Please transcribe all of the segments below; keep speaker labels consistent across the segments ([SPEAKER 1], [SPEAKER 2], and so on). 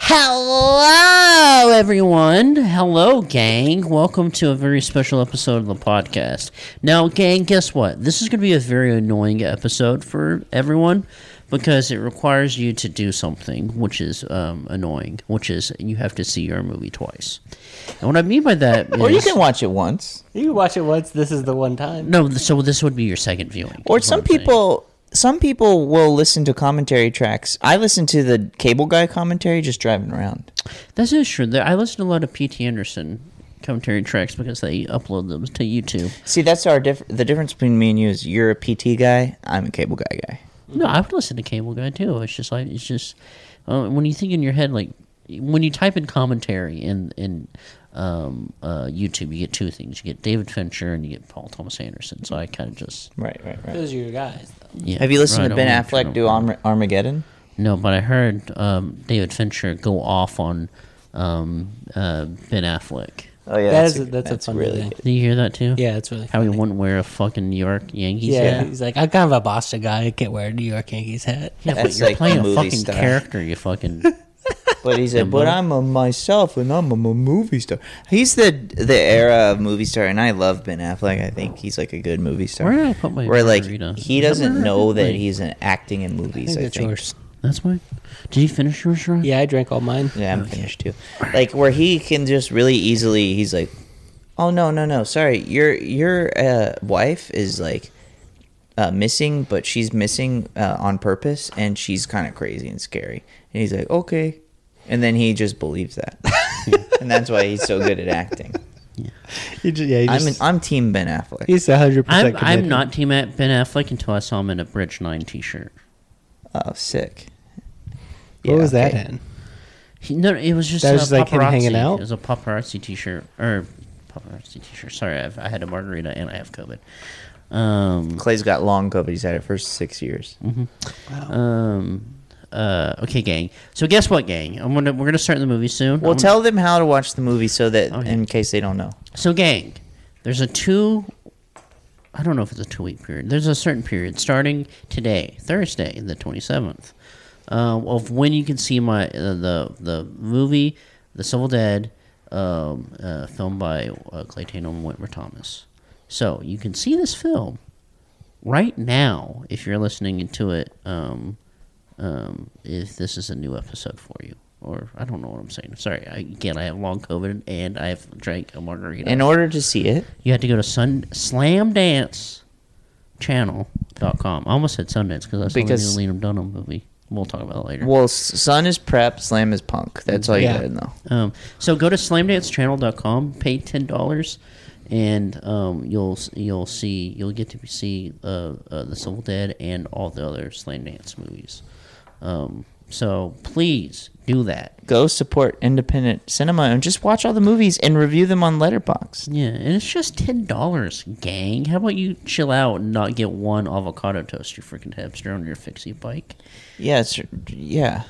[SPEAKER 1] Hello, everyone. Hello, gang. Welcome to a very special episode of the podcast. Now, gang, guess what? This is going to be a very annoying episode for everyone because it requires you to do something which is um, annoying, which is you have to see your movie twice. And what I mean by that is.
[SPEAKER 2] Or you can watch it once.
[SPEAKER 3] You can watch it once. This is the one time.
[SPEAKER 1] No, so this would be your second viewing.
[SPEAKER 2] Or
[SPEAKER 1] is what
[SPEAKER 2] some
[SPEAKER 1] I'm saying.
[SPEAKER 2] people some people will listen to commentary tracks. I listen to the cable guy commentary just driving around.
[SPEAKER 1] This is true. There- I listen to a lot of P.T. Anderson commentary tracks because they upload them to YouTube.
[SPEAKER 2] See, that's our diff- the difference between me and you is you're a PT guy, I'm a cable guy guy.
[SPEAKER 1] No, I would listen to Cable Guy too. It's just like it's just uh, when you think in your head, like when you type in commentary in in um, uh, YouTube, you get two things: you get David Fincher and you get Paul Thomas Anderson. So I kind of just
[SPEAKER 2] Right, right, right.
[SPEAKER 3] Those are your guys, though.
[SPEAKER 1] yeah,
[SPEAKER 2] Have you listened
[SPEAKER 1] right
[SPEAKER 2] to Ben
[SPEAKER 1] on,
[SPEAKER 2] Affleck
[SPEAKER 1] right
[SPEAKER 2] do
[SPEAKER 1] on.
[SPEAKER 2] Arm- Armageddon?
[SPEAKER 1] No, but I heard um, David Fincher go off on um, uh, Ben Affleck.
[SPEAKER 2] Oh yeah,
[SPEAKER 3] That is a- that's a fun
[SPEAKER 2] really
[SPEAKER 3] thing.
[SPEAKER 2] good.
[SPEAKER 1] Did you hear that too?
[SPEAKER 3] Yeah, it's really.
[SPEAKER 1] How he
[SPEAKER 3] funny.
[SPEAKER 1] wouldn't wear a fucking New York Yankees
[SPEAKER 3] Yeah,
[SPEAKER 1] hat.
[SPEAKER 3] he's like, I'm kind of a Boston guy. I can't wear a New York Yankees hat.
[SPEAKER 1] Yeah, but
[SPEAKER 2] That's
[SPEAKER 1] you're
[SPEAKER 2] like
[SPEAKER 1] playing a
[SPEAKER 2] movie
[SPEAKER 1] fucking
[SPEAKER 2] star.
[SPEAKER 1] character. You fucking
[SPEAKER 2] But he said, "But
[SPEAKER 1] Mm-hmm.
[SPEAKER 2] I'm a myself, and I'm a, m- movie star." He's the the era of movie star, and I love Ben Affleck. I think he's like a good movie star.
[SPEAKER 1] Where did I put my
[SPEAKER 2] Where like
[SPEAKER 1] margarita?
[SPEAKER 2] he
[SPEAKER 1] Is that
[SPEAKER 2] doesn't know that
[SPEAKER 1] margarita?
[SPEAKER 2] he's an acting in movies.
[SPEAKER 3] I
[SPEAKER 2] I
[SPEAKER 3] think
[SPEAKER 2] think.
[SPEAKER 3] that's yours.
[SPEAKER 1] that's why. Did you finish yours, Ryan?
[SPEAKER 3] Yeah, I drank all mine.
[SPEAKER 2] Yeah, I'm finished too. Like where he can just really easily, he's like, "Oh no, no, no, sorry, your your uh, wife is like." Uh, missing, but she's missing uh, on purpose, and she's kind of crazy and scary. And he's like, "Okay," and then he just believes that, and that's why he's so good at acting.
[SPEAKER 3] You ju- yeah, you
[SPEAKER 2] I'm
[SPEAKER 3] just-
[SPEAKER 2] I'm Team Ben Affleck.
[SPEAKER 3] he's 100
[SPEAKER 1] I'm,
[SPEAKER 3] percent
[SPEAKER 1] I'm not Team at Ben Affleck until I saw him in a Bridge Nine T-shirt.
[SPEAKER 2] oh, sick.
[SPEAKER 3] What
[SPEAKER 2] Yeah,
[SPEAKER 3] was that
[SPEAKER 2] okay.
[SPEAKER 3] in?
[SPEAKER 1] He, no, it was just
[SPEAKER 3] That
[SPEAKER 1] a
[SPEAKER 3] was just, like, him
[SPEAKER 1] paparazzi.
[SPEAKER 3] hanging out?
[SPEAKER 1] It was a paparazzi T-shirt or paparazzi T-shirt. Sorry, I've, I had a margarita and I have COVID. Um,
[SPEAKER 2] Clay's got long COVID. He's had it for six years.
[SPEAKER 3] Mm-hmm.
[SPEAKER 1] um, uh, okay, gang. So guess what, gang? I'm gonna we're gonna start the movie soon.
[SPEAKER 2] Well,
[SPEAKER 1] I'm-
[SPEAKER 2] tell them how to watch the movie so that
[SPEAKER 3] Oh,
[SPEAKER 1] Okay.
[SPEAKER 2] in case they don't know.
[SPEAKER 1] So, gang, there's a two. I don't know if it's a two week period. There's a certain period starting today, Thursday, the 27th, uh, of when you can see my uh, the the movie, The Civil Dead, um, uh, filmed by uh, Clay Tatum and Whitmer Thomas. So you can see this film right now if you're listening to it. Um, um, if this is a new episode for you, or I don't know what I'm saying. Sorry, I, again, I have long COVID and I've drank a margarita.
[SPEAKER 2] In order to see it,
[SPEAKER 1] You had to go to Sun Slam Dance Channel.com. I almost said Sundance because that's because
[SPEAKER 2] Because-
[SPEAKER 1] the new Liam Dunham movie. We'll talk about that later.
[SPEAKER 2] well, s- Sun is prep, Slam is punk. That's all you
[SPEAKER 3] Yeah.
[SPEAKER 2] gotta know.
[SPEAKER 1] Um, so go to slamdancechannel.com, pay ten dollars, and um, you'll you'll see you'll get to see uh, uh, the Civil Dead and all the other slam dance movies. Um, so please do that.
[SPEAKER 2] Go support independent cinema and just watch all the movies and review them on Letterboxd.
[SPEAKER 1] Yeah, and it's just ten dollars, gang. How about you chill out and not get one avocado toast, you freaking hamster on your fixie bike?
[SPEAKER 2] Yeah, it's, yeah,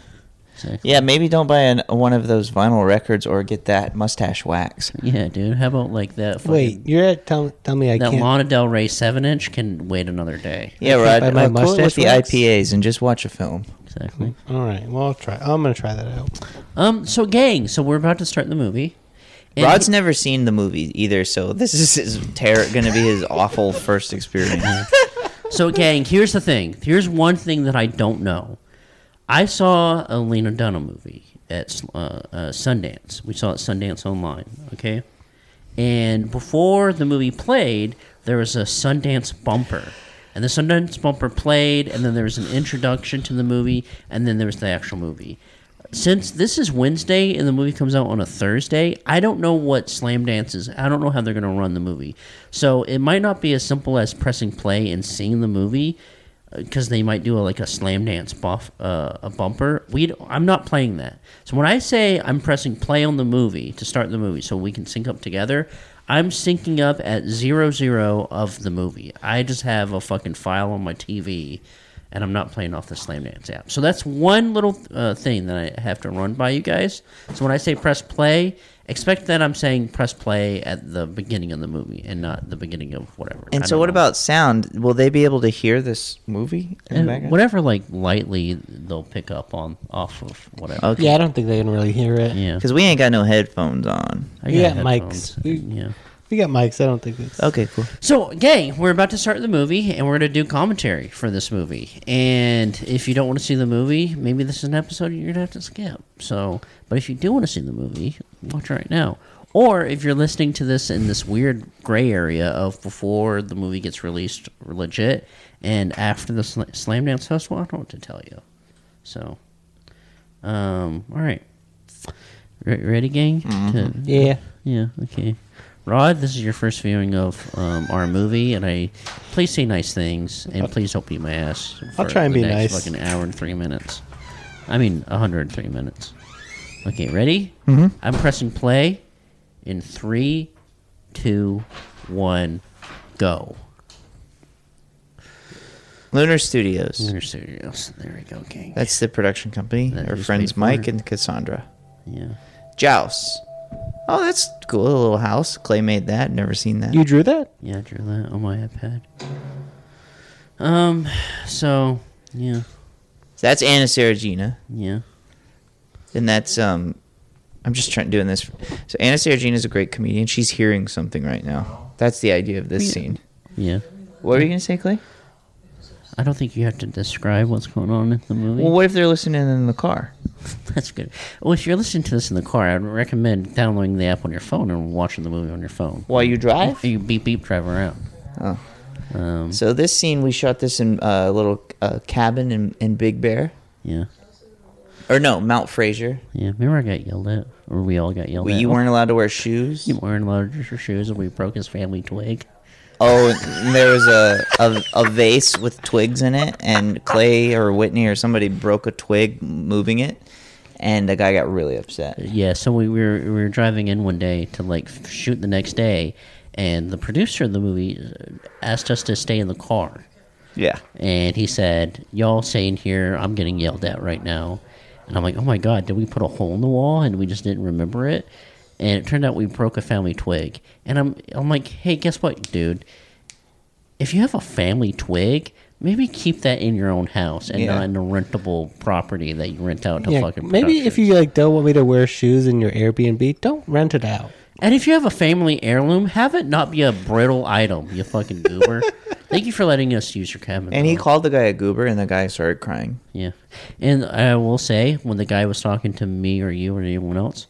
[SPEAKER 1] Exactly.
[SPEAKER 2] yeah. Maybe don't buy an, one of those vinyl records or get that mustache wax.
[SPEAKER 1] Yeah, dude. How about like that? Fucking,
[SPEAKER 3] Wait, you're at tell tell me I
[SPEAKER 1] that
[SPEAKER 3] can't.
[SPEAKER 1] Lana Del Rey seven inch can wait another day.
[SPEAKER 2] Yeah,
[SPEAKER 3] can't
[SPEAKER 2] Rod.
[SPEAKER 3] buy my
[SPEAKER 2] uh, quit
[SPEAKER 3] mustache
[SPEAKER 2] with the
[SPEAKER 3] wax.
[SPEAKER 2] IPAs and just watch a film.
[SPEAKER 1] Exactly.
[SPEAKER 3] all right, well I'll try. I'm gonna try that out.
[SPEAKER 1] Um. So, gang. So we're about to start the movie. And
[SPEAKER 2] Rod's never seen the movie either, so this is his terror going to be his awful first experience.
[SPEAKER 1] So, gang, here's the thing. Here's one thing that I don't know. I saw a Lena Dunham movie at uh, uh, Sundance. We saw it at Sundance Online, okay? And before the movie played, there was a Sundance bumper. And the Sundance bumper played, and then there was an introduction to the movie, and then there was the actual movie. Since this is Wednesday and the movie comes out on a Thursday, I don't know what Slam Dance is. I don't know how they're going to run the movie. So it might not be as simple as pressing play and seeing the movie because uh, they might do a, like a slam dance buff uh, a bumper. We d- I'm not playing that. So when I say I'm pressing play on the movie to start the movie so we can sync up together, I'm syncing up at zero zero of the movie. I just have a fucking file on my TV, and I'm not playing off the slam dance app. So that's one little uh, thing that I have to run by you guys. So when I say press play. Expect that I'm saying press play at the beginning of the movie and not the beginning of whatever.
[SPEAKER 2] And
[SPEAKER 1] I
[SPEAKER 2] so,
[SPEAKER 1] don't
[SPEAKER 2] what
[SPEAKER 1] know.
[SPEAKER 2] about sound? Will they be able to hear this movie? in the
[SPEAKER 1] And
[SPEAKER 2] background?
[SPEAKER 1] whatever like lightly they'll pick up on off of whatever.
[SPEAKER 2] Okay.
[SPEAKER 3] Yeah, I don't think they can really hear it.
[SPEAKER 1] Yeah.
[SPEAKER 2] Because we ain't got no headphones on.
[SPEAKER 1] I
[SPEAKER 3] we
[SPEAKER 1] got
[SPEAKER 3] got mics.
[SPEAKER 1] headphones.
[SPEAKER 3] We-
[SPEAKER 1] Yeah.
[SPEAKER 3] We got mics. I don't think it's.
[SPEAKER 2] Okay, cool.
[SPEAKER 1] So, gang, we're about to start the movie and we're going to do commentary for this movie. And if you don't want to see the movie, maybe this is an episode you're going to have to skip. So, but if you do want to see the movie, watch it right now. Or if you're listening to this in this weird gray area of before the movie gets released legit and after the sl- Slam Dance Festival, I don't know what to tell you. So, um, all right. Re- ready, gang? To-
[SPEAKER 3] Yeah.
[SPEAKER 1] yeah, okay. Rod, this is your first viewing of um, our movie, and I please say nice things, and please don't beat my ass.
[SPEAKER 3] I'll try and
[SPEAKER 1] the
[SPEAKER 3] be
[SPEAKER 1] next
[SPEAKER 3] nice.
[SPEAKER 1] Fucking hour and three minutes. I mean, 103 minutes. Okay, ready? Mm-hmm. I'm pressing play in three, two, one, go.
[SPEAKER 2] Lunar Studios.
[SPEAKER 1] Lunar Studios. There we go, gang.
[SPEAKER 2] That's the production company.
[SPEAKER 1] That
[SPEAKER 2] Our
[SPEAKER 1] was
[SPEAKER 2] friends
[SPEAKER 1] before.
[SPEAKER 2] Mike and Cassandra.
[SPEAKER 1] Yeah.
[SPEAKER 2] Joust. Oh, that's cool. A little house. Clay made that. Never seen that.
[SPEAKER 3] You drew that?
[SPEAKER 1] Yeah, I drew that on my iPad. Um, so, yeah,
[SPEAKER 2] that's Anna Saragina.
[SPEAKER 1] yeah.
[SPEAKER 2] And that's um I'm just trying doing this. So Anna Saragina is a great comedian. She's hearing something right now. That's the idea of this scene.
[SPEAKER 1] Yeah.
[SPEAKER 2] What were you gonna say, Clay?
[SPEAKER 1] I don't think you have to describe what's going on in the movie.
[SPEAKER 2] Well, what if they're listening in the car?
[SPEAKER 1] That's good. Well, if you're listening to this in the car, I'd recommend downloading the app on your phone and watching the movie on your phone.
[SPEAKER 2] While you drive?
[SPEAKER 1] You beep beep drive around.
[SPEAKER 2] So this scene, we shot this in uh, a little uh, cabin in, in Big Bear,
[SPEAKER 1] Yeah,
[SPEAKER 2] or no, Mount Fraser.
[SPEAKER 1] yeah. Remember, I got yelled at, or we all got yelled
[SPEAKER 2] Well,
[SPEAKER 1] at.
[SPEAKER 2] you weren't allowed to wear shoes.
[SPEAKER 1] You weren't allowed to your shoes, and we broke his family twig.
[SPEAKER 2] Oh, and there was a, a a vase with twigs in it, and Clay or Whitney or somebody broke a twig moving it, and the guy got really upset.
[SPEAKER 1] Yeah, so we, we were we were driving in one day to like f- shoot the next day, and the producer of the movie uh, asked us to stay in the car.
[SPEAKER 2] Yeah,
[SPEAKER 1] and he said, "Y'all staying here. I'm getting yelled at right now." And I'm like, "Oh my god, did we put a hole in the wall and we just didn't remember it?" And it turned out we broke a family twig. And I'm I'm like, "Hey, guess what, dude? If you have a family twig." Maybe keep that in your own house and
[SPEAKER 2] Yeah.
[SPEAKER 1] not in a rentable property that you rent out to
[SPEAKER 3] Yeah.
[SPEAKER 1] fucking.
[SPEAKER 3] Maybe if
[SPEAKER 1] productions.
[SPEAKER 3] you like don't want me to wear shoes in your Airbnb, don't rent it out.
[SPEAKER 1] and if you have a family heirloom, have it not be a brittle item. You fucking goober. Thank you for letting us use your cabin.
[SPEAKER 2] and he
[SPEAKER 1] though.
[SPEAKER 2] called the guy a goober, and the guy started crying.
[SPEAKER 1] Yeah, and I will say when the guy was talking to me or you or anyone else,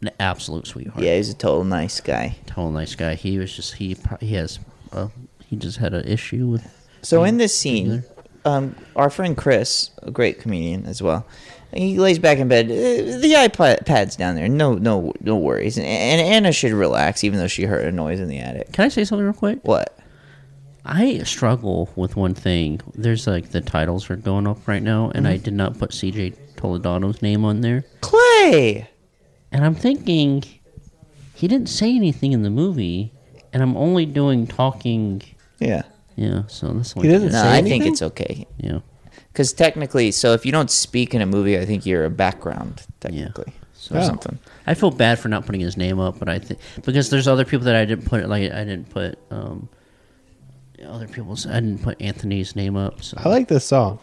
[SPEAKER 1] an absolute sweetheart.
[SPEAKER 2] Yeah, he's a total nice guy.
[SPEAKER 1] total nice guy. He was just he pro- he has uh, he just had an issue with
[SPEAKER 2] So in this scene, um, our friend Chris, a great comedian as well, he lays back in bed. "Eh, The iPad's down there. No, no, no worries. And, and Anna should relax, even though she heard a noise in the attic.
[SPEAKER 1] Can I say something real quick?
[SPEAKER 2] What?
[SPEAKER 1] I struggle with one thing. There's like the titles are going up right now, and I
[SPEAKER 3] Mm-hmm.
[SPEAKER 1] did not put CJ Toledano's name on there.
[SPEAKER 2] Clay.
[SPEAKER 1] And I'm thinking, he didn't say anything in the movie, and I'm only doing talking.
[SPEAKER 2] Yeah.
[SPEAKER 1] Yeah, so that's
[SPEAKER 3] He doesn't
[SPEAKER 2] No,
[SPEAKER 3] say
[SPEAKER 2] I
[SPEAKER 3] anything?
[SPEAKER 2] think it's okay.
[SPEAKER 1] Yeah,
[SPEAKER 2] Because technically, so if you don't speak in a movie, I think you're a background technically
[SPEAKER 1] So-
[SPEAKER 2] or
[SPEAKER 3] Oh.
[SPEAKER 2] something.
[SPEAKER 1] I feel bad for not putting his name up, but I think because there's other people that I didn't put like I didn't put um other people's I didn't put Anthony's name up. So
[SPEAKER 3] I like this song.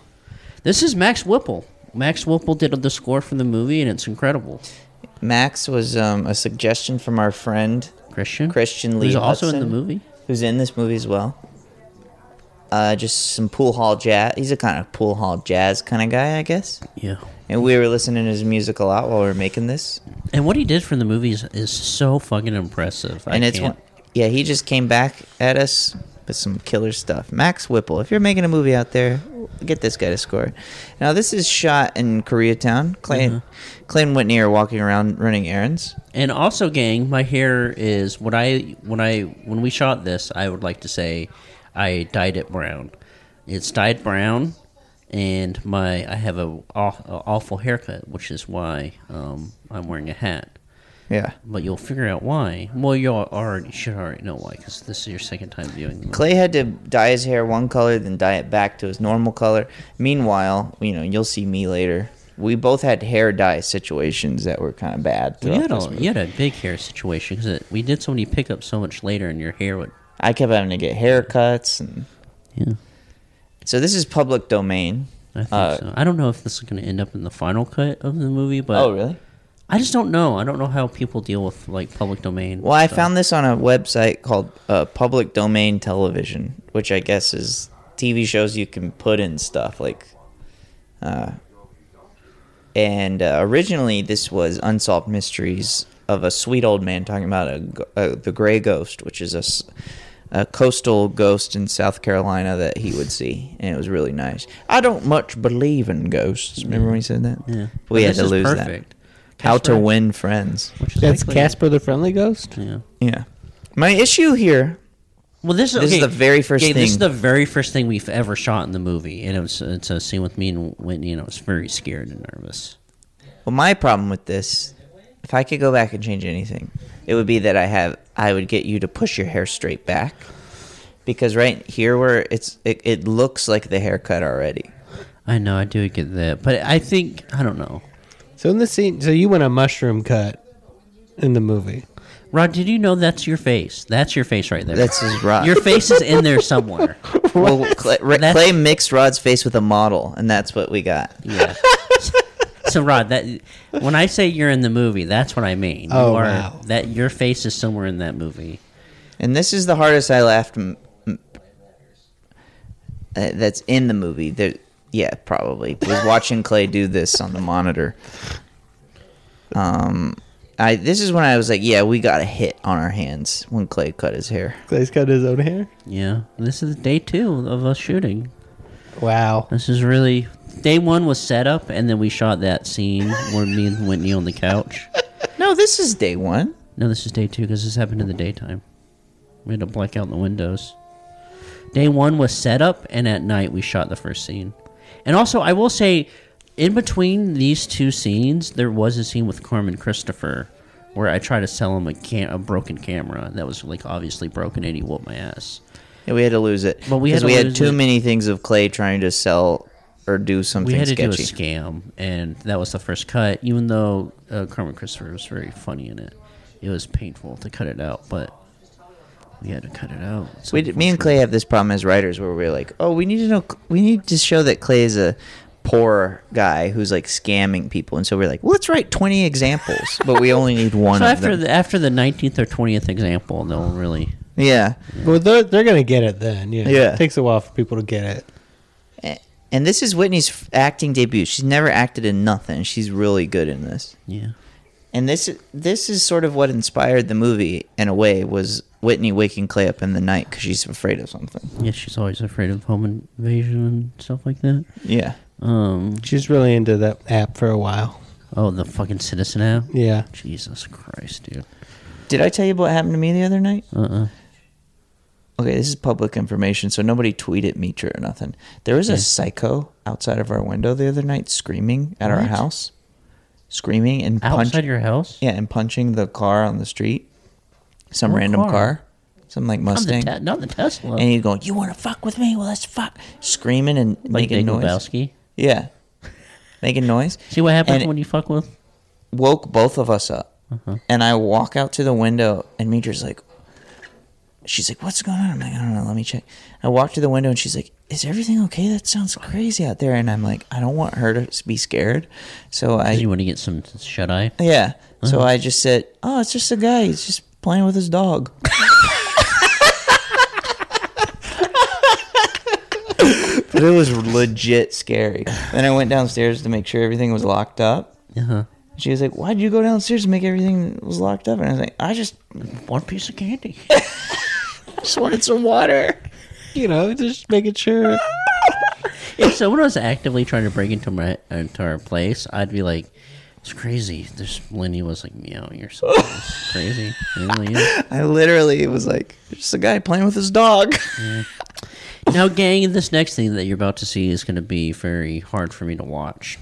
[SPEAKER 1] this is Max Whipple. Max Whipple did the score for the movie, and it's incredible.
[SPEAKER 2] Max was um, a suggestion from our friend
[SPEAKER 1] Christian
[SPEAKER 2] Christian Lee.
[SPEAKER 1] who's also in the
[SPEAKER 2] Hudson,
[SPEAKER 1] movie.
[SPEAKER 2] Who's in this movie as well? uh, just some pool hall jazz. He's a kind of pool hall jazz kind of guy, I guess.
[SPEAKER 1] Yeah.
[SPEAKER 2] And we were listening to his music a lot while we were making this.
[SPEAKER 1] And what he did for the movies is so fucking impressive. I
[SPEAKER 2] and it's
[SPEAKER 1] can't-
[SPEAKER 2] one, yeah, he just came back at us with some killer stuff. Max Whipple, if you're making a movie out there, get this guy to score. Now this is shot in Koreatown. Clay,
[SPEAKER 1] Mm-hmm.
[SPEAKER 2] Clay and Whitney are walking around running errands.
[SPEAKER 1] And also, gang, my hair is what I when I when we shot this, I would like to say I dyed it brown. It's dyed brown, and my I have a, aw- a awful haircut, which is why um, I'm wearing a hat.
[SPEAKER 2] Yeah,
[SPEAKER 1] But you'll figure out why. Well, you all already should already know why, because this is your second time viewing. the movie.
[SPEAKER 2] Clay had to dye his hair one color, then dye it back to his normal color. Meanwhile, you know, you'll see me later. We both had hair dye situations that were kind of bad.
[SPEAKER 1] You
[SPEAKER 2] throughout
[SPEAKER 1] had,
[SPEAKER 2] this
[SPEAKER 1] a,
[SPEAKER 2] movie.
[SPEAKER 1] you had a big hair situation because we did so many pickups so much later, and your hair would.
[SPEAKER 2] I kept having to get haircuts, and
[SPEAKER 1] Yeah,
[SPEAKER 2] so this is public domain.
[SPEAKER 1] I think
[SPEAKER 2] Uh,
[SPEAKER 1] so. I don't know if this is going to end up in the final cut of the movie, but
[SPEAKER 2] oh, really?
[SPEAKER 1] I just don't know. I don't know how people deal with like public domain.
[SPEAKER 2] Well, I
[SPEAKER 1] stuff.
[SPEAKER 2] found this on a website called uh, Public Domain Television, which I guess is TV shows you can put in stuff like. Uh, and uh, originally, this was unsolved mysteries of a sweet old man talking about a, g- uh, the gray ghost, which is a, s- a coastal ghost in South Carolina that he would see, and it was really nice. I don't much believe in ghosts. Remember when he said that?
[SPEAKER 1] Yeah. But
[SPEAKER 2] we had
[SPEAKER 1] this
[SPEAKER 2] to
[SPEAKER 1] is
[SPEAKER 2] lose
[SPEAKER 1] perfect.
[SPEAKER 2] that. How to
[SPEAKER 1] Casper-
[SPEAKER 2] win friends.
[SPEAKER 1] Which is
[SPEAKER 3] That's
[SPEAKER 1] likely-
[SPEAKER 3] Casper the Friendly Ghost.
[SPEAKER 1] Yeah.
[SPEAKER 2] Yeah. My issue here
[SPEAKER 1] Well, this,
[SPEAKER 2] This is
[SPEAKER 1] okay,
[SPEAKER 2] the very first
[SPEAKER 1] okay, This is
[SPEAKER 2] thing.
[SPEAKER 1] the very first thing we've ever shot in the movie, and it was it's a scene with me and Whitney, and I was very scared and nervous.
[SPEAKER 2] Well, my problem with this, if I could go back and change anything, it would be that I have I would get you to push your hair straight back because right here where it's it, it looks like the haircut already.
[SPEAKER 1] I know I do get that, but I think I don't know.
[SPEAKER 3] So in the scene, so you went a mushroom cut in the movie.
[SPEAKER 1] Rod, did you know that's your face? That's your face right there.
[SPEAKER 2] That's his rod.
[SPEAKER 1] your face is in there somewhere.
[SPEAKER 2] well, Clay, Ra-
[SPEAKER 1] That's-
[SPEAKER 2] Clay mixed Rod's face with a model, and that's what we got.
[SPEAKER 1] Yeah. So Rod, that when I say you're in the movie, that's what I mean.
[SPEAKER 3] Oh,
[SPEAKER 1] you are,
[SPEAKER 3] wow.
[SPEAKER 1] That your face is somewhere in that movie.
[SPEAKER 2] And this is the hardest I laughed. M- m- uh, that's in the movie. There, yeah, probably was watching Clay do this on the monitor. Um, I this is when I was like, yeah, we got a hit on our hands when Clay cut his hair.
[SPEAKER 3] Clay's cut his own hair.
[SPEAKER 1] Yeah, this is day two of us shooting.
[SPEAKER 3] Wow.
[SPEAKER 1] This is really day one was set up, and then we shot that scene where me and Whitney on the couch.
[SPEAKER 2] No, this is day one.
[SPEAKER 1] No, this is day two because this happened in the daytime. We had to black out the windows. Day one was set up, and at night we shot the first scene. And also, I will say, in between these two scenes, there was a scene with Corman Christopher where I tried to sell him a, cam- a broken camera that was like obviously broken, and he whooped my ass.
[SPEAKER 2] Yeah, we had to lose it
[SPEAKER 1] But we had
[SPEAKER 2] 'Cause
[SPEAKER 1] to
[SPEAKER 2] we had
[SPEAKER 1] lose
[SPEAKER 2] too
[SPEAKER 1] it.
[SPEAKER 2] many things of Clay trying to sell or do something
[SPEAKER 1] We had to
[SPEAKER 2] sketchy.
[SPEAKER 1] do a scam, and that was the first cut. Even though uh, Corman Christopher was very funny in it, it was painful to cut it out, but we had to cut it out. It's
[SPEAKER 2] We, me and
[SPEAKER 1] unfortunate.
[SPEAKER 2] Clay have this problem as writers where we're like, oh, we need to know, we need to show that Clay is a poor guy who's like scamming people, and so we're like, well, let's write twenty examples, but we only need one
[SPEAKER 1] So
[SPEAKER 2] of
[SPEAKER 1] after
[SPEAKER 2] them.
[SPEAKER 1] the, after the nineteenth or twentieth example, they'll really.
[SPEAKER 2] yeah,
[SPEAKER 3] Well, they're, they're gonna get it then. Yeah.
[SPEAKER 2] Yeah.
[SPEAKER 3] It takes a while for people to get it.
[SPEAKER 2] A- and this is Whitney's f- acting debut. She's never acted in nothing. She's really good in this,
[SPEAKER 1] Yeah.
[SPEAKER 2] and this this is sort of what inspired the movie in a way was Whitney waking Clay up in the night because she's afraid of something.
[SPEAKER 1] Yeah, she's always afraid of home invasion and stuff like that.
[SPEAKER 2] Yeah,
[SPEAKER 1] Um.
[SPEAKER 3] She's really into that app for a while.
[SPEAKER 1] Oh, the fucking Citizen app.
[SPEAKER 3] Yeah.
[SPEAKER 1] Jesus Christ, dude.
[SPEAKER 2] did I tell you what happened to me the other night?
[SPEAKER 1] Uh. uh
[SPEAKER 2] okay, this is public information, so nobody tweet at me or nothing. There was a psycho outside of our window the other night screaming at our
[SPEAKER 1] What?
[SPEAKER 2] house, screaming and
[SPEAKER 1] Outside
[SPEAKER 2] punching.
[SPEAKER 1] your house.
[SPEAKER 2] Yeah, and punching the car on the street. Some
[SPEAKER 1] What
[SPEAKER 2] random
[SPEAKER 1] car?
[SPEAKER 2] car? some like
[SPEAKER 1] Not the,
[SPEAKER 2] Mustang.
[SPEAKER 1] te- not the Tesla.
[SPEAKER 2] and he's going, "You want to fuck with me? Well, let's fuck." Screaming and
[SPEAKER 1] like Big
[SPEAKER 2] making noise.
[SPEAKER 1] Lebowski.
[SPEAKER 2] Yeah, making noise.
[SPEAKER 1] See what happens
[SPEAKER 2] And-
[SPEAKER 1] when you fuck with.
[SPEAKER 2] woke both of us up. And I walk out to the window, and Major's like, she's like, what's going on? I'm like, I don't know. Let me check. I walk to the window, and she's like, is everything okay? That sounds crazy out there. And I'm like, I don't want her to be scared. So I,
[SPEAKER 1] You want to get some shut eye.
[SPEAKER 2] yeah. So I just said, oh, it's just a guy. He's just playing with his dog. But it was legit scary. Then I went downstairs to make sure everything was locked up.
[SPEAKER 1] Uh-huh.
[SPEAKER 2] She was like, "Why'd you go downstairs to make everything that was locked up?" And I was like, "I just
[SPEAKER 1] One piece of candy. just wanted some water.
[SPEAKER 3] you know, just making sure.
[SPEAKER 1] If someone was actively trying to break into my into our place, I'd be like, "It's crazy." This Lenny was like, "Meow, you're so it's crazy."
[SPEAKER 2] I literally was like, just a guy playing with his dog.
[SPEAKER 1] now, gang, this next thing that you're about to see is going to be very hard for me to watch.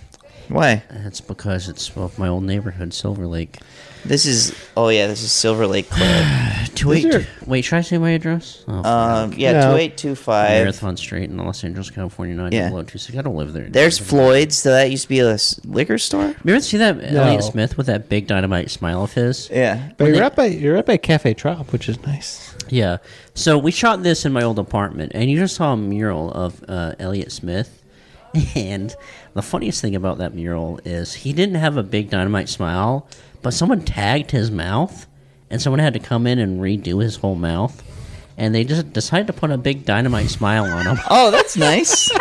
[SPEAKER 2] Why?
[SPEAKER 1] That's because it's of my old neighborhood, Silver Lake.
[SPEAKER 2] This is oh yeah, this is Silver Lake Club.
[SPEAKER 1] Wait, wait, should I say my address? Oh,
[SPEAKER 2] um, yeah,
[SPEAKER 3] No.
[SPEAKER 2] two eight two five.
[SPEAKER 1] Marathon Street in Los Angeles, California, nine
[SPEAKER 2] Yeah.
[SPEAKER 1] below two six. I don't live there.
[SPEAKER 2] There's Floyd's. So that used to be a s- liquor store.
[SPEAKER 1] Remember, see that
[SPEAKER 3] No.
[SPEAKER 1] Elliot Smith with that big dynamite smile of his?
[SPEAKER 2] Yeah,
[SPEAKER 3] But you're up by you're up by Cafe Trop, which is nice.
[SPEAKER 1] Yeah. So we shot this in my old apartment, and you just saw a mural of uh, Elliot Smith. And the funniest thing about that mural is he didn't have a big dynamite smile, but someone tagged his mouth, and someone had to come in and redo his whole mouth. And they just decided to put a big dynamite smile on him.
[SPEAKER 2] Oh, that's nice.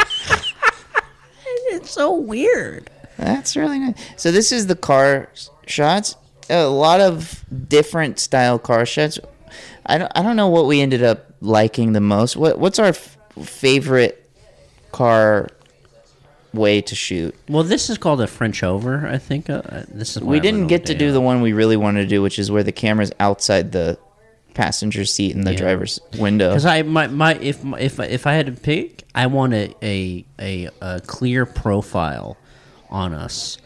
[SPEAKER 1] it's so weird.
[SPEAKER 2] that's really nice. So this is the car s- shots. A lot of different style car shots. I don't. I don't know what we ended up liking the most. What What's our f- favorite car way to shoot?
[SPEAKER 1] Well, this is called a French over, I think. Uh, Uh, this is why
[SPEAKER 2] we
[SPEAKER 1] I
[SPEAKER 2] didn't
[SPEAKER 1] went
[SPEAKER 2] get
[SPEAKER 1] over
[SPEAKER 2] to
[SPEAKER 1] there.
[SPEAKER 2] do the one we really wanted to do, which is where the camera's outside the passenger seat and the driver's window.
[SPEAKER 1] Because I my, my if if if I had to pick, I want a, a a a clear profile on us,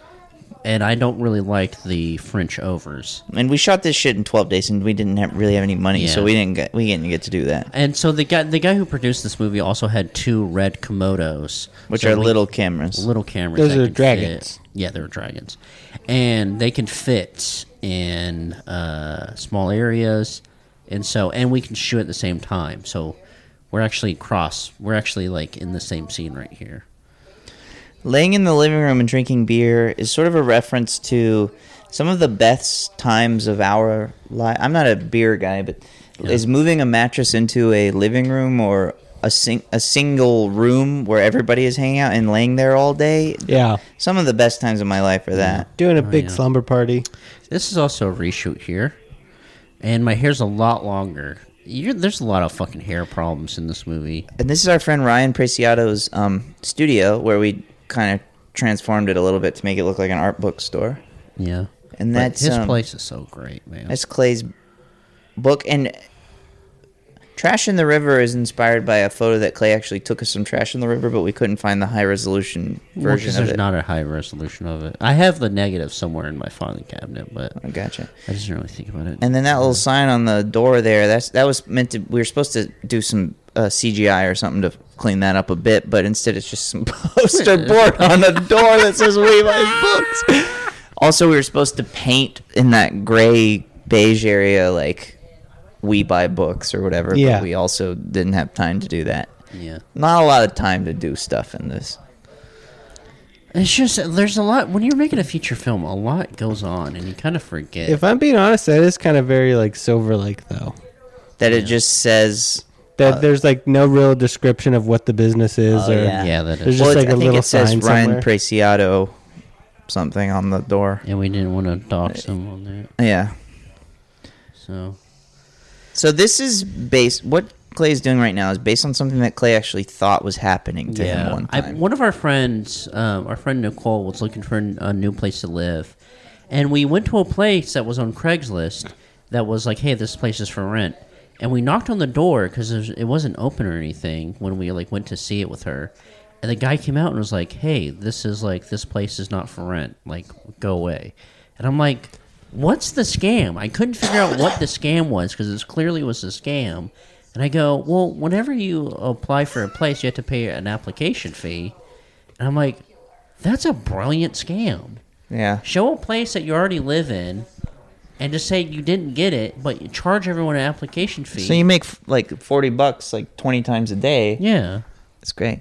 [SPEAKER 1] and I don't really like the French overs.
[SPEAKER 2] and we shot this shit in 12 days, and we didn't have, really have any money, so
[SPEAKER 1] Yeah.
[SPEAKER 2] we didn't get we didn't get to do that,
[SPEAKER 1] And so the guy the guy who produced this movie also had two red Komodos,
[SPEAKER 2] which
[SPEAKER 1] So
[SPEAKER 2] are
[SPEAKER 1] we-
[SPEAKER 2] little cameras.
[SPEAKER 1] little cameras.
[SPEAKER 3] Those
[SPEAKER 1] that
[SPEAKER 3] are
[SPEAKER 1] can
[SPEAKER 3] dragons.
[SPEAKER 1] fit- Yeah, they're dragons, and they can fit in uh, small areas, and so and we can shoot at the same time. So we're actually cross. We're actually like in the same scene right here.
[SPEAKER 2] Laying in the living room and drinking beer is sort of a reference to some of the best times of our life. I'm not a beer guy, but is moving a mattress into a living room or a sing- a single room where everybody is hanging out and laying there all day.
[SPEAKER 3] Yeah,
[SPEAKER 2] Some of the best times of my life are that.
[SPEAKER 3] doing a big slumber party.
[SPEAKER 1] This is also a reshoot here, and my hair's a lot longer. You're, there's a lot of fucking hair problems in this movie.
[SPEAKER 2] And this is our friend Ryan Preciado's um, studio where we kind of transformed it a little bit to make it look like an art bookstore.
[SPEAKER 1] Yeah,
[SPEAKER 2] And
[SPEAKER 1] But
[SPEAKER 2] that's,
[SPEAKER 1] his
[SPEAKER 2] um,
[SPEAKER 1] place is so great, man.
[SPEAKER 2] That's Clay's book. And Trash in the River is inspired by a photo that Clay actually took of some trash in the river, but we couldn't find the high resolution
[SPEAKER 1] Well, 'cause
[SPEAKER 2] version of
[SPEAKER 1] there's
[SPEAKER 2] it.
[SPEAKER 1] not a high resolution of it. I have the negative somewhere in my filing cabinet, but
[SPEAKER 2] I gotcha.
[SPEAKER 1] I just didn't really think about it.
[SPEAKER 2] And then that little sign on the door there—that's that was meant to. We were supposed to do some uh, CGI or something to clean that up a bit, but instead it's just some poster board on a door that says "We Buy Books." Also, we were supposed to paint in that gray beige area, like "We Buy Books" or whatever.
[SPEAKER 3] Yeah.
[SPEAKER 2] But we also didn't have time to do that.
[SPEAKER 1] yeah,
[SPEAKER 2] Not a lot of time to do stuff in this.
[SPEAKER 1] it's just there's a lot when you're making a feature film. A lot goes on, and you kind of forget.
[SPEAKER 3] If I'm being honest, that is kind of very like Silver Lake though.
[SPEAKER 2] That it just says.
[SPEAKER 3] That there's like no real description of what the business is
[SPEAKER 2] Uh, Oh,
[SPEAKER 3] or
[SPEAKER 2] yeah.
[SPEAKER 1] yeah, that
[SPEAKER 3] There's
[SPEAKER 1] is.
[SPEAKER 3] just
[SPEAKER 2] Well, it's-
[SPEAKER 3] like a
[SPEAKER 2] I think
[SPEAKER 3] little
[SPEAKER 2] it says
[SPEAKER 3] sign
[SPEAKER 2] Ryan
[SPEAKER 3] somewhere.
[SPEAKER 2] Preciado, something on the door.
[SPEAKER 1] and we didn't want to dox them on that,
[SPEAKER 2] Yeah.
[SPEAKER 1] so
[SPEAKER 2] So this is based. What Clay is doing right now is based on something that Clay actually thought was happening to him one
[SPEAKER 1] I-
[SPEAKER 2] time.
[SPEAKER 1] one of our friends, um, our friend Nicole, was looking for n- a new place to live, and we went to a place that was on Craigslist that was like, "Hey, this place is for rent." And we knocked on the door because it wasn't open or anything when we like went to see it with her, and the guy came out and was like, "Hey, this is like this place is not for rent. Like, go away." And I'm like, "What's the scam?" I couldn't figure out what the scam was because it clearly was a scam. And I go, well, whenever you apply for a place, you have to pay an application fee. And I'm like, that's a brilliant scam.
[SPEAKER 2] yeah.
[SPEAKER 1] Show a place that you already live in and just say you didn't get it, but you charge everyone an application fee.
[SPEAKER 2] So you make f- like forty bucks like twenty times a day.
[SPEAKER 1] yeah.
[SPEAKER 2] It's great.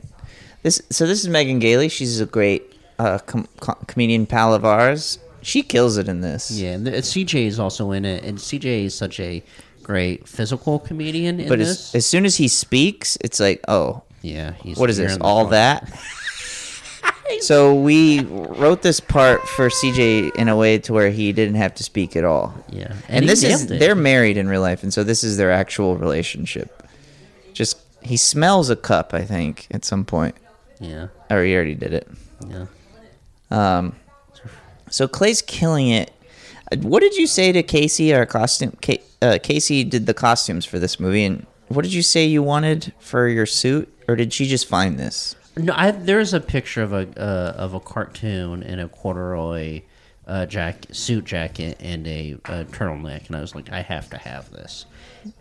[SPEAKER 2] This so this is Megan Gailey. She's a great uh, com- com- comedian pal of ours. She kills it in this.
[SPEAKER 1] Yeah. And the, CJ is also in it. And CJ is such a great physical comedian in
[SPEAKER 2] But as,
[SPEAKER 1] this.
[SPEAKER 2] as soon as he speaks, it's like, oh,
[SPEAKER 1] Yeah. He's
[SPEAKER 2] What is
[SPEAKER 1] you're
[SPEAKER 2] this?
[SPEAKER 1] in the
[SPEAKER 2] All
[SPEAKER 1] wrong-
[SPEAKER 2] that? so we wrote this part for CJ in a way to where he didn't have to speak at all.
[SPEAKER 1] Yeah.
[SPEAKER 2] And,
[SPEAKER 1] he
[SPEAKER 2] this is
[SPEAKER 1] nailed it.
[SPEAKER 2] they're married in real life, and so this is their actual relationship. Just he smells a cup, I think, at some point.
[SPEAKER 1] Yeah.
[SPEAKER 2] Or he already did it. Um,
[SPEAKER 1] Yeah.
[SPEAKER 2] So Clay's killing it. Uh, What did you say to Casey? Our costume, Ca- uh, Casey did the costumes for this movie, and what did you say you wanted for your suit, or did she just find this?
[SPEAKER 1] No, I, there's a picture of a uh, of a cartoon in a corduroy uh, jack suit jacket and a, uh turtleneck, and I was like, I have to have this.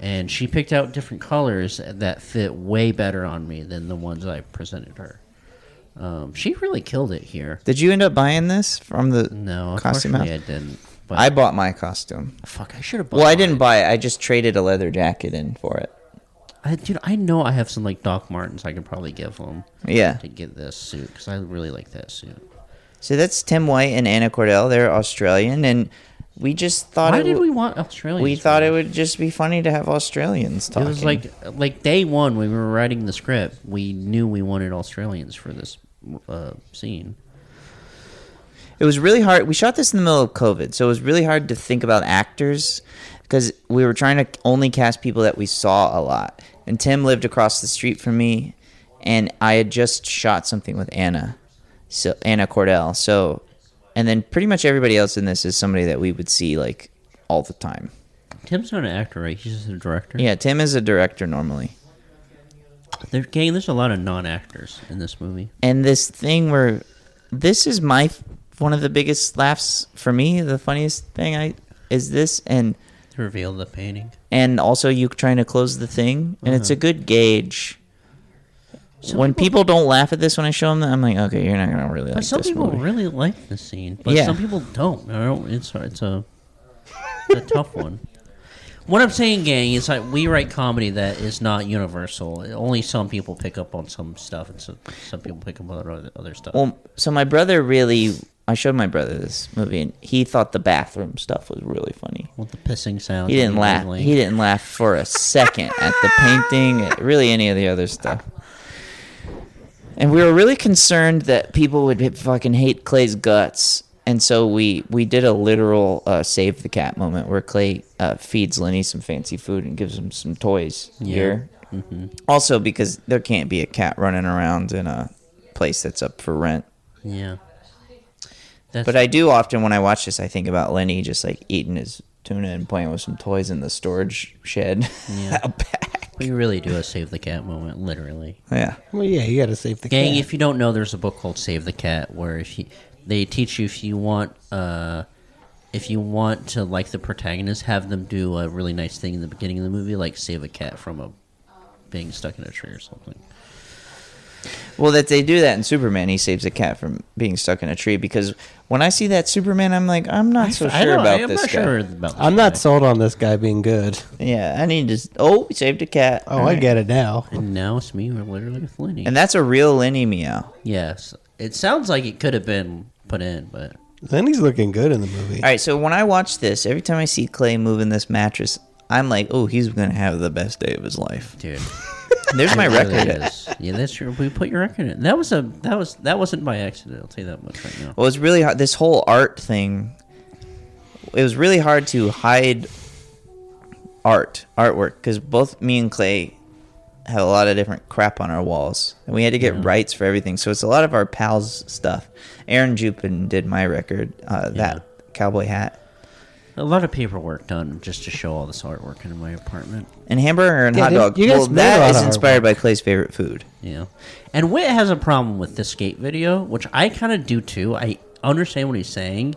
[SPEAKER 1] And she picked out different colors that fit way better on me than the ones I presented her. Um, she really killed it here.
[SPEAKER 2] Did you end up buying this from the
[SPEAKER 1] No,
[SPEAKER 2] costume
[SPEAKER 1] unfortunately, I
[SPEAKER 2] outfit?
[SPEAKER 1] didn't. But
[SPEAKER 2] I bought my costume.
[SPEAKER 1] fuck, I should have.
[SPEAKER 2] Well, I didn't buy it. I just traded a leather jacket in for it.
[SPEAKER 1] I, dude, I know I have some like Doc Martens I could probably give them
[SPEAKER 2] Yeah.
[SPEAKER 1] to get this suit because I really like that suit.
[SPEAKER 2] So that's Tim White and Anna Cordell. They're Australian, and we just thought
[SPEAKER 1] Why
[SPEAKER 2] it
[SPEAKER 1] did
[SPEAKER 2] w-
[SPEAKER 1] we want Australia?
[SPEAKER 2] we thought it would just be funny to have Australians talking.
[SPEAKER 1] It was like like day one when we were writing the script, we knew we wanted Australians for this uh, scene.
[SPEAKER 2] It was really hard. We shot this in the middle of COVID, so it was really hard to think about actors because we were trying to only cast people that we saw a lot. And Tim lived across the street from me, and I had just shot something with Anna, so Anna Cordell. So, and then pretty much everybody else in this is somebody that we would see like all the time.
[SPEAKER 1] Tim's not an actor, right? He's just a director.
[SPEAKER 2] Yeah, Tim is a director normally.
[SPEAKER 1] There, gang, there's a lot of non-actors in this movie.
[SPEAKER 2] and this thing where this is my one of the biggest laughs for me the funniest thing i is this and
[SPEAKER 1] To reveal the painting.
[SPEAKER 2] and also you trying to close the thing and it's a good gauge when people don't laugh at this when i show them that i'm like okay you're not gonna really like
[SPEAKER 1] But some
[SPEAKER 2] this
[SPEAKER 1] people
[SPEAKER 2] movie.
[SPEAKER 1] really like the scene, but
[SPEAKER 2] Yeah.
[SPEAKER 1] some people don't. I don't. It's it's a it's a tough one. What I'm saying, gang, is like we write comedy that is not universal. Only some people pick up on some stuff, and some, some people pick up on other- other stuff.
[SPEAKER 2] well so my brother really i showed my brother this movie and he thought the bathroom stuff was really funny
[SPEAKER 1] With the pissing sound.
[SPEAKER 2] he didn't laugh he didn't laugh for a second at the painting at really any of the other stuff and we were really concerned that people would hit- fucking hate clay's guts and so we we did a literal uh, save the cat moment where clay uh, feeds lenny some fancy food and gives him some toys here also because there can't be a cat running around in a place that's up for rent
[SPEAKER 1] Yeah. That's,
[SPEAKER 2] but I do often when I watch this, I think about Lenny just like eating his tuna and playing with some toys in the storage shed out back.
[SPEAKER 1] we really do a save the cat moment, literally.
[SPEAKER 2] Yeah,
[SPEAKER 3] Well, yeah, you got to save the
[SPEAKER 1] Gang,
[SPEAKER 3] cat.
[SPEAKER 1] if you don't know, there's a book called Save the Cat where if you, they teach you if you want, uh, if you want to like the protagonist, have them do a really nice thing in the beginning of the movie, like save a cat from a being stuck in a tree or something.
[SPEAKER 2] well, that they do that in Superman. He saves a cat from being stuck in a tree because when I see that Superman, I'm like, I'm not so
[SPEAKER 1] I
[SPEAKER 2] sure
[SPEAKER 1] don't-
[SPEAKER 2] about
[SPEAKER 1] I'm
[SPEAKER 2] this
[SPEAKER 1] not
[SPEAKER 2] guy.
[SPEAKER 1] sure about this
[SPEAKER 3] I'm not
[SPEAKER 1] guy.
[SPEAKER 3] sold on this guy being good.
[SPEAKER 2] Yeah, I need to. s- Oh, he saved a cat.
[SPEAKER 3] Oh, I get it now.
[SPEAKER 1] And now it's me. We're literally with Lenny.
[SPEAKER 2] And that's a real Lenny meow.
[SPEAKER 1] yes, it sounds like it could have been put in, but
[SPEAKER 3] Lenny's looking good in the movie.
[SPEAKER 2] All right, so when I watch this, every time I see Clay moving this mattress, I'm like, oh, he's gonna have the best day of his life.
[SPEAKER 1] dude.
[SPEAKER 2] There's my
[SPEAKER 1] It really
[SPEAKER 2] record.
[SPEAKER 1] is. Yeah, that's your. We put your record in. That was a. That was. That wasn't by accident. I'll tell you that much right now.
[SPEAKER 2] Well, it's really hard. This whole art thing, it was really hard to hide art, artwork, because both me and Clay have a lot of different crap on our walls, and we had to get rights for everything. So it's a lot of our pals' stuff. Aaron Jupin did my record, uh, that cowboy hat.
[SPEAKER 1] A lot of paperwork done just to show all this artwork in my apartment.
[SPEAKER 2] And hamburger and
[SPEAKER 3] Yeah,
[SPEAKER 2] hot
[SPEAKER 3] dude,
[SPEAKER 2] dog.
[SPEAKER 3] you guys
[SPEAKER 2] Well,
[SPEAKER 3] made a
[SPEAKER 2] that
[SPEAKER 3] lot
[SPEAKER 2] is
[SPEAKER 3] of
[SPEAKER 2] inspired by Clay's favorite food.
[SPEAKER 1] Yeah, and Witt has a problem with this skate video, which I kind of do too. I understand what he's saying.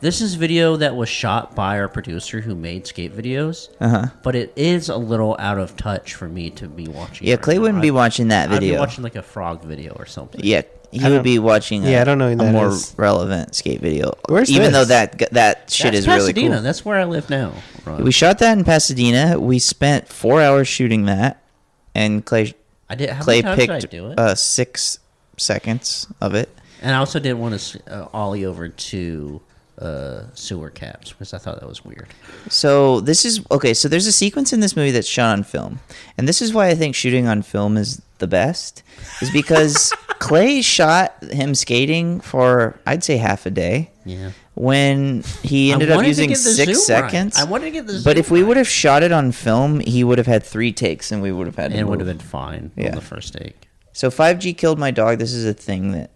[SPEAKER 1] This is video that was shot by our producer who made skate videos, uh-huh. but it is a little out of touch for me to be watching.
[SPEAKER 2] Yeah,
[SPEAKER 1] right
[SPEAKER 2] Clay
[SPEAKER 1] now.
[SPEAKER 2] wouldn't be
[SPEAKER 1] I'd-
[SPEAKER 2] watching that
[SPEAKER 1] I'd
[SPEAKER 2] video.
[SPEAKER 1] be watching like a frog video or something.
[SPEAKER 2] Yeah, he would be watching. A,
[SPEAKER 3] Yeah, I don't know who
[SPEAKER 2] a
[SPEAKER 3] that
[SPEAKER 2] more
[SPEAKER 3] is.
[SPEAKER 2] relevant skate video.
[SPEAKER 3] Where's
[SPEAKER 2] even though
[SPEAKER 3] this?
[SPEAKER 2] that that shit
[SPEAKER 1] That's
[SPEAKER 2] is really
[SPEAKER 1] Pasadena.
[SPEAKER 2] cool.
[SPEAKER 1] That's where I live now. Ron.
[SPEAKER 2] We shot that in Pasadena. We spent four hours shooting that, and Clay
[SPEAKER 1] I did. How
[SPEAKER 2] Clay
[SPEAKER 1] many times
[SPEAKER 2] picked
[SPEAKER 1] did I do it?
[SPEAKER 2] Uh, six seconds of it.
[SPEAKER 1] And I also didn't want to uh, ollie over to uh, sewer caps because I thought that was weird.
[SPEAKER 2] So this is okay. So there's a sequence in this movie that's shot on film, and this is why I think shooting on film is the best, is because Clay shot him skating for I'd say half a day.
[SPEAKER 1] Yeah.
[SPEAKER 2] When he
[SPEAKER 1] I
[SPEAKER 2] ended up
[SPEAKER 1] wanted to
[SPEAKER 2] using
[SPEAKER 1] get the
[SPEAKER 2] six
[SPEAKER 1] zoom right.
[SPEAKER 2] seconds,
[SPEAKER 1] I wanted to get the zoom
[SPEAKER 2] But if we
[SPEAKER 1] right.
[SPEAKER 2] would have shot it on film, he would have had three takes, and we would have had. to
[SPEAKER 1] And it would have
[SPEAKER 2] move.
[SPEAKER 1] been fine
[SPEAKER 2] Yeah.
[SPEAKER 1] on the first take.
[SPEAKER 2] So 5G killed my dog. This is a thing that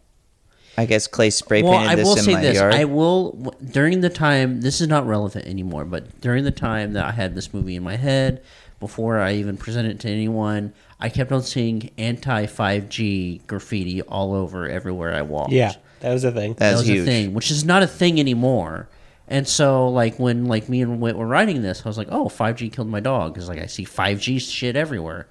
[SPEAKER 2] I guess Clay spray painted
[SPEAKER 1] Well, I
[SPEAKER 2] this
[SPEAKER 1] will
[SPEAKER 2] in
[SPEAKER 1] say
[SPEAKER 2] my
[SPEAKER 1] this.
[SPEAKER 2] yard.
[SPEAKER 1] I will w- during the time. This is not relevant anymore, but during the time that I had this movie in my head, before I even presented it to anyone, I kept on seeing anti five G graffiti all over everywhere I walked.
[SPEAKER 3] Yeah, that was a thing.
[SPEAKER 2] That's
[SPEAKER 1] that was
[SPEAKER 2] huge.
[SPEAKER 1] a thing, which is not a thing anymore. And so, like when like me and Whit were writing this, I was like, "Oh, five G killed my dog," because like I see five G shit everywhere.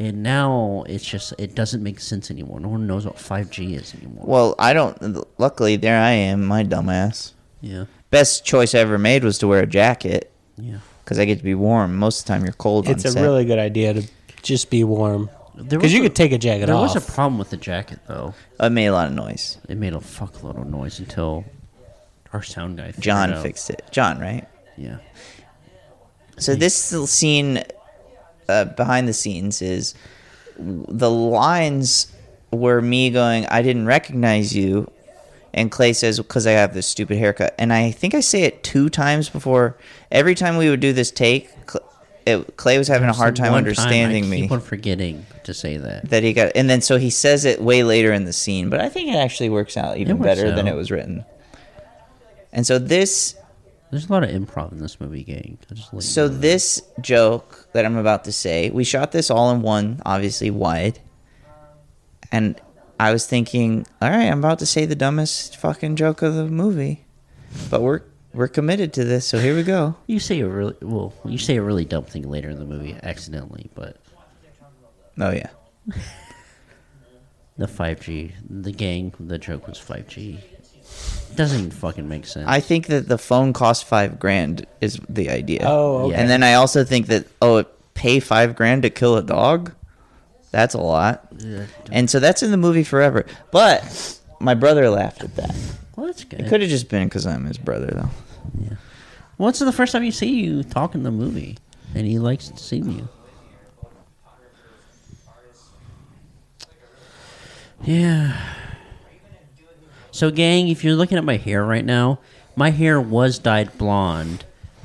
[SPEAKER 1] And now it's just it doesn't make sense anymore. No one knows what five G is anymore.
[SPEAKER 2] Well, I don't. Luckily, there I am, my dumbass.
[SPEAKER 1] yeah,
[SPEAKER 2] Best choice I ever made was to wear a jacket
[SPEAKER 1] yeah.
[SPEAKER 2] because I get to be warm. Most of the time, you're cold.
[SPEAKER 3] It's
[SPEAKER 2] on
[SPEAKER 3] a
[SPEAKER 2] set.
[SPEAKER 3] really good idea to just be warm
[SPEAKER 1] There
[SPEAKER 3] because
[SPEAKER 1] was
[SPEAKER 3] you
[SPEAKER 1] a-
[SPEAKER 3] could take a jacket
[SPEAKER 1] There
[SPEAKER 3] off.
[SPEAKER 1] was a problem with the jacket, though.
[SPEAKER 2] I made a lot of noise.
[SPEAKER 1] It made a fuckload of noise until our sound guy. figured
[SPEAKER 2] John
[SPEAKER 1] it out.
[SPEAKER 2] fixed it. John, right?
[SPEAKER 1] Yeah,
[SPEAKER 3] Mm-hmm.
[SPEAKER 2] So this scene uh, behind the scenes is the lines were me going, "I didn't recognize you," and Clay says, "Because I have this stupid haircut." And I think I say it two times before. Every time we would do this take, Cl- it, Clay was having a hard
[SPEAKER 1] Some
[SPEAKER 2] time
[SPEAKER 1] one
[SPEAKER 2] understanding
[SPEAKER 1] I
[SPEAKER 2] me
[SPEAKER 1] Keep on forgetting to say that.
[SPEAKER 2] that he got, and then so he says it way later in the scene. But I think it actually works out even
[SPEAKER 1] works
[SPEAKER 2] better than
[SPEAKER 1] out.
[SPEAKER 2] it was written. And so this
[SPEAKER 1] There's a lot of improv in this movie, gang. I just let you
[SPEAKER 2] So
[SPEAKER 1] know that.
[SPEAKER 2] this joke that I'm about to say, we shot this all in one, obviously wide. And I was thinking, all right, I'm about to say the dumbest fucking joke of the movie, but we're we're committed to this, so here we go.
[SPEAKER 1] you say a really well, you say a really dumb thing later in the movie accidentally, but
[SPEAKER 2] Oh yeah,
[SPEAKER 1] the five G, the gang, the joke was five G. Doesn't even fucking make sense.
[SPEAKER 2] I think that the phone cost five grand is the idea.
[SPEAKER 3] Oh, okay.
[SPEAKER 2] and then I also think that oh, pay five grand to kill a dog, that's a lot. And so that's in the movie forever. But my brother laughed at that.
[SPEAKER 1] well, that's good.
[SPEAKER 2] It could have just been because I'm his brother, though.
[SPEAKER 1] Well, it's the first time you see you talk in the movie, and he likes to see you. Yeah. So, gang, if you're looking at my hair right now, my hair was dyed blonde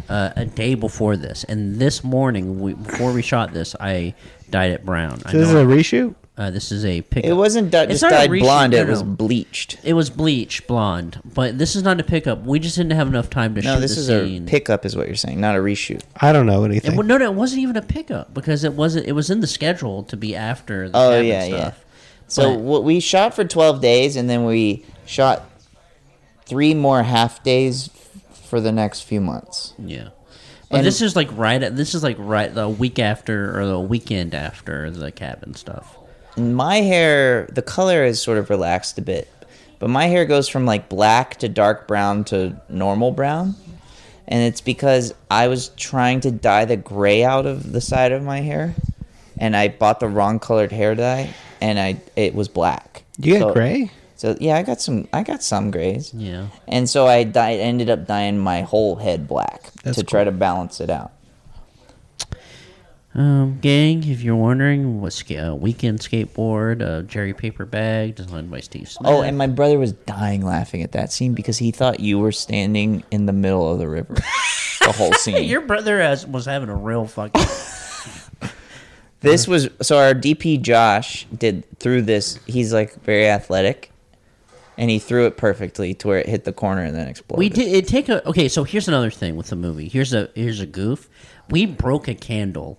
[SPEAKER 1] uh, a day before this, and this morning, we, before we shot this, I dyed it brown. I
[SPEAKER 3] So this is a
[SPEAKER 1] know-
[SPEAKER 3] reshoot.
[SPEAKER 1] uh, this is a pickup.
[SPEAKER 2] It wasn't di-
[SPEAKER 1] It's
[SPEAKER 2] just
[SPEAKER 1] not a
[SPEAKER 2] dyed
[SPEAKER 1] reshoot,
[SPEAKER 2] blonde.
[SPEAKER 1] no,
[SPEAKER 2] It was
[SPEAKER 1] no.
[SPEAKER 2] bleached.
[SPEAKER 1] It was bleach blonde, but this is not a pickup. We just didn't have enough time to
[SPEAKER 2] No,
[SPEAKER 1] shoot
[SPEAKER 2] this
[SPEAKER 1] the
[SPEAKER 2] is
[SPEAKER 1] scene.
[SPEAKER 2] a pickup, is what you're saying, not a reshoot.
[SPEAKER 3] I don't know
[SPEAKER 1] It,
[SPEAKER 3] anything.
[SPEAKER 1] well, no, no, it wasn't even a pickup because it wasn't. It was in the schedule to be after the
[SPEAKER 2] Oh,
[SPEAKER 1] cabin
[SPEAKER 2] yeah, yeah.
[SPEAKER 1] stuff.
[SPEAKER 2] So
[SPEAKER 1] But-
[SPEAKER 2] what we shot for 12 days, and then we shot three more half days f- for the next few months.
[SPEAKER 1] yeah. But
[SPEAKER 2] And-
[SPEAKER 1] this is like right. at- This is like right the week after or the weekend after the cabin stuff.
[SPEAKER 2] And my hair, the color is sort of relaxed a bit, but my hair goes from like black to dark brown to normal brown. And it's because I was trying to dye the gray out of the side of my hair, and I bought the wrong colored hair dye, and I it was black.
[SPEAKER 3] you got
[SPEAKER 2] So-
[SPEAKER 3] gray.
[SPEAKER 2] So yeah, I got some. I got some grays.
[SPEAKER 1] Yeah.
[SPEAKER 2] And so I dyed, ended up dyeing my whole head black
[SPEAKER 3] That's
[SPEAKER 2] to try to balance it out.
[SPEAKER 1] Um, gang, if you're wondering, what ska- uh, weekend skateboard, uh, Jerry paper bag designed by Steve Smith.
[SPEAKER 2] Oh, and my brother was dying laughing at that scene because he thought you were standing in the middle of the river. the whole scene.
[SPEAKER 1] your brother has, was having a real fucking.
[SPEAKER 2] this was so our DP Josh did through this. He's like very athletic, and he threw it perfectly to where it hit the corner and then exploded.
[SPEAKER 1] We did it take a okay. So here's another thing with the movie. Here's a here's a goof. We broke a candle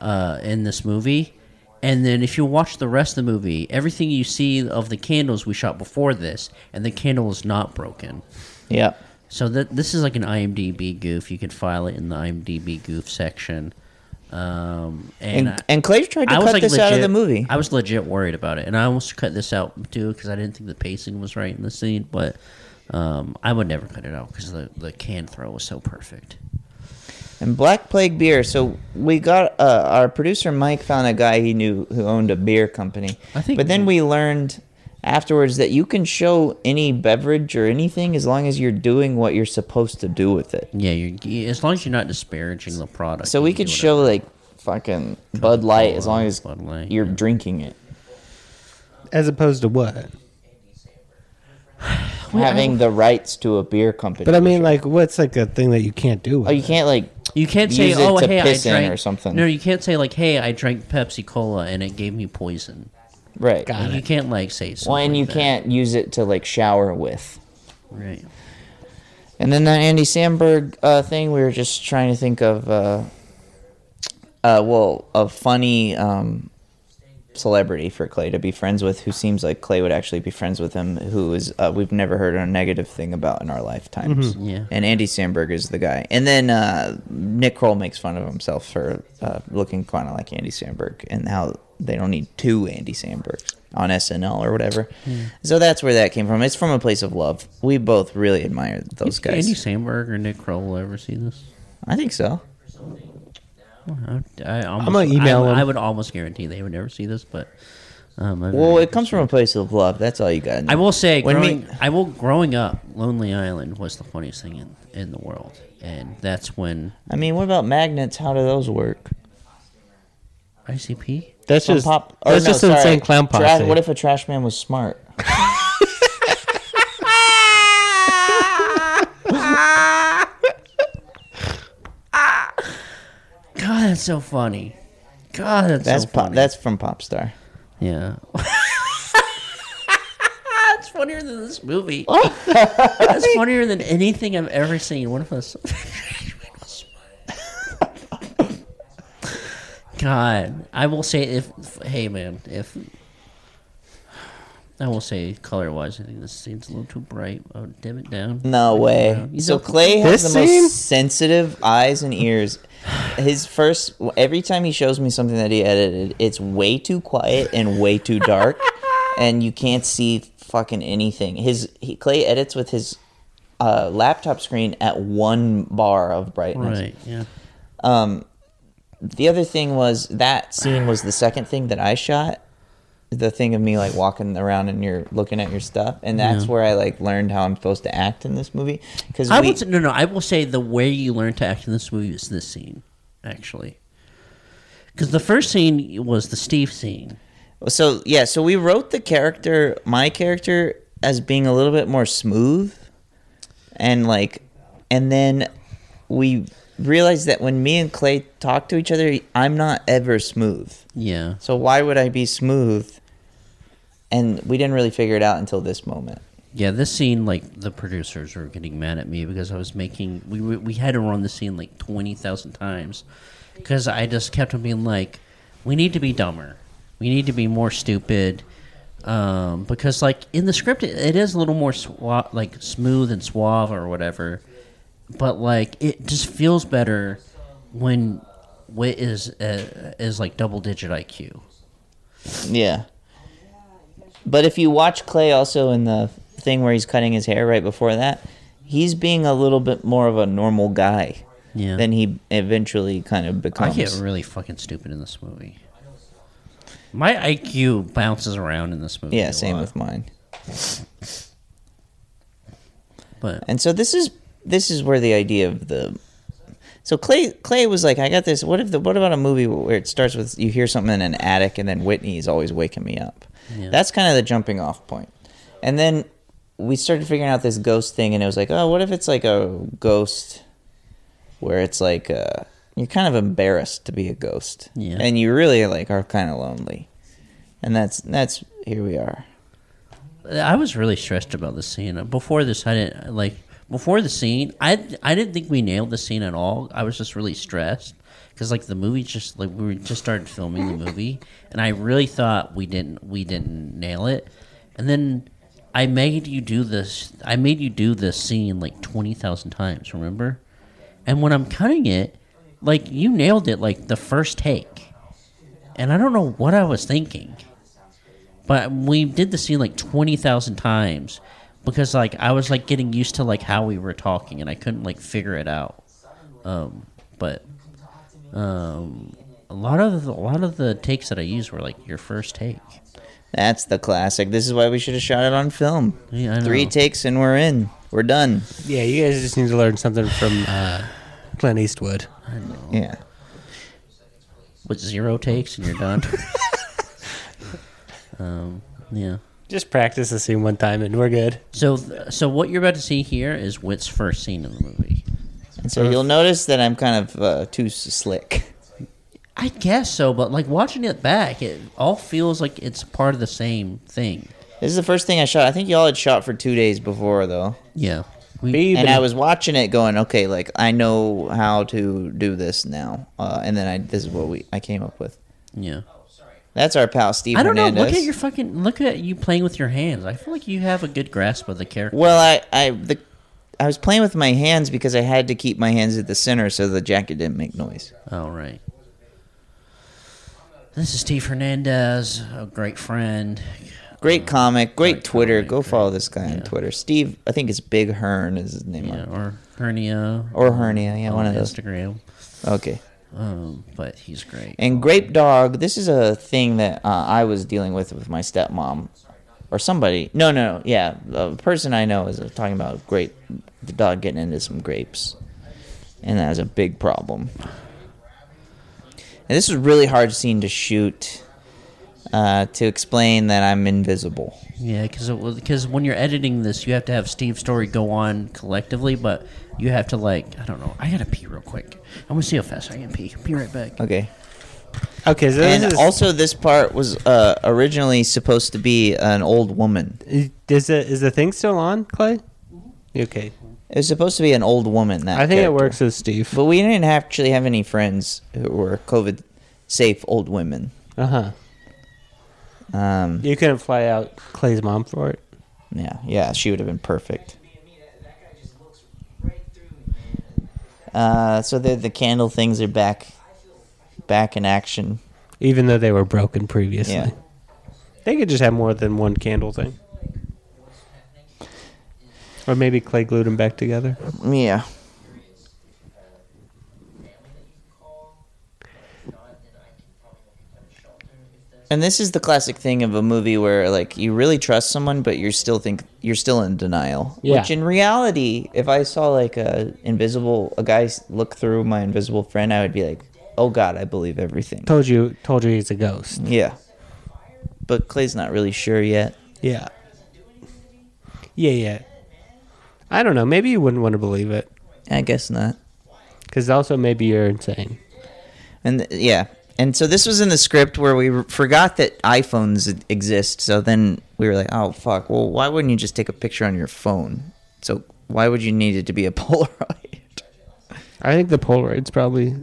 [SPEAKER 1] uh, in this movie, and then if you watch the rest of the movie, everything you see of the candles we shot before this, and the candle is not broken.
[SPEAKER 2] Yeah.
[SPEAKER 1] So that this is like an IMDb goof. You can file it in the IMDb goof section. Um, and,
[SPEAKER 2] And and Clay tried to
[SPEAKER 1] I
[SPEAKER 2] cut
[SPEAKER 1] was like
[SPEAKER 2] this
[SPEAKER 1] legit,
[SPEAKER 2] out of the movie.
[SPEAKER 1] I was legit worried about it, and I almost cut this out too because I didn't think the pacing was right in the scene. But um, I would never cut it out because the the can throw was so perfect.
[SPEAKER 2] and Black Plague beer. So we got uh, our producer Mike found a guy he knew who owned a beer company.
[SPEAKER 1] I think-
[SPEAKER 2] but then we learned afterwards that you can show any beverage or anything as long as you're doing what you're supposed to do with it.
[SPEAKER 1] Yeah, you're, as long as you're not disparaging the product.
[SPEAKER 2] So
[SPEAKER 1] you
[SPEAKER 2] we
[SPEAKER 1] can
[SPEAKER 2] could
[SPEAKER 1] do
[SPEAKER 2] show like fucking Bud Light as long as
[SPEAKER 1] Bud Light,
[SPEAKER 2] you're
[SPEAKER 1] yeah.
[SPEAKER 2] drinking it.
[SPEAKER 3] As opposed to what?
[SPEAKER 2] Having the rights to a beer company.
[SPEAKER 3] But I mean, like, what's like a thing that you can't do? With
[SPEAKER 2] oh, you can't like
[SPEAKER 1] You can't say,
[SPEAKER 2] use it
[SPEAKER 1] "Oh,
[SPEAKER 2] to
[SPEAKER 1] hey, I
[SPEAKER 2] piss in
[SPEAKER 1] drank
[SPEAKER 2] or something.
[SPEAKER 1] No, you can't say like, "Hey, I drank Pepsi Cola and it gave me poison."
[SPEAKER 2] right.
[SPEAKER 3] Got
[SPEAKER 1] Like, you
[SPEAKER 3] it.
[SPEAKER 1] can't like say something.
[SPEAKER 2] Well, and you
[SPEAKER 1] like that.
[SPEAKER 2] can't use it to like shower with.
[SPEAKER 1] Right.
[SPEAKER 2] And then that Andy Samberg uh, thing, we were just trying to think of, uh, uh, well, a funny um, celebrity for Clay to be friends with, who seems like Clay would actually be friends with him, who is uh, we've never heard a negative thing about in our lifetimes.
[SPEAKER 1] Yeah.
[SPEAKER 2] And Andy Samberg is the guy. And then uh, Nick Kroll makes fun of himself for uh, looking kind of like Andy Samberg and how they don't need two Andy Sambergs on SNL or whatever. So that's where that came from. It's from a place of love. We both really admire those guys.
[SPEAKER 1] Andy Samberg or Nick Kroll will ever see this?
[SPEAKER 2] I think so.
[SPEAKER 1] I, I almost,
[SPEAKER 3] gonna email
[SPEAKER 1] I, I
[SPEAKER 3] him.
[SPEAKER 1] would almost guarantee they would never see this, but um, I
[SPEAKER 2] Well, it comes from a place of love. That's all you got.
[SPEAKER 1] I will say,
[SPEAKER 2] When
[SPEAKER 1] growing,
[SPEAKER 2] me-
[SPEAKER 1] I will growing up, Lonely Island was the funniest thing in, in the world, and that's when
[SPEAKER 2] I mean, what about magnets? How do those work?
[SPEAKER 1] ICP.
[SPEAKER 3] that's
[SPEAKER 2] From
[SPEAKER 3] just
[SPEAKER 2] pop- or
[SPEAKER 3] that's
[SPEAKER 2] no,
[SPEAKER 3] just
[SPEAKER 2] sorry.
[SPEAKER 3] insane clown
[SPEAKER 2] Tra-
[SPEAKER 3] posse.
[SPEAKER 2] what if a trash man was smart?
[SPEAKER 1] God, that's so funny. God, that's
[SPEAKER 2] That's
[SPEAKER 1] so
[SPEAKER 2] pop.
[SPEAKER 1] funny.
[SPEAKER 2] That's from Popstar.
[SPEAKER 1] yeah. That's funnier than this movie. That's funnier than anything I've ever seen. What if us? God, I will say if, if- hey man, if I will say color wise, I think this scene's a little too bright. I would dim it down.
[SPEAKER 2] No way.
[SPEAKER 1] You
[SPEAKER 2] So
[SPEAKER 1] know-
[SPEAKER 2] Clay has
[SPEAKER 3] This
[SPEAKER 2] the
[SPEAKER 3] scene?
[SPEAKER 2] most sensitive eyes and ears. His first every time he shows me something that he edited, it's way too quiet and way too dark, and you can't see fucking anything. His he, Clay edits with his uh, laptop screen at one bar of brightness.
[SPEAKER 1] Right. Yeah.
[SPEAKER 2] The other thing was that scene was the second thing that I shot. The thing of me like walking around and you're looking at your stuff, and that's where I like learned how I'm supposed to act in this movie. Because
[SPEAKER 1] I will say, no, no. I will say the way you learn to act in this movie is this scene, actually. Because the first scene was the Steve scene.
[SPEAKER 2] So yeah, so we wrote the character, my character, as being a little bit more smooth, and like, and then we realized that when me and Clay talk to each other, I'm not ever smooth.
[SPEAKER 1] Yeah.
[SPEAKER 2] So why would I be smooth? And we didn't really figure it out until this moment.
[SPEAKER 1] Yeah, this scene, like the producers were getting mad at me because I was making we we, we had to run the scene like twenty thousand times because I just kept on being like, we need to be dumber, we need to be more stupid, um, because like in the script it, it is a little more swa- like smooth and suave or whatever, but like it just feels better when wit is uh, is like double digit IQ.
[SPEAKER 2] Yeah. But if you watch Clay also in the thing where he's cutting his hair right before that, he's being a little bit more of a normal guy.
[SPEAKER 1] Yeah.
[SPEAKER 2] Then he eventually kind of
[SPEAKER 1] I
[SPEAKER 2] becomes.
[SPEAKER 1] get really fucking stupid in this movie. My IQ bounces around in this movie.
[SPEAKER 2] yeah,
[SPEAKER 1] a
[SPEAKER 2] same
[SPEAKER 1] lot,
[SPEAKER 2] with mine.
[SPEAKER 1] But
[SPEAKER 2] And so this is this is where the idea of the so Clay Clay was like, I got this. What if the what about a movie where it starts with you hear something in an attic and then Whitney is always waking me up?
[SPEAKER 1] Yeah.
[SPEAKER 2] That's kind of the jumping off point. And then we started figuring out this ghost thing, and it was like, oh, what if it's like a ghost where it's like uh, you're kind of embarrassed to be a ghost,
[SPEAKER 1] Yeah.
[SPEAKER 2] and you really like are kind of lonely, and that's that's here we are.
[SPEAKER 1] I was really stressed about the scene. Before this, I didn't like. Before the scene, I I didn't think we nailed the scene at all. I was just really stressed because like the movie just like we were just started filming the movie, and I really thought we didn't we didn't nail it. And then I made you do this. I made you do this scene like twenty thousand times. Remember? And when I'm cutting it, like you nailed it like the first take. And I don't know what I was thinking. But we did the scene like 20,000 times because like I was like getting used to like how we were talking and I couldn't like figure it out. Um but um a lot of the, a lot of the takes that I used were like your first take.
[SPEAKER 2] That's the classic. This is why we should have shot it on film.
[SPEAKER 1] Yeah, I
[SPEAKER 2] Three
[SPEAKER 1] know.
[SPEAKER 2] takes and we're in. We're done.
[SPEAKER 3] Yeah, you guys just need to learn something from uh, Clint Eastwood.
[SPEAKER 1] Oh.
[SPEAKER 2] Yeah.
[SPEAKER 1] with zero takes and you're done. um, yeah.
[SPEAKER 3] Just practice the scene one time and we're good.
[SPEAKER 1] So, so what you're about to see here is Wit's first scene in the movie.
[SPEAKER 2] And so
[SPEAKER 1] Uh,
[SPEAKER 2] you'll notice that I'm kind of uh, too s- slick.
[SPEAKER 1] I guess so, but like watching it back, it all feels like it's part of the same thing.
[SPEAKER 2] This is the first thing I shot. I think y'all had shot for two days before, though.
[SPEAKER 1] Yeah. We,
[SPEAKER 3] Babe.
[SPEAKER 2] And I was watching it going, okay, like, I know how to do this now. Uh, and then I this is what we I came up with.
[SPEAKER 1] Yeah.
[SPEAKER 2] That's our pal, Steve
[SPEAKER 1] I don't know.
[SPEAKER 2] Hernandez.
[SPEAKER 1] Look at your fucking. Look at you playing with your hands. I feel like you have a good grasp of the character.
[SPEAKER 2] Well, I I the I was playing with my hands because I had to keep my hands at the center so the jacket didn't make noise.
[SPEAKER 1] All oh, right. This is Steve Hernandez, a great friend.
[SPEAKER 2] Great comic, great, Twitter.
[SPEAKER 1] comic,
[SPEAKER 2] Go follow this guy on Twitter. Steve, I think it's Big Hearn is his name.
[SPEAKER 1] Yeah,
[SPEAKER 2] on-
[SPEAKER 1] or hernia.
[SPEAKER 2] Or hernia, yeah, one
[SPEAKER 1] on
[SPEAKER 2] of those.
[SPEAKER 1] Instagram.
[SPEAKER 2] Okay.
[SPEAKER 1] Um, but he's great.
[SPEAKER 2] And Grape Dog, this is a thing that uh, I was dealing with with my stepmom or somebody. No, no, no. Yeah, a person I know is talking about grape, the dog getting into some grapes. And that was a big problem. And this is a really hard scene to shoot uh, to explain that I'm invisible.
[SPEAKER 1] Yeah, because because when you're editing this, you have to have Steve's story go on collectively, but you have to like I don't know. I gotta pee real quick. I'm gonna see how fast I can pee. Be right back.
[SPEAKER 2] Okay.
[SPEAKER 3] Okay, so
[SPEAKER 2] And
[SPEAKER 3] this is,
[SPEAKER 2] also, this part was uh, originally supposed to be an old woman.
[SPEAKER 3] is the is the thing still on, Clay? Okay,
[SPEAKER 2] It was supposed to be an old woman. Mm-hmm. That
[SPEAKER 3] I think it
[SPEAKER 2] character.
[SPEAKER 3] works with Steve.
[SPEAKER 2] But we didn't actually have any friends who were COVID safe old women.
[SPEAKER 3] Uh huh.
[SPEAKER 2] Um,
[SPEAKER 3] You couldn't fly out Clay's mom for it.
[SPEAKER 2] yeah, yeah, she would have been perfect. Uh, so the the candle things are back, back in action.
[SPEAKER 3] even though they were broken previously.
[SPEAKER 2] Yeah.
[SPEAKER 3] They could just have more than one candle thing. Or maybe clay glued them back together.
[SPEAKER 2] Yeah. And this is the classic thing of a movie where like you really trust someone but you're still think you're still in denial.
[SPEAKER 3] Yeah.
[SPEAKER 2] Which in reality, if I saw like a invisible a guy s- look through my invisible friend, I would be like, "Oh god, I believe everything."
[SPEAKER 3] Told you, told you he's a ghost.
[SPEAKER 2] Yeah. But Clay's not really sure yet.
[SPEAKER 3] Yeah. Yeah, yeah. I don't know. Maybe you wouldn't want to believe it,
[SPEAKER 2] I guess not.
[SPEAKER 3] because also maybe you're insane.
[SPEAKER 2] And th- yeah, and so this was in the script where we r- forgot that iPhones e-, exist. So then we were like, oh fuck. Well, why wouldn't you just take a picture on your phone? So why would you need it to be a Polaroid?
[SPEAKER 3] I think the Polaroid's probably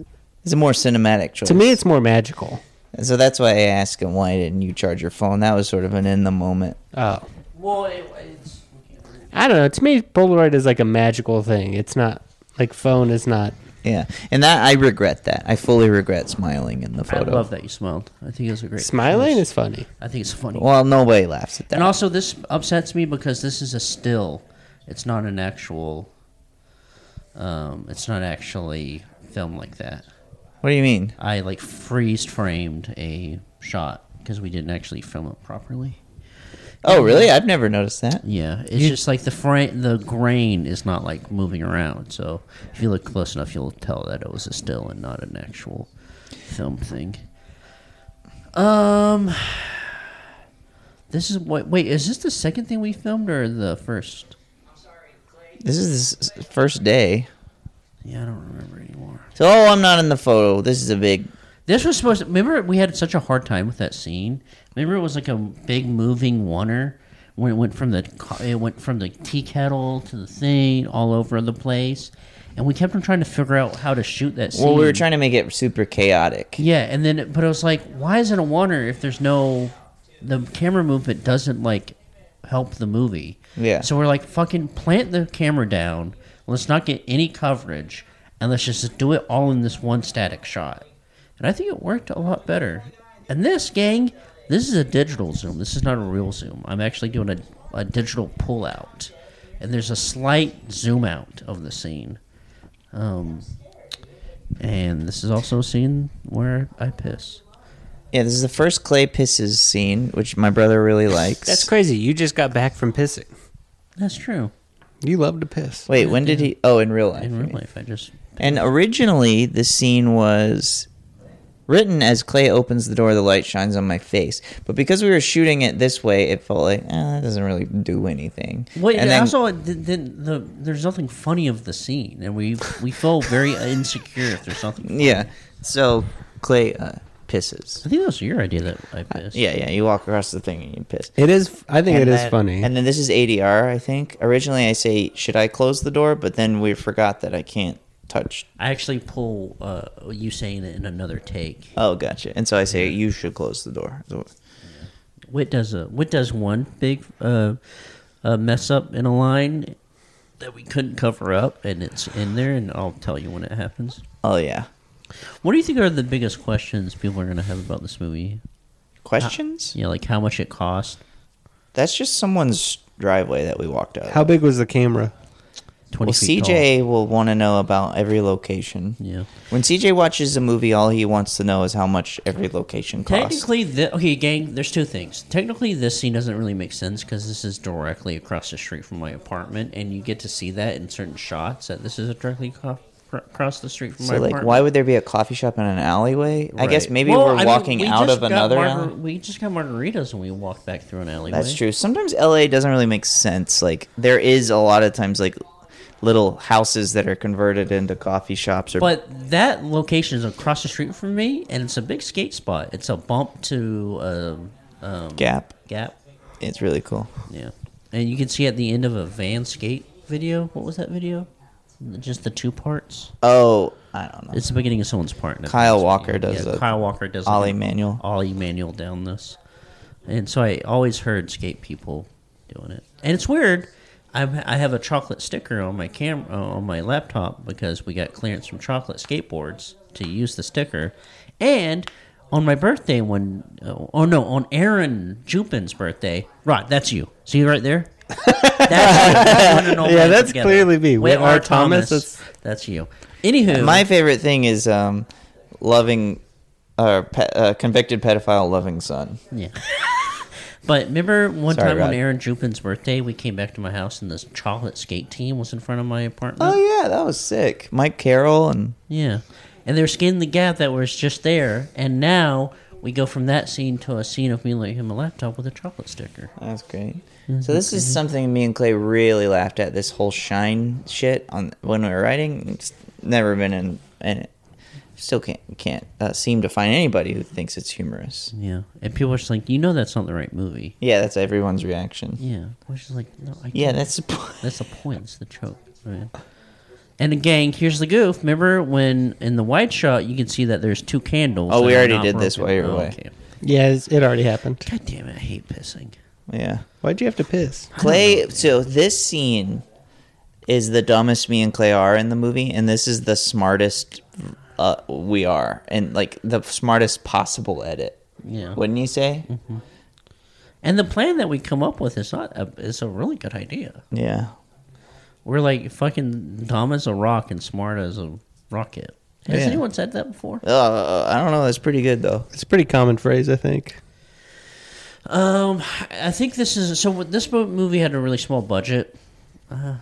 [SPEAKER 2] It's a more cinematic choice.
[SPEAKER 3] to me it's more magical.
[SPEAKER 2] And so that's why I asked him why didn't you charge your phone. That was sort of an in the moment.
[SPEAKER 3] Oh. I don't know. To me, Polaroid is like a magical thing. It's not like phone is not.
[SPEAKER 2] Yeah, and that I regret that. I fully regret smiling in the
[SPEAKER 1] I
[SPEAKER 2] photo.
[SPEAKER 1] love that you smiled. I think it was a great
[SPEAKER 3] Smiling is funny.
[SPEAKER 1] I think it's funny.
[SPEAKER 2] Well, nobody laughs at that.
[SPEAKER 1] and also, this upsets me because this is a still. It's not an actual. Um, it's not actually filmed like that.
[SPEAKER 2] what do you mean?
[SPEAKER 1] I like freeze framed a shot because we didn't actually film it properly.
[SPEAKER 2] Oh, really? I've never noticed that.
[SPEAKER 1] Yeah, it's just like the fra the grain is not like moving around. So if you look close enough, you'll tell that it was a still and not an actual film thing. Um, this is what. Wait, is this the second thing we filmed or the first?
[SPEAKER 2] This is his s- first day.
[SPEAKER 1] Yeah, I don't remember anymore.
[SPEAKER 2] So, oh, I'm not in the photo. This is a big
[SPEAKER 1] This was supposed to. Remember, we had such a hard time with that scene. Remember, it was like a big moving oneer when it went from the co- it went from the tea kettle to the thing all over the place, and we kept on trying to figure out how to shoot that scene.
[SPEAKER 2] Well, we were trying to make it super chaotic.
[SPEAKER 1] Yeah, and then it- but it was like, why is it a oneer if there's no the camera movement doesn't like help the movie.
[SPEAKER 2] Yeah.
[SPEAKER 1] So we're like, fucking plant the camera down. Let's not get any coverage, and let's just do it all in this one static shot. And I think it worked a lot better. And this gang, this is a digital zoom. This is not a real zoom. I'm actually doing a, a digital pull out, and there's a slight zoom out of the scene. Um, and this is also a scene where I piss.
[SPEAKER 2] Yeah, this is the first Clay pisses scene, which my brother really likes.
[SPEAKER 3] That's crazy. You just got back from pissing.
[SPEAKER 1] That's true.
[SPEAKER 3] You love to piss.
[SPEAKER 2] Wait, when did he? Oh, in real life.
[SPEAKER 1] In
[SPEAKER 2] I
[SPEAKER 1] real
[SPEAKER 2] mean.
[SPEAKER 1] life, I just
[SPEAKER 2] And originally, the scene was written as Clay opens the door, the light shines on my face. But because we were shooting it this way, it felt like, eh, that doesn't really do anything.
[SPEAKER 1] Wait,
[SPEAKER 2] and
[SPEAKER 1] and
[SPEAKER 2] then-
[SPEAKER 1] also, the, the, the, there's nothing funny of the scene, and we we feel very insecure if there's something. Funny.
[SPEAKER 2] Yeah. So Clay uh, pisses.
[SPEAKER 1] I think that was your idea that I pissed.
[SPEAKER 2] Uh, Yeah, yeah. You walk across the thing and you piss.
[SPEAKER 3] It is. I think it
[SPEAKER 2] And
[SPEAKER 3] is
[SPEAKER 2] then-
[SPEAKER 3] funny.
[SPEAKER 2] And then this is ADR, I think. Originally, I say, should I close the door? But then we forgot that I can't touch.
[SPEAKER 1] I actually pull uh, you saying it in another take.
[SPEAKER 2] Oh, gotcha. And so I say, you should close the door. So-
[SPEAKER 1] Wit does a Wit does one big uh, uh, mess up in a line that we couldn't cover up, and it's in there, and I'll tell you when it happens.
[SPEAKER 2] Oh, yeah.
[SPEAKER 1] What do you think are the biggest questions people are going to have about this movie?
[SPEAKER 2] Questions?
[SPEAKER 1] You know, like how much it cost.
[SPEAKER 2] That's just someone's driveway that we walked out.
[SPEAKER 3] How
[SPEAKER 2] of.
[SPEAKER 3] big was the camera?
[SPEAKER 1] Twenty
[SPEAKER 2] Well,
[SPEAKER 1] feet
[SPEAKER 2] CJ will want to know about every location.
[SPEAKER 1] Tall. Yeah.
[SPEAKER 2] When CJ watches a movie, all he wants to know is how much every location costs.
[SPEAKER 1] Technically, the, okay, gang. There's two things. Technically, this scene doesn't really make sense because this is directly across the street from my apartment, and you get to see that in certain shots that this is directly co- cr- across the street from
[SPEAKER 2] So,
[SPEAKER 1] my
[SPEAKER 2] like,
[SPEAKER 1] apartment.
[SPEAKER 2] why would there be a coffee shop in an alleyway? I guess
[SPEAKER 1] Right.
[SPEAKER 2] maybe
[SPEAKER 1] Well, I
[SPEAKER 2] we're
[SPEAKER 1] mean,
[SPEAKER 2] walking
[SPEAKER 1] we
[SPEAKER 2] out
[SPEAKER 1] just
[SPEAKER 2] of
[SPEAKER 1] got
[SPEAKER 2] another
[SPEAKER 1] margar-
[SPEAKER 2] alley.
[SPEAKER 1] We just got margaritas when we walked back through an alleyway.
[SPEAKER 2] That's true. Sometimes LA doesn't really make sense. Like, there is a lot of times, like, little houses that are converted into coffee shops or
[SPEAKER 1] But that location is across the street from me, and it's a big skate spot. It's a bump to um, um,
[SPEAKER 2] Gap.
[SPEAKER 1] Gap.
[SPEAKER 2] It's really cool.
[SPEAKER 1] Yeah. And you can see at the end of a van skate video. What was that video? Just the two parts.
[SPEAKER 2] Oh, I don't know.
[SPEAKER 1] It's the beginning of someone's part. in a
[SPEAKER 2] Kyle
[SPEAKER 1] dance
[SPEAKER 2] Walker
[SPEAKER 1] video.
[SPEAKER 2] does a
[SPEAKER 1] Kyle Walker does
[SPEAKER 2] Ollie
[SPEAKER 1] a-
[SPEAKER 2] Manuel.
[SPEAKER 1] Ollie Manuel down this, and so I always heard skate people doing it, and it's weird. I'm, I have a chocolate sticker on my cam uh, on my laptop because we got clearance from Chocolate Skateboards to use the sticker, and on my birthday when oh, oh no on Aaron Jupin's birthday Rod that's you see right there that's you.
[SPEAKER 3] Yeah, that's clearly me. Wit R. Thomas,
[SPEAKER 1] that's that's you anywho
[SPEAKER 2] My favorite thing is um, loving or pe- uh, convicted pedophile loving son.
[SPEAKER 1] Yeah. but remember one
[SPEAKER 2] Sorry,
[SPEAKER 1] time
[SPEAKER 2] Rod.
[SPEAKER 1] on Aaron Jupin's birthday, we came back to my house and this chocolate skate team was in front of my apartment?
[SPEAKER 2] Oh yeah, that was sick. Mike Carroll and
[SPEAKER 1] yeah. And they were skinning the gap that was just there. And now we go from that scene to a scene of me looking at my laptop with a chocolate sticker.
[SPEAKER 2] that's great. So this is something me and Clay really laughed at this whole shine shit on when we were writing. It's never been in in it. Still can't can't uh, seem to find anybody who thinks it's humorous.
[SPEAKER 1] Yeah. And people are just like, you know, that's not the right movie.
[SPEAKER 2] Yeah, that's everyone's reaction.
[SPEAKER 1] Yeah. Which is like, no, I
[SPEAKER 2] Yeah,
[SPEAKER 1] can't.
[SPEAKER 2] that's the point.
[SPEAKER 1] That's the point. It's the choke. Right. And the gang, here's the goof. Remember when in the wide shot you can see that there's two candles.
[SPEAKER 2] Oh, we
[SPEAKER 1] that are
[SPEAKER 2] already
[SPEAKER 1] not
[SPEAKER 2] did this
[SPEAKER 1] broken.
[SPEAKER 2] while you were
[SPEAKER 1] Oh,
[SPEAKER 2] away.
[SPEAKER 1] okay.
[SPEAKER 3] Yeah, it's- it already happened.
[SPEAKER 1] God damn it, I hate pissing.
[SPEAKER 2] Yeah.
[SPEAKER 3] Why'd you have to piss?
[SPEAKER 2] Clay. So this scene is the dumbest me and Clay are in the movie, and this is the smartest uh, we are, and like the smartest possible edit.
[SPEAKER 1] Yeah.
[SPEAKER 2] Wouldn't you say?
[SPEAKER 1] And the plan that we come up with is not a, is a really good idea.
[SPEAKER 2] Yeah.
[SPEAKER 1] We're like fucking dumb as a rock and smart as a rocket. Has
[SPEAKER 2] Yeah.
[SPEAKER 1] anyone said that before?
[SPEAKER 2] Uh, I don't know. That's pretty good though.
[SPEAKER 3] It's a pretty common phrase, I think.
[SPEAKER 1] Um, I think this is so. what- This mo- movie had a really small budget. Uh,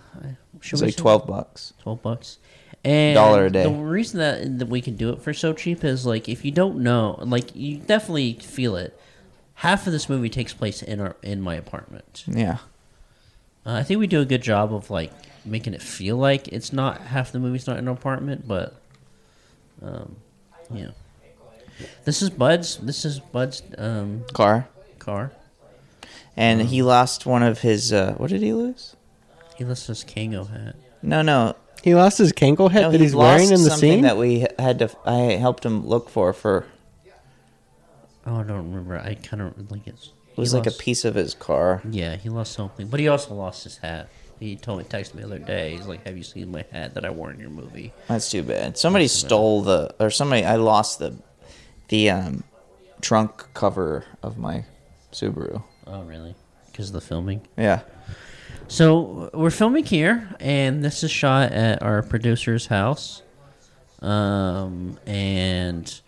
[SPEAKER 1] should
[SPEAKER 2] It's
[SPEAKER 1] we
[SPEAKER 2] like
[SPEAKER 1] say-
[SPEAKER 2] twelve bucks.
[SPEAKER 1] 12 bucks. And
[SPEAKER 2] Dollar a day.
[SPEAKER 1] The reason that, that we can do it for so cheap is like if you don't know, like you definitely feel it. Half of this movie takes place in our in my apartment.
[SPEAKER 2] Yeah.
[SPEAKER 1] Uh, I think we do a good job of like making it feel like it's not half the movie's not in an apartment, but um, yeah. This is Bud's. This is Bud's um,
[SPEAKER 2] Car.
[SPEAKER 1] car.
[SPEAKER 2] And he lost one of his. Uh, what did he lose?
[SPEAKER 1] He left his Kango hat.
[SPEAKER 2] No, no.
[SPEAKER 3] He lost his Kangol hat
[SPEAKER 2] no
[SPEAKER 3] that
[SPEAKER 2] he
[SPEAKER 3] he's wearing
[SPEAKER 2] lost
[SPEAKER 3] in the
[SPEAKER 2] something
[SPEAKER 3] scene.
[SPEAKER 2] that we had to. I helped him look for for.
[SPEAKER 1] Oh, I don't remember. I kind of like it's.
[SPEAKER 2] It was
[SPEAKER 1] he
[SPEAKER 2] like a
[SPEAKER 1] lost-
[SPEAKER 2] piece of his car.
[SPEAKER 1] Yeah, he lost something, but he also lost his hat. He told me, texted me the other day. He's like, "Have you seen my hat that I wore in your movie?"
[SPEAKER 2] That's too bad. Somebody stole the, or somebody. I lost the, the um, trunk cover of my Subaru.
[SPEAKER 1] Oh, really? Because of the filming.
[SPEAKER 2] Yeah,
[SPEAKER 1] So we're filming here, and this is shot at our producer's house. Um, and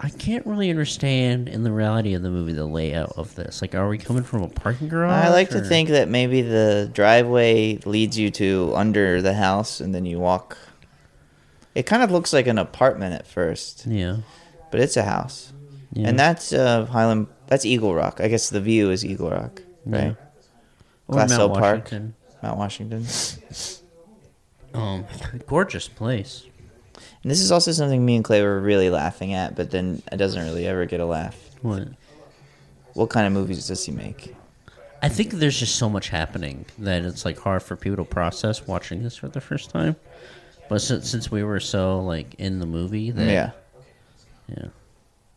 [SPEAKER 1] I can't really understand in the reality of the movie the layout of this. Like, are we coming from a parking garage?
[SPEAKER 2] I like
[SPEAKER 1] or-
[SPEAKER 2] to think that maybe the driveway leads you to under the house and then you walk. It kind of looks like an apartment at first,
[SPEAKER 1] Yeah.
[SPEAKER 2] but it's a house.
[SPEAKER 1] yeah.
[SPEAKER 2] And that's uh, Highland. That's Eagle Rock. I guess the view is Eagle Rock, right?
[SPEAKER 1] Or
[SPEAKER 2] Glass
[SPEAKER 1] Mount
[SPEAKER 2] Hill Park.
[SPEAKER 1] Washington.
[SPEAKER 2] Mount Washington.
[SPEAKER 1] Um, gorgeous place.
[SPEAKER 2] And this is also something me and Clay were really laughing at, but then it doesn't really ever get a laugh.
[SPEAKER 1] What?
[SPEAKER 2] What kind of movies does he make?
[SPEAKER 1] I think there's just so much happening that it's like hard for people to process watching this for the first time. But since, since we were so like in the movie, that,
[SPEAKER 2] Yeah.
[SPEAKER 1] yeah.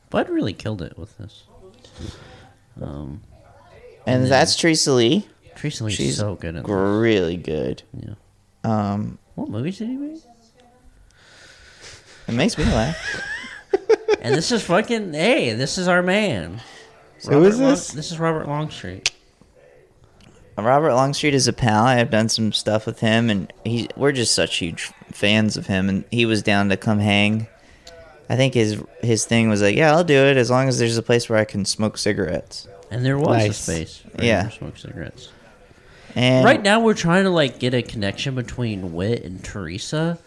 [SPEAKER 1] Bud really killed it with this. Um,
[SPEAKER 2] And that's Teresa Lee.
[SPEAKER 1] Teresa Lee's
[SPEAKER 2] She's
[SPEAKER 1] so good at this.
[SPEAKER 2] Really good.
[SPEAKER 1] Yeah.
[SPEAKER 2] Um,
[SPEAKER 1] What movies did he make?
[SPEAKER 2] it makes me laugh.
[SPEAKER 1] And this is fucking hey, this is our man.
[SPEAKER 2] Who is
[SPEAKER 1] Long-
[SPEAKER 2] this?
[SPEAKER 1] this is Robert Longstreet.
[SPEAKER 2] Robert Longstreet is a pal. I have done some stuff with him, and he we're just such huge fans of him. And he was down to come hang. I think his his thing was like, yeah, I'll do it as long as there's a place where I can smoke cigarettes.
[SPEAKER 1] And there was
[SPEAKER 3] Nice.
[SPEAKER 1] a space for
[SPEAKER 2] Yeah.
[SPEAKER 1] him to smoke cigarettes.
[SPEAKER 2] And
[SPEAKER 1] right now we're trying to like get a connection between Wit and Teresa.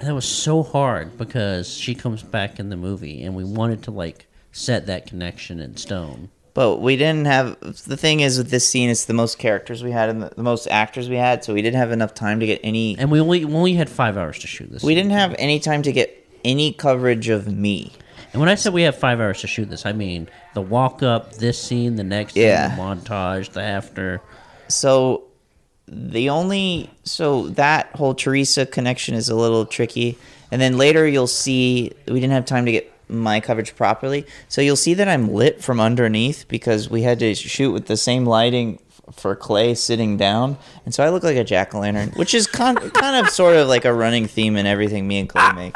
[SPEAKER 1] And that was so hard because she comes back in the movie and we wanted to like set that connection in stone.
[SPEAKER 2] But we didn't have the thing is with this scene, it's the most characters we had and the, the most actors we had, so we didn't have enough time to get any.
[SPEAKER 1] And we only we only had five hours to shoot this.
[SPEAKER 2] We didn't have any time to get any coverage of me.
[SPEAKER 1] And when I said we have five hours to shoot this, I mean the walk up, this scene, the next scene,
[SPEAKER 2] Yeah.
[SPEAKER 1] the montage, the after.
[SPEAKER 2] So the only so that whole Teresa connection is a little tricky. And then later you'll see we didn't have time to get my coverage properly. So you'll see that I'm lit from underneath because we had to shoot with the same lighting f- for Clay sitting down. And so I look like a jack o' lantern, which is con- kind of sort of like a running theme in everything me and Clay make.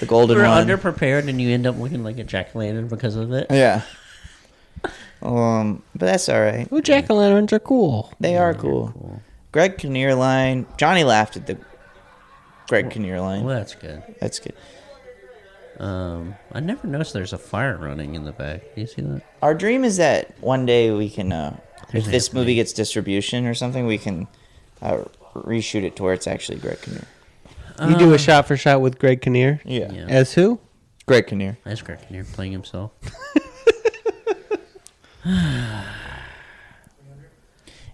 [SPEAKER 2] The golden
[SPEAKER 1] We were
[SPEAKER 2] one.
[SPEAKER 1] underprepared and you end up looking like a jack o' lantern because of it.
[SPEAKER 2] yeah. Um, but that's all right.
[SPEAKER 3] Oh, jack o' lanterns are cool.
[SPEAKER 2] They are cool. Greg Kinnear line. Johnny laughed at the Greg Kinnear line.
[SPEAKER 1] Well, that's good.
[SPEAKER 2] That's good.
[SPEAKER 1] Um, I never noticed there's a fire running in the back. Do you see that?
[SPEAKER 2] Our dream is that one day we can, uh, if
[SPEAKER 1] There's
[SPEAKER 2] this
[SPEAKER 1] Anthony.
[SPEAKER 2] movie gets distribution or something, we can uh, reshoot it to where it's actually Greg Kinnear.
[SPEAKER 3] You do a shot for shot with Greg Kinnear.
[SPEAKER 2] Yeah.
[SPEAKER 1] Yeah.
[SPEAKER 3] As who?
[SPEAKER 2] Greg Kinnear.
[SPEAKER 1] That's Greg Kinnear playing himself.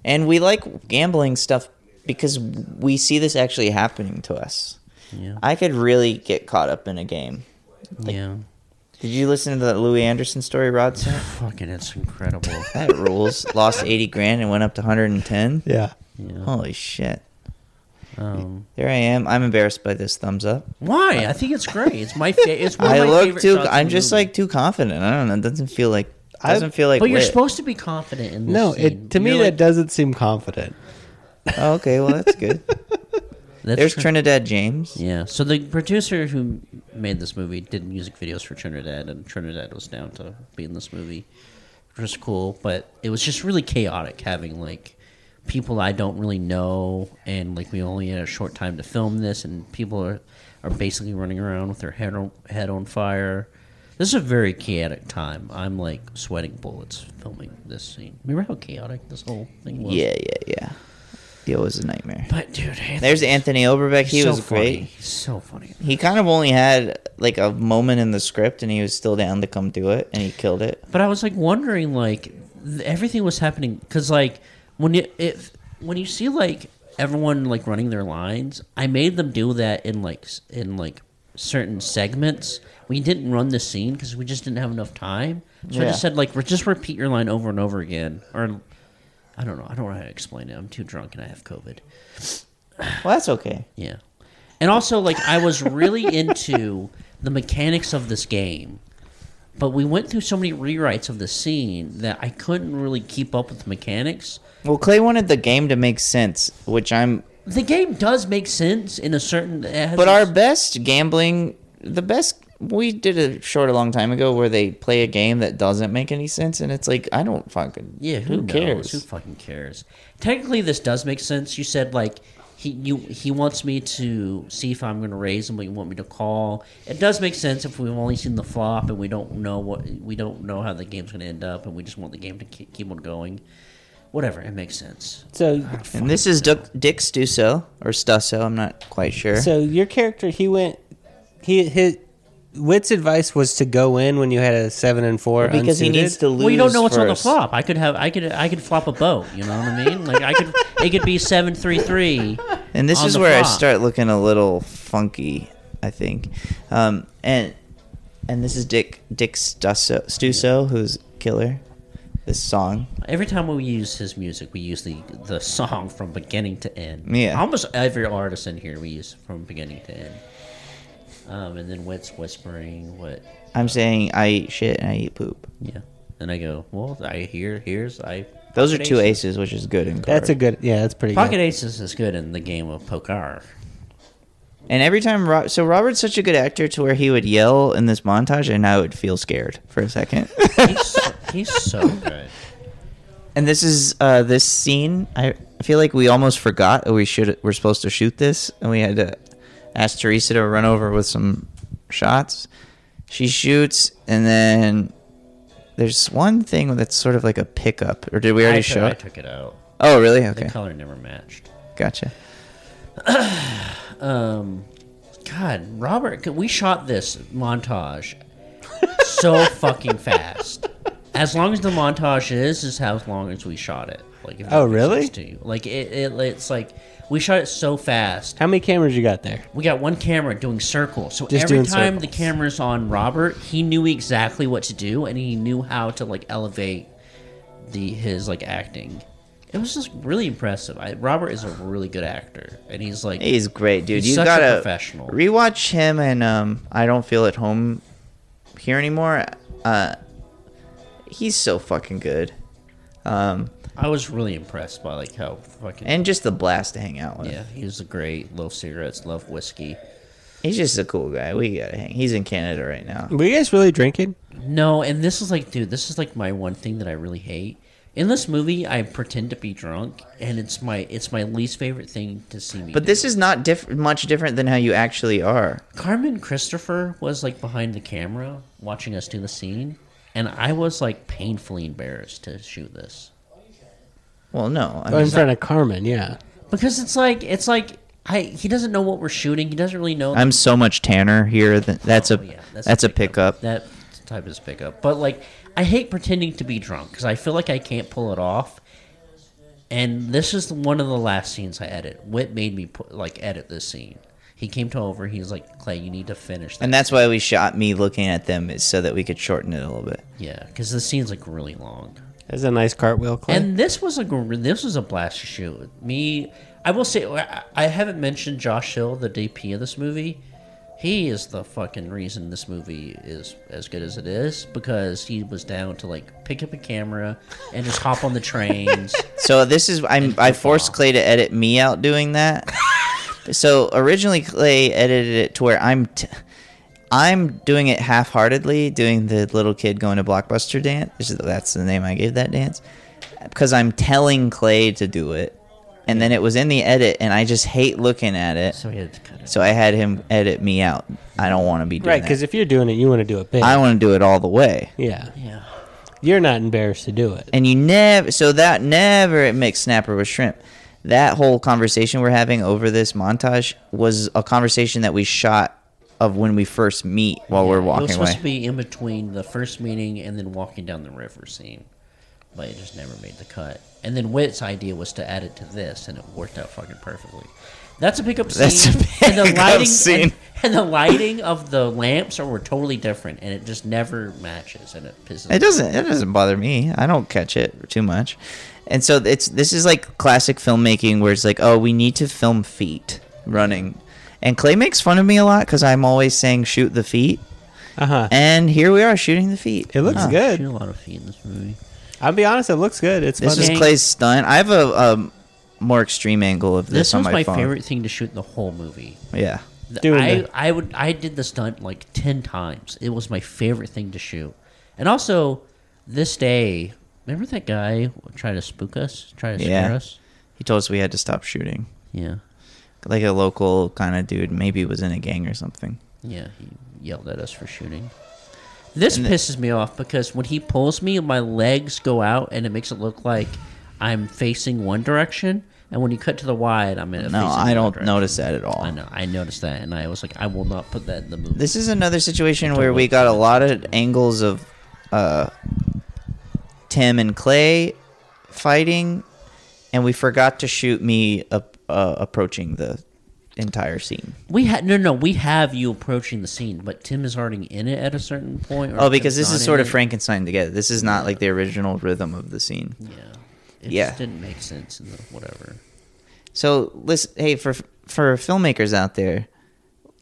[SPEAKER 2] And we like gambling stuff because we see this actually happening to us.
[SPEAKER 1] Yeah.
[SPEAKER 2] I could really get caught up in a game.
[SPEAKER 1] yeah.
[SPEAKER 2] Did you listen to that Louis Anderson story, Rod? sent?
[SPEAKER 1] Fucking, it's incredible.
[SPEAKER 2] that rules. Lost 80 grand and went up to 110.
[SPEAKER 3] Yeah.
[SPEAKER 1] Yeah.
[SPEAKER 2] Holy shit.
[SPEAKER 1] Um,
[SPEAKER 2] There I am. I'm embarrassed by this thumbs up.
[SPEAKER 1] why? I think it's great. It's my favorite. It's one of
[SPEAKER 2] I
[SPEAKER 1] my
[SPEAKER 2] look
[SPEAKER 1] favorite
[SPEAKER 2] too.
[SPEAKER 1] shots in
[SPEAKER 2] I'm
[SPEAKER 1] the
[SPEAKER 2] just
[SPEAKER 1] movie.
[SPEAKER 2] like too confident. I don't know. It doesn't feel like.
[SPEAKER 3] I-
[SPEAKER 2] Doesn't feel like.
[SPEAKER 1] But you're
[SPEAKER 2] lit.
[SPEAKER 1] supposed to be confident in this.
[SPEAKER 3] No,
[SPEAKER 1] scene.
[SPEAKER 3] it to me
[SPEAKER 1] You're
[SPEAKER 3] that
[SPEAKER 1] like-
[SPEAKER 3] doesn't seem confident.
[SPEAKER 2] Oh, okay, well that's good.
[SPEAKER 1] that's
[SPEAKER 2] There's
[SPEAKER 1] true.
[SPEAKER 2] Trinidad James.
[SPEAKER 1] Yeah. So the producer who made this movie did music videos for Trinidad, and Trinidad was down to be in this movie, which was cool. But it was just really chaotic having like people I don't really know, and like we only had a short time to film this, and people are are basically running around with their head on, head on fire. This is a very chaotic time. I'm like sweating bullets filming this scene. Remember how chaotic this whole thing was?
[SPEAKER 2] Yeah, yeah, yeah. It was a nightmare.
[SPEAKER 1] But dude, Anthony,
[SPEAKER 2] There's Anthony Oberbeck. He
[SPEAKER 1] he's so
[SPEAKER 2] was
[SPEAKER 1] funny.
[SPEAKER 2] great.
[SPEAKER 1] He's so funny.
[SPEAKER 2] He kind of only had like a moment in the script, and he was still down to come do it, and he killed it.
[SPEAKER 1] But I was like wondering, like th- everything was happening because, like, when you if when you see like everyone like running their lines, I made them do that in like s- in like certain segments. We didn't run the scene because we just didn't have enough time. So I
[SPEAKER 2] Yeah.
[SPEAKER 1] just said like, re- just repeat your line over and over again, or I don't know. I don't know how to explain it. I'm too drunk and I have COVID.
[SPEAKER 2] Well, that's okay.
[SPEAKER 1] Yeah. And also, like, I was really into the mechanics of this game, but we went through so many rewrites of the scene that I couldn't really keep up with the mechanics.
[SPEAKER 2] Well, Clay wanted the game to make sense, which I'm
[SPEAKER 1] The game does make sense in a certain. it has
[SPEAKER 2] But
[SPEAKER 1] its-
[SPEAKER 2] our best gambling, the best we did a short a long time ago where they play a game that doesn't make any sense, and it's like I don't fucking
[SPEAKER 1] Yeah, who,
[SPEAKER 2] who
[SPEAKER 1] knows?
[SPEAKER 2] cares?
[SPEAKER 1] Who fucking cares? Technically, this does make sense. You said like he you he wants me to see if I'm going to raise him, but you want me to call. It does make sense if we've only seen the flop and we don't know what we don't know how the game's going to end up, and we just want the game to ke- keep on going. Whatever, it makes sense.
[SPEAKER 4] So,
[SPEAKER 2] And this is Dick, Dick Stusso or Stusso. I'm not quite sure.
[SPEAKER 4] so your character, he went, he his Wit's advice was to go in when you had a seven and four
[SPEAKER 2] because he needs to lose.
[SPEAKER 1] Well, you don't know what's on the
[SPEAKER 2] first.
[SPEAKER 1] flop. I could have, I could, I could flop a boat. You know what I mean? Like I could, it could be seven three three.
[SPEAKER 2] And this
[SPEAKER 1] on
[SPEAKER 2] is
[SPEAKER 1] the
[SPEAKER 2] where I
[SPEAKER 1] flop.
[SPEAKER 2] start looking a little funky, I think. Um, and and this is Dick Dick Stusso, Stusso who's killer. This song.
[SPEAKER 1] Every time we use his music, we use the the song from beginning to end.
[SPEAKER 2] Yeah.
[SPEAKER 1] almost every artist in here we use from beginning to end. Um, and then what's whispering? What?
[SPEAKER 2] I'm saying I eat shit and I eat poop.
[SPEAKER 1] Yeah. And I go, well, I hear here's I.
[SPEAKER 2] Those are
[SPEAKER 1] Pocket
[SPEAKER 2] two aces, which is good in
[SPEAKER 4] That's a
[SPEAKER 2] card.
[SPEAKER 4] good. Yeah, that's pretty
[SPEAKER 1] Pocket
[SPEAKER 4] good.
[SPEAKER 1] aces is good in the game of poker.
[SPEAKER 2] and every time, Rob, so Robert's such a good actor to where he would yell in this montage, and I would feel scared for a second.
[SPEAKER 1] He's so, he's so good.
[SPEAKER 2] and this is uh, this scene. I I feel like we almost forgot we should we're supposed to shoot this, and we had to ask Teresa to run over with some shots. She shoots, and then there's one thing that's sort of like a pickup. Or did we already
[SPEAKER 1] I, took-
[SPEAKER 2] show
[SPEAKER 1] I
[SPEAKER 2] it?
[SPEAKER 1] took it out.
[SPEAKER 2] Oh, really?
[SPEAKER 1] The
[SPEAKER 2] Okay,
[SPEAKER 1] color never matched.
[SPEAKER 2] gotcha.
[SPEAKER 1] God, Robert, we shot this montage so fucking fast. As long as the montage is, is how long as we shot it. Like, if that
[SPEAKER 4] Oh,
[SPEAKER 1] makes
[SPEAKER 4] really?
[SPEAKER 1] sense to you. Like it, it, it's like we shot it so fast.
[SPEAKER 4] How many cameras you got there?
[SPEAKER 1] We got one camera doing circles, so
[SPEAKER 4] Just
[SPEAKER 1] every
[SPEAKER 4] doing
[SPEAKER 1] time the
[SPEAKER 4] circles.
[SPEAKER 1] camera's on Robert, he knew exactly what to do and he knew how to like elevate the his like acting. It was just really impressive. I, Robert is a really good actor, and he's like
[SPEAKER 2] He's great, dude.
[SPEAKER 1] He's
[SPEAKER 2] you
[SPEAKER 1] such a
[SPEAKER 2] gotta
[SPEAKER 1] professional.
[SPEAKER 2] rewatch him and um, I don't feel at home here anymore. Uh, he's so fucking good. Um,
[SPEAKER 1] I was really impressed by like how fucking
[SPEAKER 2] and just the blast to hang out with.
[SPEAKER 1] Yeah, he was a great. Love cigarettes, love whiskey.
[SPEAKER 2] He's just a cool guy. We gotta hang. He's in Canada right now.
[SPEAKER 4] Were you guys really drinking?
[SPEAKER 1] No, and this is like, dude, this is like my one thing that I really hate. In this movie, I pretend to be drunk, and it's my it's my least favorite thing to see me.
[SPEAKER 2] But this is not diff- much different than how you actually are.
[SPEAKER 1] Carmen Christopher was like behind the camera watching us do the scene, and I was like painfully embarrassed to shoot this
[SPEAKER 2] Well, no. I
[SPEAKER 4] Oh, in
[SPEAKER 2] mean,
[SPEAKER 4] front of Carmen, yeah.
[SPEAKER 1] because it's like it's like I he doesn't know what we're shooting. He doesn't really know.
[SPEAKER 2] I'm so much tanner here. That that's a
[SPEAKER 1] Oh, yeah,
[SPEAKER 2] that's, a pickup.
[SPEAKER 1] That type is pickup. But like, I hate pretending to be drunk because I feel like I can't pull it off. And this is one of the last scenes I edit. Whit made me put, like edit this scene. He came to over. He was like, Clay, you need to finish. That.
[SPEAKER 2] and that's why we shot me looking at them is so that we could shorten it a little bit.
[SPEAKER 1] yeah, because the scene's like really long.
[SPEAKER 4] That's a nice cartwheel clip.
[SPEAKER 1] And this was a gr- this was a blast to shoot. Me, I will say I- I haven't mentioned Josh Hill, the DP of this movie. He is the fucking reason this movie is as good as it is because he was down to like pick up a camera and just hop on the trains.
[SPEAKER 2] So this is I'm I forced Clay to edit me out doing that. so originally Clay edited it to where I'm t- I'm doing it half-heartedly, doing the little kid going to Blockbuster dance. This is- That's the name I gave that dance because I'm telling Clay to do it. And then it was in the edit and I just hate looking at it.
[SPEAKER 1] so he had to cut it.
[SPEAKER 2] So I had him edit me out. I don't want to be doing
[SPEAKER 4] right, because
[SPEAKER 2] that.
[SPEAKER 4] if you're doing it, you want to do it big.
[SPEAKER 2] I want to do it all the way.
[SPEAKER 4] yeah.
[SPEAKER 1] Yeah.
[SPEAKER 4] You're not embarrassed to do it.
[SPEAKER 2] and you never so that never it mixed snapper with shrimp that whole conversation we're having over this montage was a conversation that we shot of when we first meet while we're
[SPEAKER 1] It was
[SPEAKER 2] walking
[SPEAKER 1] supposed
[SPEAKER 2] away
[SPEAKER 1] to be in between the first meeting and then walking down the river scene, but it just never made the cut. And then Witt's idea was to add it to this, and it worked out fucking perfectly. That's a pickup scene.
[SPEAKER 2] That's a
[SPEAKER 1] and the
[SPEAKER 2] pickup
[SPEAKER 1] lighting,
[SPEAKER 2] scene.
[SPEAKER 1] And, and the lighting of the lamps are were totally different, and it just never matches, and it pisses.
[SPEAKER 2] it doesn't it doesn't bother me i don't catch it too much and so it's this is like classic filmmaking where it's like oh we need to film feet running and clay makes fun of me a lot because i'm always saying shoot the feet
[SPEAKER 4] Uh huh.
[SPEAKER 2] and here we are shooting the feet
[SPEAKER 4] It looks
[SPEAKER 2] Huh.
[SPEAKER 1] I shoot
[SPEAKER 4] good.
[SPEAKER 1] a lot of feet in this movie.
[SPEAKER 4] I'll be honest, it looks good. It's
[SPEAKER 2] this
[SPEAKER 4] funny.
[SPEAKER 2] is clay's stunt i have a, um more extreme angle of this,
[SPEAKER 1] This
[SPEAKER 2] on
[SPEAKER 1] was
[SPEAKER 2] my,
[SPEAKER 1] my
[SPEAKER 2] phone.
[SPEAKER 1] favorite thing to shoot in the whole movie.
[SPEAKER 2] Yeah.
[SPEAKER 1] Th-
[SPEAKER 4] Doing
[SPEAKER 1] I,
[SPEAKER 4] the-
[SPEAKER 1] I would I did the stunt like ten times. It was my favorite thing to shoot. And also, this day, remember that guy tried to spook us, try to
[SPEAKER 2] Yeah.
[SPEAKER 1] scare us.
[SPEAKER 2] He told us we had to stop shooting.
[SPEAKER 1] Yeah,
[SPEAKER 2] like a local kind of dude. Maybe was in a gang or something.
[SPEAKER 1] Yeah, he yelled at us for shooting. This
[SPEAKER 2] And the-
[SPEAKER 1] pisses me off because when he pulls me, my legs go out and it makes it look like I'm facing one direction. And when you cut to the wide, I'm in a
[SPEAKER 2] No,
[SPEAKER 1] facing
[SPEAKER 2] I
[SPEAKER 1] the
[SPEAKER 2] don't
[SPEAKER 1] other direction.
[SPEAKER 2] notice that at all.
[SPEAKER 1] I know. I noticed that, and I was like, I will not put that in the movie.
[SPEAKER 2] This is another situation where we got a lot of angles of uh, Tim and Clay fighting, and we forgot to shoot me up, uh, approaching the entire scene.
[SPEAKER 1] we had no, no. We have you approaching the scene, but Tim is already in it at a certain point. or
[SPEAKER 2] Oh, because
[SPEAKER 1] Tim's
[SPEAKER 2] this
[SPEAKER 1] not
[SPEAKER 2] is
[SPEAKER 1] in
[SPEAKER 2] sort of
[SPEAKER 1] it.
[SPEAKER 2] Frankenstein together. This is not like the original rhythm of the scene.
[SPEAKER 1] Yeah. It
[SPEAKER 2] Yeah.
[SPEAKER 1] just didn't make sense in the whatever.
[SPEAKER 2] So listen, hey, for for filmmakers out there,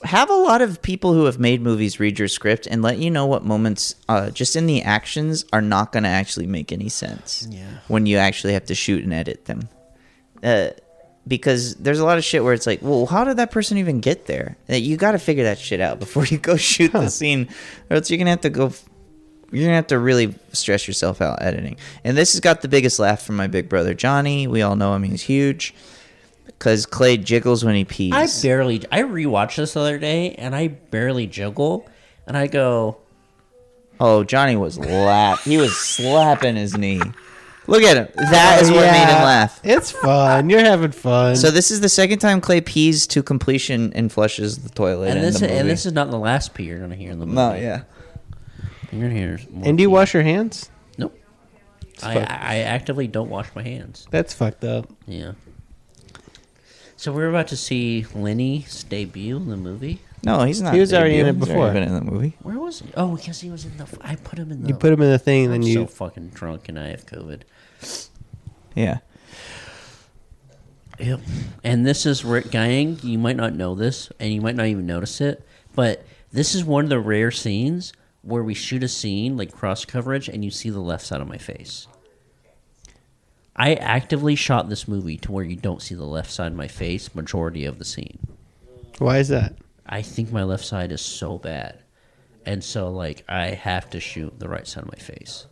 [SPEAKER 2] have a lot of people who have made movies read your script and let you know what moments, uh, just in the actions, are not going to actually make any sense.
[SPEAKER 1] Yeah.
[SPEAKER 2] When you actually have to shoot and edit them, uh, because there's a lot of shit where it's like, well, how did that person even get there? Uh, You got to figure that shit out before you go shoot the scene, or else you're gonna have to go. f- You're gonna have to really stress yourself out editing. And this has got the biggest laugh from my big brother Johnny. We all know him; he's huge. Because Clay jiggles when he pees.
[SPEAKER 1] I barely. I rewatched this the other day, and I barely juggle, and I go.
[SPEAKER 2] Oh, Johnny was lap. He was slapping his knee. Look at him. That is what made him
[SPEAKER 3] Yeah,
[SPEAKER 2] laugh.
[SPEAKER 3] It's fun. You're having fun.
[SPEAKER 2] So this is the second time Clay pees to completion and flushes the toilet.
[SPEAKER 1] And
[SPEAKER 2] in
[SPEAKER 1] this,
[SPEAKER 2] the movie.
[SPEAKER 1] and this is not the last pee you're gonna hear in the movie.
[SPEAKER 2] no, yeah.
[SPEAKER 1] you're gonna hear. More
[SPEAKER 3] and do you
[SPEAKER 1] pee.
[SPEAKER 3] wash your hands?
[SPEAKER 1] Nope. I, I I actively don't wash my hands.
[SPEAKER 3] That's fucked up.
[SPEAKER 1] Yeah. So we're about to see Lenny's debut in the movie.
[SPEAKER 2] No, he's not.
[SPEAKER 3] He was already
[SPEAKER 2] debuting.
[SPEAKER 3] in it
[SPEAKER 2] He's already
[SPEAKER 3] before.
[SPEAKER 2] Been in the movie.
[SPEAKER 1] Where was he? Oh, because he was in the. f- I put him in the.
[SPEAKER 3] You put them in the thing, and
[SPEAKER 1] I'm
[SPEAKER 3] then
[SPEAKER 1] so
[SPEAKER 3] you.
[SPEAKER 1] fucking drunk, and I have COVID.
[SPEAKER 2] Yeah.
[SPEAKER 1] Yep. And this is Rick Gang. You might not know this, and you might not even notice it, but this is one of the rare scenes where we shoot a scene like cross coverage, and you see the left side of my face. I actively shot this movie to where you don't see the left side of my face majority of the scene.
[SPEAKER 3] Why is that?
[SPEAKER 1] I think my left side is so bad. And so like I have to shoot the right side of my face.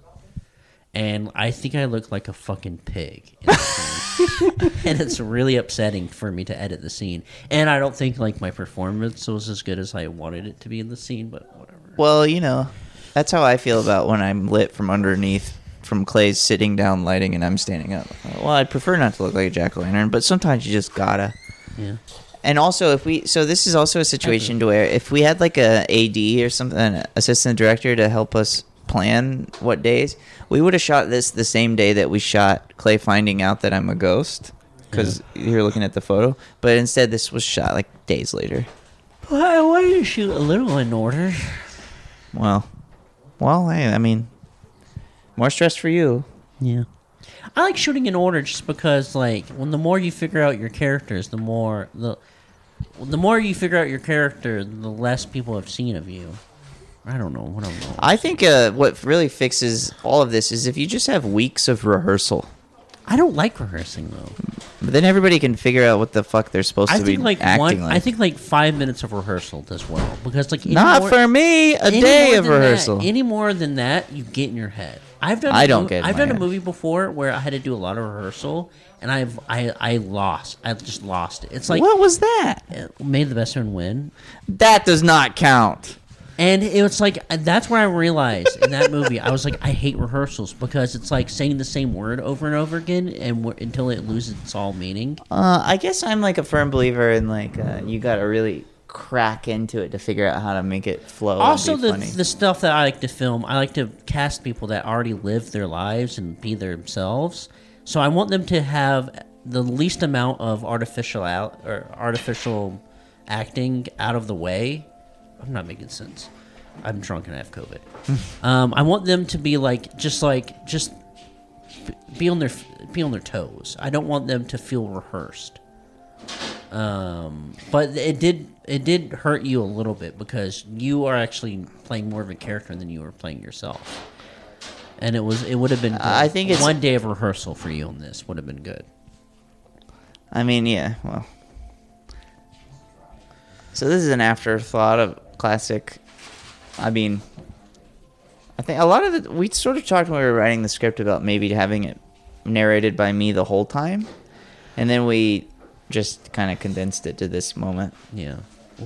[SPEAKER 1] And I think I look like a fucking pig. in the scene. and it's really upsetting for me to edit the scene. And I don't think like my performance was as good as I wanted it to be in the scene, but whatever.
[SPEAKER 2] Well, you know, that's how I feel about when I'm lit from underneath from Clay's sitting down lighting and I'm standing up. Uh, Well, I'd prefer not to look like a jack o' lantern, but sometimes you just gotta.
[SPEAKER 1] Yeah.
[SPEAKER 2] And also, if we so this is also a situation to where if we had like a AD or something, an assistant director to help us plan what days, we would have shot this the same day that we shot Clay finding out that I'm a ghost because you're looking at the photo. But instead, this was shot like days later.
[SPEAKER 1] Well, I wanted to shoot a little in order.
[SPEAKER 2] Well, well, hey, I mean, more stress for you.
[SPEAKER 1] Yeah. I like shooting in order just because like when the more you figure out your characters, the more the the more you figure out your character, the less people have seen of you. I don't know what I'm doing.
[SPEAKER 2] I think uh, what really fixes all of this is if you just have weeks of rehearsal.
[SPEAKER 1] I don't like rehearsing though.
[SPEAKER 2] But then everybody can figure out what the fuck they're supposed
[SPEAKER 1] I
[SPEAKER 2] to be
[SPEAKER 1] think like
[SPEAKER 2] acting
[SPEAKER 1] one
[SPEAKER 2] like.
[SPEAKER 1] I think like 5 minutes of rehearsal does well because like any
[SPEAKER 2] Not
[SPEAKER 1] more-
[SPEAKER 2] for me. A
[SPEAKER 1] any
[SPEAKER 2] day
[SPEAKER 1] more
[SPEAKER 2] of
[SPEAKER 1] than that-
[SPEAKER 2] rehearsal.
[SPEAKER 1] any more than that, you get in your head. I've done.
[SPEAKER 2] I
[SPEAKER 1] a
[SPEAKER 2] don't
[SPEAKER 1] mov-
[SPEAKER 2] get in
[SPEAKER 1] I've
[SPEAKER 2] my
[SPEAKER 1] done a
[SPEAKER 2] head.
[SPEAKER 1] movie before where I had to do a lot of rehearsal, and I've I I lost. I just lost it. It's like
[SPEAKER 2] what was that?
[SPEAKER 1] made the best man win.
[SPEAKER 2] That does not count.
[SPEAKER 1] And it was like that's where I realized in that movie I was like I hate rehearsals because it's like saying the same word over and over again and w- until it loses its all meaning.
[SPEAKER 2] Uh, I guess I'm like a firm believer in like uh, you got to really crack into it to figure out how to make it flow.
[SPEAKER 1] also,
[SPEAKER 2] and be
[SPEAKER 1] the
[SPEAKER 2] funny.
[SPEAKER 1] the stuff that I like to film, I like to cast people that already live their lives and be themselves. So I want them to have the least amount of artificial out or artificial acting out of the way. I'm not making sense. I'm drunk and I have COVID. um, I want them to be like just like just be on their be on their toes. I don't want them to feel rehearsed. Um, but it did it did hurt you a little bit because you are actually playing more of a character than you were playing yourself. And it was it would have been good.
[SPEAKER 2] I think it's-
[SPEAKER 1] one day of rehearsal for you on this would have been good.
[SPEAKER 2] I mean, yeah, well. So this is an afterthought of classic. I mean, I think a lot of the we sort of talked when we were writing the script about maybe having it narrated by me the whole time, and then we just kind of condensed it to this moment.
[SPEAKER 1] Yeah.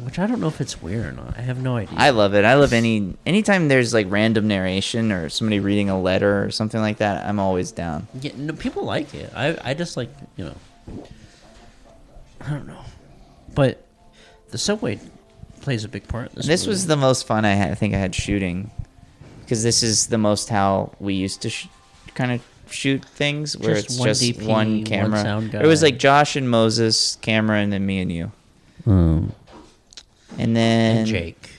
[SPEAKER 1] Which I don't know if it's weird or not. I have no idea.
[SPEAKER 2] I love it. I love any anytime there's like random narration or somebody reading a letter or something like that. I'm always down.
[SPEAKER 1] yeah, no, people like it. I, I just like, you know, I don't know. But the subway plays a big part. In this
[SPEAKER 2] This was the most fun I had. I think I had shooting because this is the most how we used to sh- kind of shoot things where
[SPEAKER 1] Just
[SPEAKER 2] it's
[SPEAKER 1] one
[SPEAKER 2] just
[SPEAKER 1] DP, one
[SPEAKER 2] one camera.
[SPEAKER 1] sound
[SPEAKER 2] It was
[SPEAKER 1] guy.
[SPEAKER 2] like Josh and Moses, Cameron, and me and you, and then
[SPEAKER 1] and Jake.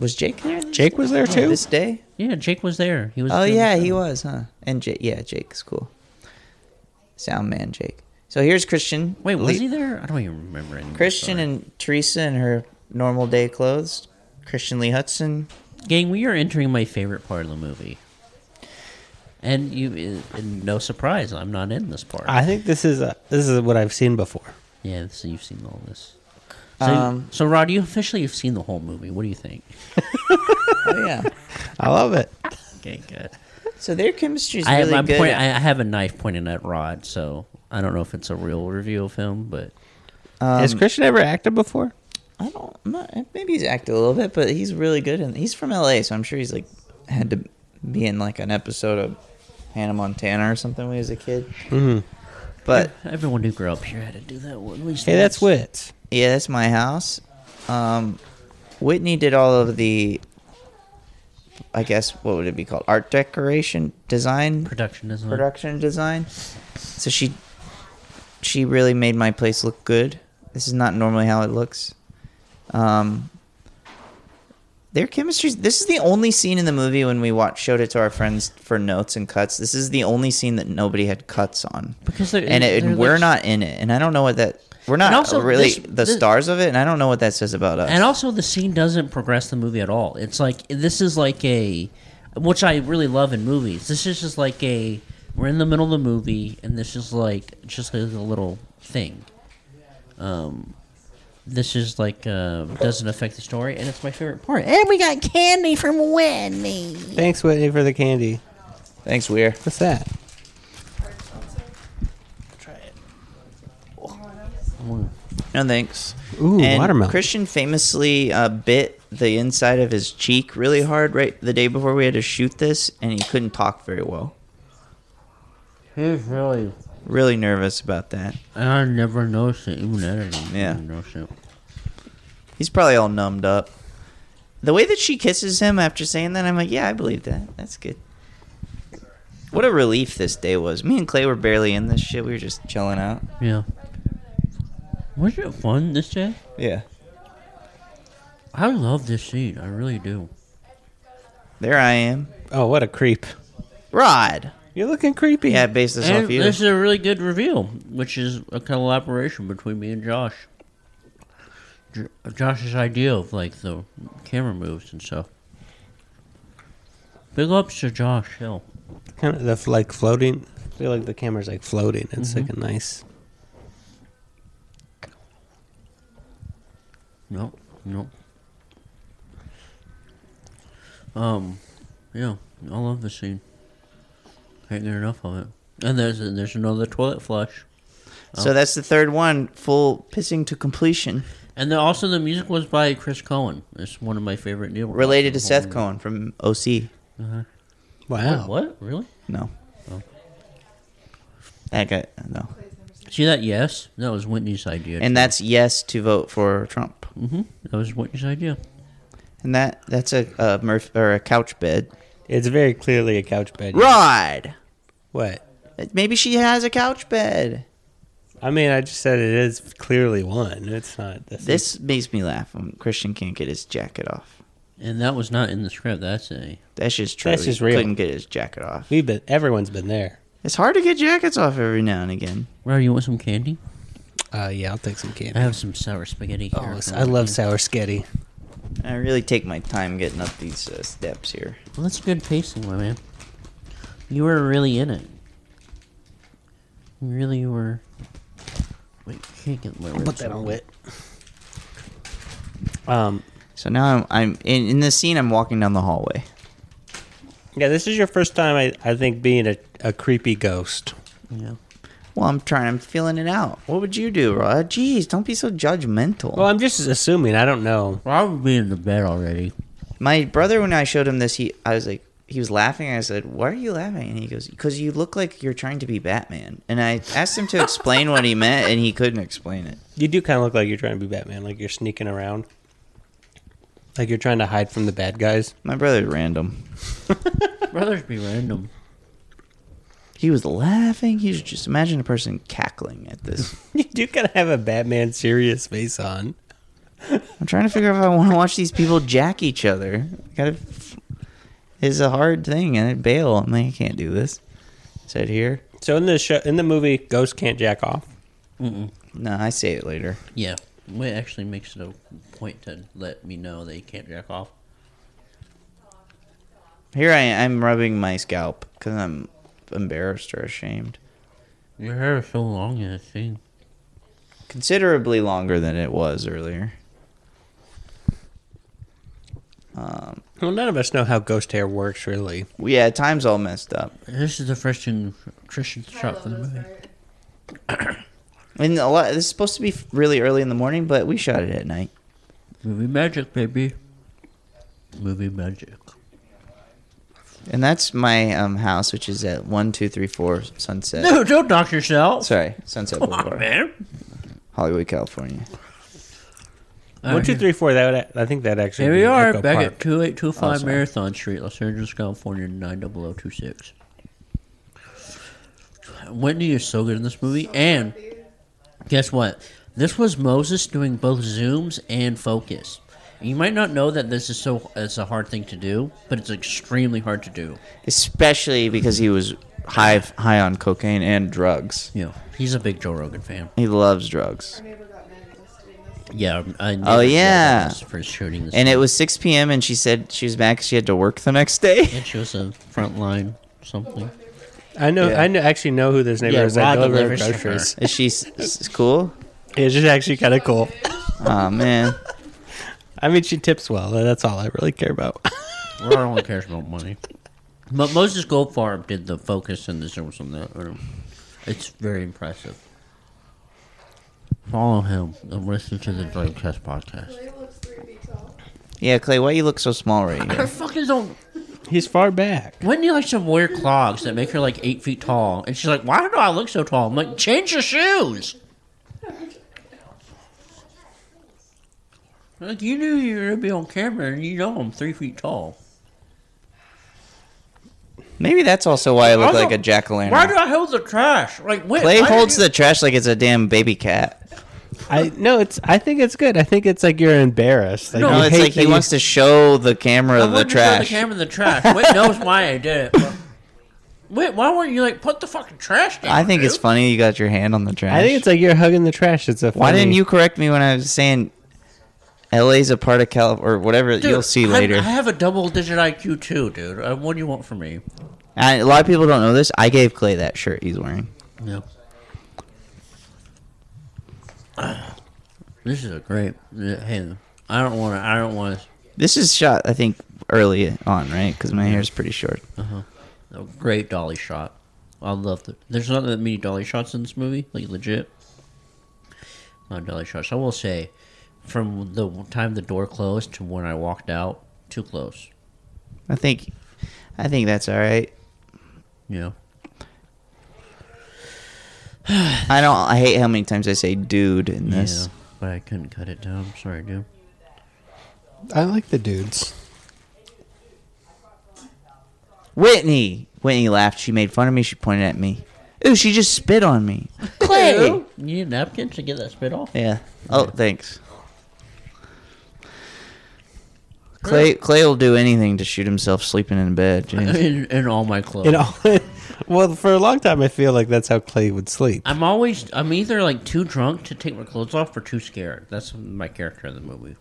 [SPEAKER 2] was Jake there. this-
[SPEAKER 4] Jake was there
[SPEAKER 2] oh,
[SPEAKER 4] too?
[SPEAKER 2] this day.
[SPEAKER 1] Yeah, Jake was there. He was.
[SPEAKER 2] Oh
[SPEAKER 1] doing the
[SPEAKER 2] yeah, he
[SPEAKER 1] show.
[SPEAKER 2] was, huh? And Jake, yeah, Jake's cool. Sound man, Jake. So here's Christian.
[SPEAKER 1] Wait, was
[SPEAKER 2] Le-
[SPEAKER 1] he there? I don't even remember. Anymore,
[SPEAKER 2] Christian
[SPEAKER 1] sorry.
[SPEAKER 2] and Teresa in her normal day clothes. Christian Lee Hudson.
[SPEAKER 1] Gang, we are entering my favorite part of the movie. And you, uh, and no surprise, I'm not in this part.
[SPEAKER 4] I think this is a, this is what I've seen before.
[SPEAKER 1] yeah, so you've seen all this. So,
[SPEAKER 2] Um,
[SPEAKER 1] so Rod, you officially have seen the whole movie. What do you think?
[SPEAKER 2] Oh yeah.
[SPEAKER 4] I love it.
[SPEAKER 1] Okay, good.
[SPEAKER 2] So their chemistry's
[SPEAKER 1] I,
[SPEAKER 2] really
[SPEAKER 1] I'm
[SPEAKER 2] good.
[SPEAKER 1] point, I I have a knife pointing at Rod, so I don't know if it's a real review of him, but
[SPEAKER 4] Has Christian ever acted before?
[SPEAKER 2] I don't. I'm not, maybe he's acted a little bit, but he's really good. And he's from LA, so I'm sure he's like had to be in like an episode of Hannah Montana or something when he was a kid. Mm-hmm. But
[SPEAKER 1] everyone who grew up here had to do that one. at least
[SPEAKER 4] Hey, that's
[SPEAKER 1] once.
[SPEAKER 4] Wits.
[SPEAKER 2] yeah, that's my house. Um, Whitney did all of the. I guess what would it be called? Art decoration design.
[SPEAKER 1] production design.
[SPEAKER 2] production design. So she she really made my place look good. This is not normally how it looks. Um their chemistry this is the only scene in the movie when we watched showed it to our friends for notes and cuts. This is the only scene that nobody had cuts on.
[SPEAKER 1] Because they're-
[SPEAKER 2] and, it,
[SPEAKER 1] they're
[SPEAKER 2] and we're
[SPEAKER 1] like-
[SPEAKER 2] not in it. And I don't know what that we're not
[SPEAKER 1] And also
[SPEAKER 2] really
[SPEAKER 1] this-
[SPEAKER 2] the
[SPEAKER 1] this-
[SPEAKER 2] stars of it and I don't know what that says about us.
[SPEAKER 1] And also, the scene doesn't progress the movie at all. It's like this is like a, which I really love in movies. This is just like a, we're in the middle of the movie, and this is like just a, little thing. Um, this is like uh, doesn't affect the story, and it's my favorite part. And we got candy from Whitney.
[SPEAKER 4] Thanks, Whitney, for the candy.
[SPEAKER 2] Thanks, Weir.
[SPEAKER 4] What's that?
[SPEAKER 2] No thanks.
[SPEAKER 4] Ooh,
[SPEAKER 2] and
[SPEAKER 4] watermelon.
[SPEAKER 2] Christian famously uh, bit the inside of his cheek really hard right the day before we had to shoot this, and he couldn't talk very well.
[SPEAKER 1] He's really.
[SPEAKER 2] Really nervous about that.
[SPEAKER 1] I never noticed it, even editing. I
[SPEAKER 2] Yeah.
[SPEAKER 1] didn't notice it.
[SPEAKER 2] He's probably all numbed up. The way that she kisses him after saying that, I'm like, yeah, I believe that. That's good. What a relief this day was. Me and Clay were barely in this shit. We were just chilling out.
[SPEAKER 1] Yeah. Was it fun this day?
[SPEAKER 2] Yeah.
[SPEAKER 1] I love this scene. I really do.
[SPEAKER 2] There I am.
[SPEAKER 4] Oh, what a creep.
[SPEAKER 2] Rod.
[SPEAKER 4] You're looking creepy.
[SPEAKER 2] Yeah, I based this
[SPEAKER 1] And
[SPEAKER 2] off you.
[SPEAKER 1] this is a really good reveal, which is a collaboration between me and Josh. J- Josh's idea of like the camera moves and stuff. Big ups to Josh Hill.
[SPEAKER 4] Kind of the f- like floating. I feel like the camera's like floating. It's like a nice.
[SPEAKER 1] No, no. Um, yeah, I love the scene. Can't get enough of it. And there's there's another toilet flush.
[SPEAKER 2] So that's the third one, full pissing to completion.
[SPEAKER 1] And then also the music was by Chris Cohen. It's one of my favorite new
[SPEAKER 2] Related to Seth Cohen from OC.
[SPEAKER 4] Wow.
[SPEAKER 1] What really?
[SPEAKER 2] No. That guy, no.
[SPEAKER 1] See that? Yes, that was Whitney's idea.
[SPEAKER 2] And that's yes to vote for Trump.
[SPEAKER 1] hmm that was Whitney's idea.
[SPEAKER 2] And that that's a, a Murph or a couch bed.
[SPEAKER 4] It's very clearly a couch bed.
[SPEAKER 2] Rod.
[SPEAKER 4] What?
[SPEAKER 2] Maybe she has a couch bed.
[SPEAKER 4] I mean, I just said it is clearly one. It's not this.
[SPEAKER 2] This makes me laugh when Christian can't get his jacket off.
[SPEAKER 1] And that was not in the script. That's a
[SPEAKER 2] That's just true.
[SPEAKER 4] That's
[SPEAKER 2] He
[SPEAKER 4] just real.
[SPEAKER 2] Couldn't get his jacket off.
[SPEAKER 4] We've been. Everyone's been there.
[SPEAKER 2] It's hard to get jackets off every now and again.
[SPEAKER 1] Rory, you want some candy?
[SPEAKER 4] Uh, yeah, I'll take some
[SPEAKER 1] I
[SPEAKER 4] candy.
[SPEAKER 1] have some sour spaghetti here.
[SPEAKER 4] Oh,
[SPEAKER 1] if you
[SPEAKER 4] I
[SPEAKER 1] want
[SPEAKER 4] love
[SPEAKER 1] any.
[SPEAKER 4] sour sketty.
[SPEAKER 2] I really take my time getting up these uh, steps here.
[SPEAKER 1] Well, that's good pacing, my man. You were really in it. You really were. Wait, can't get my
[SPEAKER 4] Put
[SPEAKER 1] words
[SPEAKER 4] that
[SPEAKER 1] out.
[SPEAKER 4] on wit. Um.
[SPEAKER 2] So now I'm, I'm in, in this scene. I'm walking down the hallway.
[SPEAKER 4] Yeah, this is your first time. I, I think being a, a creepy ghost.
[SPEAKER 1] Yeah.
[SPEAKER 2] Well, I'm trying. I'm feeling it out. What would you do, Rod? Jeez, don't be so judgmental.
[SPEAKER 4] Well, I'm just assuming. I don't know.
[SPEAKER 1] Well, I would be in the bed already.
[SPEAKER 2] My brother, when I showed him this, he I was like, he was laughing. I said, "Why are you laughing?" And he goes, "Because you look like you're trying to be Batman." And I asked him to explain what he meant, and he couldn't explain it.
[SPEAKER 4] You do kind of look like you're trying to be Batman, like you're sneaking around, like you're trying to hide from the bad guys.
[SPEAKER 2] My brother's random.
[SPEAKER 1] Brothers be random.
[SPEAKER 2] He was laughing. He was just imagine a person cackling at this.
[SPEAKER 4] You do kind of have a Batman serious face on.
[SPEAKER 2] I'm trying to figure out if I want to watch these people jack each other. Gotta, it's a hard thing, and I bail. I'm like, I can't do this. Said here.
[SPEAKER 4] So in the show, in the movie, Ghost can't jack off.
[SPEAKER 2] No, I say it later.
[SPEAKER 1] Yeah, it actually makes it a point to let me know that you can't jack off.
[SPEAKER 2] Here I am. I'm rubbing my scalp because I'm embarrassed or ashamed.
[SPEAKER 1] Your hair is so long in this thing.
[SPEAKER 2] Considerably longer than it was earlier.
[SPEAKER 4] Well, none of us know how ghost hair works, really.
[SPEAKER 2] Well, Yeah, time's all messed up.
[SPEAKER 1] This is the first thing Christian shot for the movie.
[SPEAKER 2] And a lot. This is supposed to be really early in the morning, but we shot it at night.
[SPEAKER 1] Movie magic, baby. Movie magic.
[SPEAKER 2] And that's my um, house, which is at one two three four Sunset.
[SPEAKER 1] No, don't knock yourself.
[SPEAKER 2] Sorry, Sunset
[SPEAKER 1] Come on,
[SPEAKER 2] Boulevard,
[SPEAKER 1] man.
[SPEAKER 2] Hollywood, California.
[SPEAKER 4] One, two, three, four. That would, I think that actually.
[SPEAKER 1] Here
[SPEAKER 4] be
[SPEAKER 1] we are
[SPEAKER 4] Echo
[SPEAKER 1] back
[SPEAKER 4] Park.
[SPEAKER 1] at 2825
[SPEAKER 2] sorry.
[SPEAKER 1] Marathon Street, Los Angeles, California, 90026. Whitney is so good in this movie. and guess what? This was Moses doing both zooms and focus. You might not know that this is so it's a hard thing to do, but it's extremely hard to do.
[SPEAKER 2] especially because he was high high on cocaine and drugs.
[SPEAKER 1] Yeah, he's a big Joe Rogan fan.
[SPEAKER 2] He loves drugs.
[SPEAKER 1] Yeah, I knew
[SPEAKER 2] Oh,
[SPEAKER 1] that Joe
[SPEAKER 2] yeah.
[SPEAKER 1] was for shooting this,
[SPEAKER 2] And it was 6 p.m. and she said she was back. 'cause She had to work the next day.
[SPEAKER 1] and she was a front line something.
[SPEAKER 4] I know.
[SPEAKER 2] Yeah.
[SPEAKER 4] I know, actually know who this neighbor
[SPEAKER 1] Yeah,
[SPEAKER 4] is. I
[SPEAKER 1] Rod
[SPEAKER 4] deliver
[SPEAKER 1] delivers to her.
[SPEAKER 4] groceries.
[SPEAKER 2] Is she s- s- cool?
[SPEAKER 4] It's just actually kind of cool.
[SPEAKER 2] Oh man,
[SPEAKER 4] I mean, she tips well. That's all I really care about.
[SPEAKER 1] Rod only cares about money. But Moses Goldfarb did the focus and the zooms on that. and It's very impressive. Follow him and listen to the Dreamcast podcast.
[SPEAKER 2] yeah, Clay. Why you look so small right
[SPEAKER 1] I
[SPEAKER 2] here?
[SPEAKER 1] fucking don't.
[SPEAKER 4] He's far back.
[SPEAKER 1] When you like some weird clogs that make her like eight feet tall, and she's like, "Why do I look so tall?" I'm like, "Change your shoes." Like you knew you were gonna be on camera, and you know I'm three feet tall.
[SPEAKER 2] Maybe that's also why I look
[SPEAKER 1] Also,
[SPEAKER 2] like a jack o'
[SPEAKER 1] Why do
[SPEAKER 2] lantern.
[SPEAKER 1] I hold the trash? Like, wait,
[SPEAKER 2] Clay
[SPEAKER 1] why did
[SPEAKER 2] holds
[SPEAKER 1] you-
[SPEAKER 2] the trash like it's a damn baby cat.
[SPEAKER 4] I no. It's. I think it's good. I think it's like you're embarrassed. Like,
[SPEAKER 1] No,
[SPEAKER 4] you
[SPEAKER 2] No, it's
[SPEAKER 4] hate
[SPEAKER 2] like
[SPEAKER 4] that
[SPEAKER 2] he
[SPEAKER 4] you-
[SPEAKER 2] wants to show the camera
[SPEAKER 1] I
[SPEAKER 2] the
[SPEAKER 1] wanted to throw the
[SPEAKER 2] trash.
[SPEAKER 1] camera in the trash. Whit knows why I did it. but- Wait, why weren't you like put the fucking trash down?
[SPEAKER 2] I think it's
[SPEAKER 1] dude?
[SPEAKER 2] funny you got your hand on the trash.
[SPEAKER 4] I think it's like you're hugging the trash. It's a. Funny,
[SPEAKER 2] Why didn't you correct me when I was saying LA's a part of California or whatever?
[SPEAKER 1] Dude,
[SPEAKER 2] you'll see
[SPEAKER 1] I'm-
[SPEAKER 2] later.
[SPEAKER 1] I have a double digit IQ too, dude. Uh, What do you want from me?
[SPEAKER 2] I, a lot of people don't know this. I gave Clay that shirt he's wearing.
[SPEAKER 1] Yeah. This is a great. yeah, Hey, I don't want to. I don't want
[SPEAKER 2] This is shot, I think, early on, right? Because my hair's pretty short.
[SPEAKER 1] a great dolly shot. I love the. There's not that many dolly shots in this movie, like legit. Not dolly shots. I will say, from the time the door closed to when I walked out, too close.
[SPEAKER 2] I think, I think that's all right.
[SPEAKER 1] Yeah.
[SPEAKER 2] I don't. I hate how many times I say "dude" in this.
[SPEAKER 1] Yeah, but I couldn't cut it down. I'm sorry, dude.
[SPEAKER 4] I like the dudes.
[SPEAKER 2] Whitney. Whitney laughed. She made fun of me. She pointed at me. Ooh, she just spit on me. Clay.
[SPEAKER 1] You need napkins to get that spit off?
[SPEAKER 2] yeah. Oh, thanks. Clay. Clay will do anything to shoot himself sleeping in bed. Jeez.
[SPEAKER 1] In, in all my clothes.
[SPEAKER 4] You know. well, for a long time, I feel like that's how Clay would sleep.
[SPEAKER 1] I'm always, I'm either like too drunk to take my clothes off or too scared. That's my character in the movie.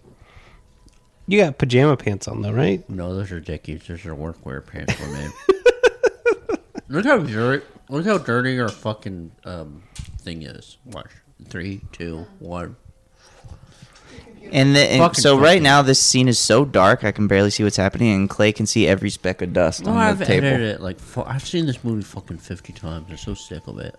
[SPEAKER 4] You got pajama pants on though, right?
[SPEAKER 1] No, those are dickies. Those are workwear pants for me. look how dirty, look how dirty our fucking um, thing is. Watch. Three, two, one.
[SPEAKER 2] And, the, and
[SPEAKER 1] Fucking
[SPEAKER 2] so right
[SPEAKER 1] fucking-
[SPEAKER 2] now this scene is so dark I can barely see what's happening, and Clay can see every speck of dust
[SPEAKER 1] Oh,
[SPEAKER 2] on
[SPEAKER 1] I've
[SPEAKER 2] the table.
[SPEAKER 1] edited it like, fu- I've seen this movie fucking 50 times. I'm so sick of it.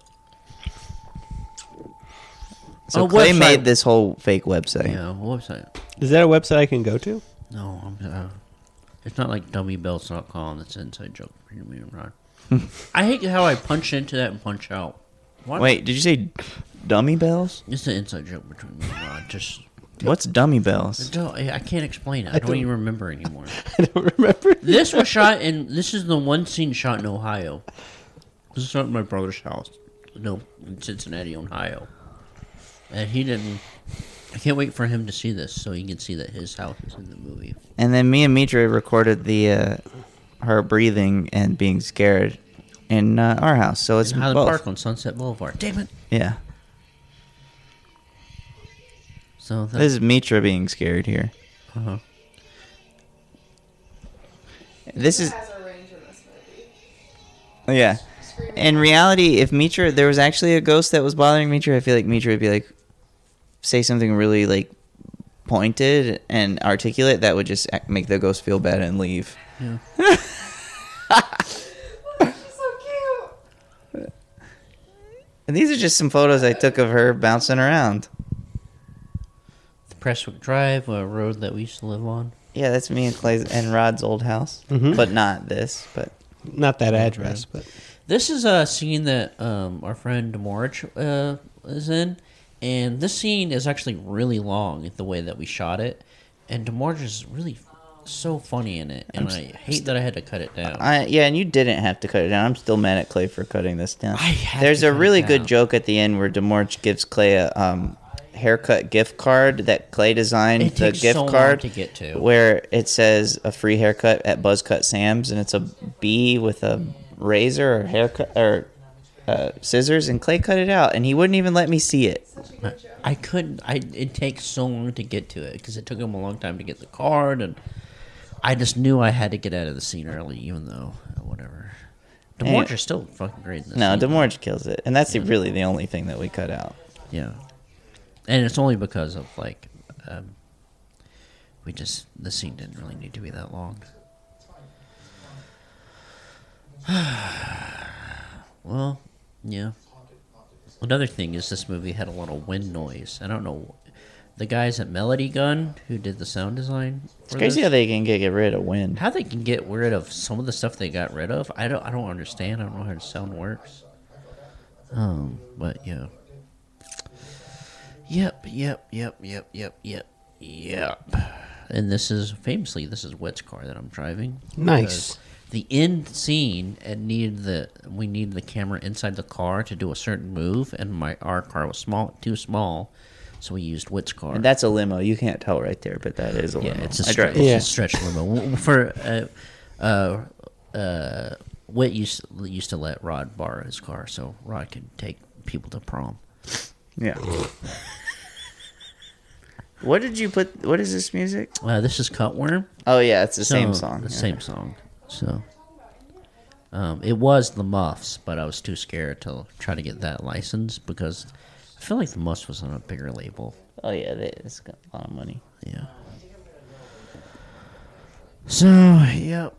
[SPEAKER 2] So
[SPEAKER 1] A
[SPEAKER 2] Clay
[SPEAKER 1] website.
[SPEAKER 2] made this whole fake website.
[SPEAKER 1] Yeah, what website?
[SPEAKER 3] Is that a website I can go to?
[SPEAKER 1] No, I'm, uh, it's not like dummybelts.com. That's an inside joke between me and Ron. I hate how I punch into that and punch out. What?
[SPEAKER 2] Wait, did you say dummy bells?
[SPEAKER 1] It's an inside joke between me and Ron. Just.
[SPEAKER 2] What's dummy bells?
[SPEAKER 1] No, I I can't explain it. I, don't, even remember anymore.
[SPEAKER 3] I don't remember.
[SPEAKER 1] this was shot in. This is the one scene shot in Ohio. This is shot in my brother's house. No, in Cincinnati, Ohio. And he didn't. I can't wait for him to see this so he can see that his house is in the movie.
[SPEAKER 2] And then me and Mitra recorded the uh, her breathing and being scared in uh, our house. So it's
[SPEAKER 1] In Highland
[SPEAKER 2] both.
[SPEAKER 1] Park on Sunset Boulevard. Damn it.
[SPEAKER 2] Yeah,
[SPEAKER 1] So that,
[SPEAKER 2] this is Mitra being scared here.
[SPEAKER 1] uh-huh.
[SPEAKER 2] This is
[SPEAKER 5] has a range in this movie.
[SPEAKER 2] yeah. In reality, if Mitra, there was actually a ghost that was bothering Mitra, I feel like Mitra would be like, say something really like pointed and articulate that would just ac- make the ghost feel bad and leave.
[SPEAKER 5] She's so cute.
[SPEAKER 2] And these are just some photos I took of her bouncing around.
[SPEAKER 1] Presswick Drive, a road that we used to live on.
[SPEAKER 2] Yeah, that's me and Clay's and Rod's old house, but not this. But
[SPEAKER 3] Not that address, but
[SPEAKER 1] This is a scene that um, our friend Demorich uh, is in, and this scene is actually really long the way that we shot it, and Demorich is really f- so funny in it, and I hate that I had to cut it down.
[SPEAKER 2] I yeah, and you didn't have to cut it down. I'm still mad at Clay for cutting this down.
[SPEAKER 1] had
[SPEAKER 2] There's
[SPEAKER 1] to
[SPEAKER 2] a
[SPEAKER 1] cut it
[SPEAKER 2] really
[SPEAKER 1] down.
[SPEAKER 2] good joke at the end where Demorch gives Clay a um, haircut gift card that Clay designed.
[SPEAKER 1] It
[SPEAKER 2] the
[SPEAKER 1] takes
[SPEAKER 2] gift
[SPEAKER 1] so long
[SPEAKER 2] card
[SPEAKER 1] to get to.
[SPEAKER 2] where it says a free haircut at Buzzcut Sam's, and it's a bee with a razor or haircut or uh, scissors, and Clay cut it out, and he wouldn't even let me see it.
[SPEAKER 1] I couldn't. I it takes so long to get to it because it took him a long time to get the card, and I just knew I had to get out of the scene early, even though uh, whatever. Demorich is still fucking great in this.
[SPEAKER 2] No,
[SPEAKER 1] scene.
[SPEAKER 2] Demorch kills it, and that's the- really the only thing that we cut out.
[SPEAKER 1] Yeah, and it's only because of like, um, we just the scene didn't really need to be that long. well, yeah. Another thing is this movie had a lot of wind noise. I don't know. The guys at Melody Gun who did the sound design.
[SPEAKER 2] It's crazy how they can get rid of wind.
[SPEAKER 1] how they can get rid of some of the stuff they got rid of. I don't I don't understand. I don't know how the sound works. Um, but yeah. Yep, yep, yep, yep, yep, yep, yep. And this is famously this is Witt's car that I'm driving.
[SPEAKER 3] Nice.
[SPEAKER 1] because The end scene it needed the we needed the camera inside the car to do a certain move, and my our car was small too small, so we used Witt's car.
[SPEAKER 2] And That's a limo. You can't tell right there, but that is a
[SPEAKER 1] Yeah,
[SPEAKER 2] limo.
[SPEAKER 1] it's a,
[SPEAKER 2] I
[SPEAKER 1] stre-
[SPEAKER 2] drive.
[SPEAKER 1] it's
[SPEAKER 3] Yeah.
[SPEAKER 1] a stretch limo. W- For uh, uh, uh, Whit used used to let Rod borrow his car, so Rod could take people to prom.
[SPEAKER 2] Yeah. what did you put? What is this music?
[SPEAKER 1] Uh, this is Cutworm.
[SPEAKER 2] Oh yeah, it's the
[SPEAKER 1] so-
[SPEAKER 2] same song.
[SPEAKER 1] The
[SPEAKER 2] yeah.
[SPEAKER 1] same song. So um, it was the Muffs, but I was too scared to try to get that license because I feel like the Muffs was on a bigger label.
[SPEAKER 2] Oh yeah, they, it's got a lot of money.
[SPEAKER 1] Yeah. So yep,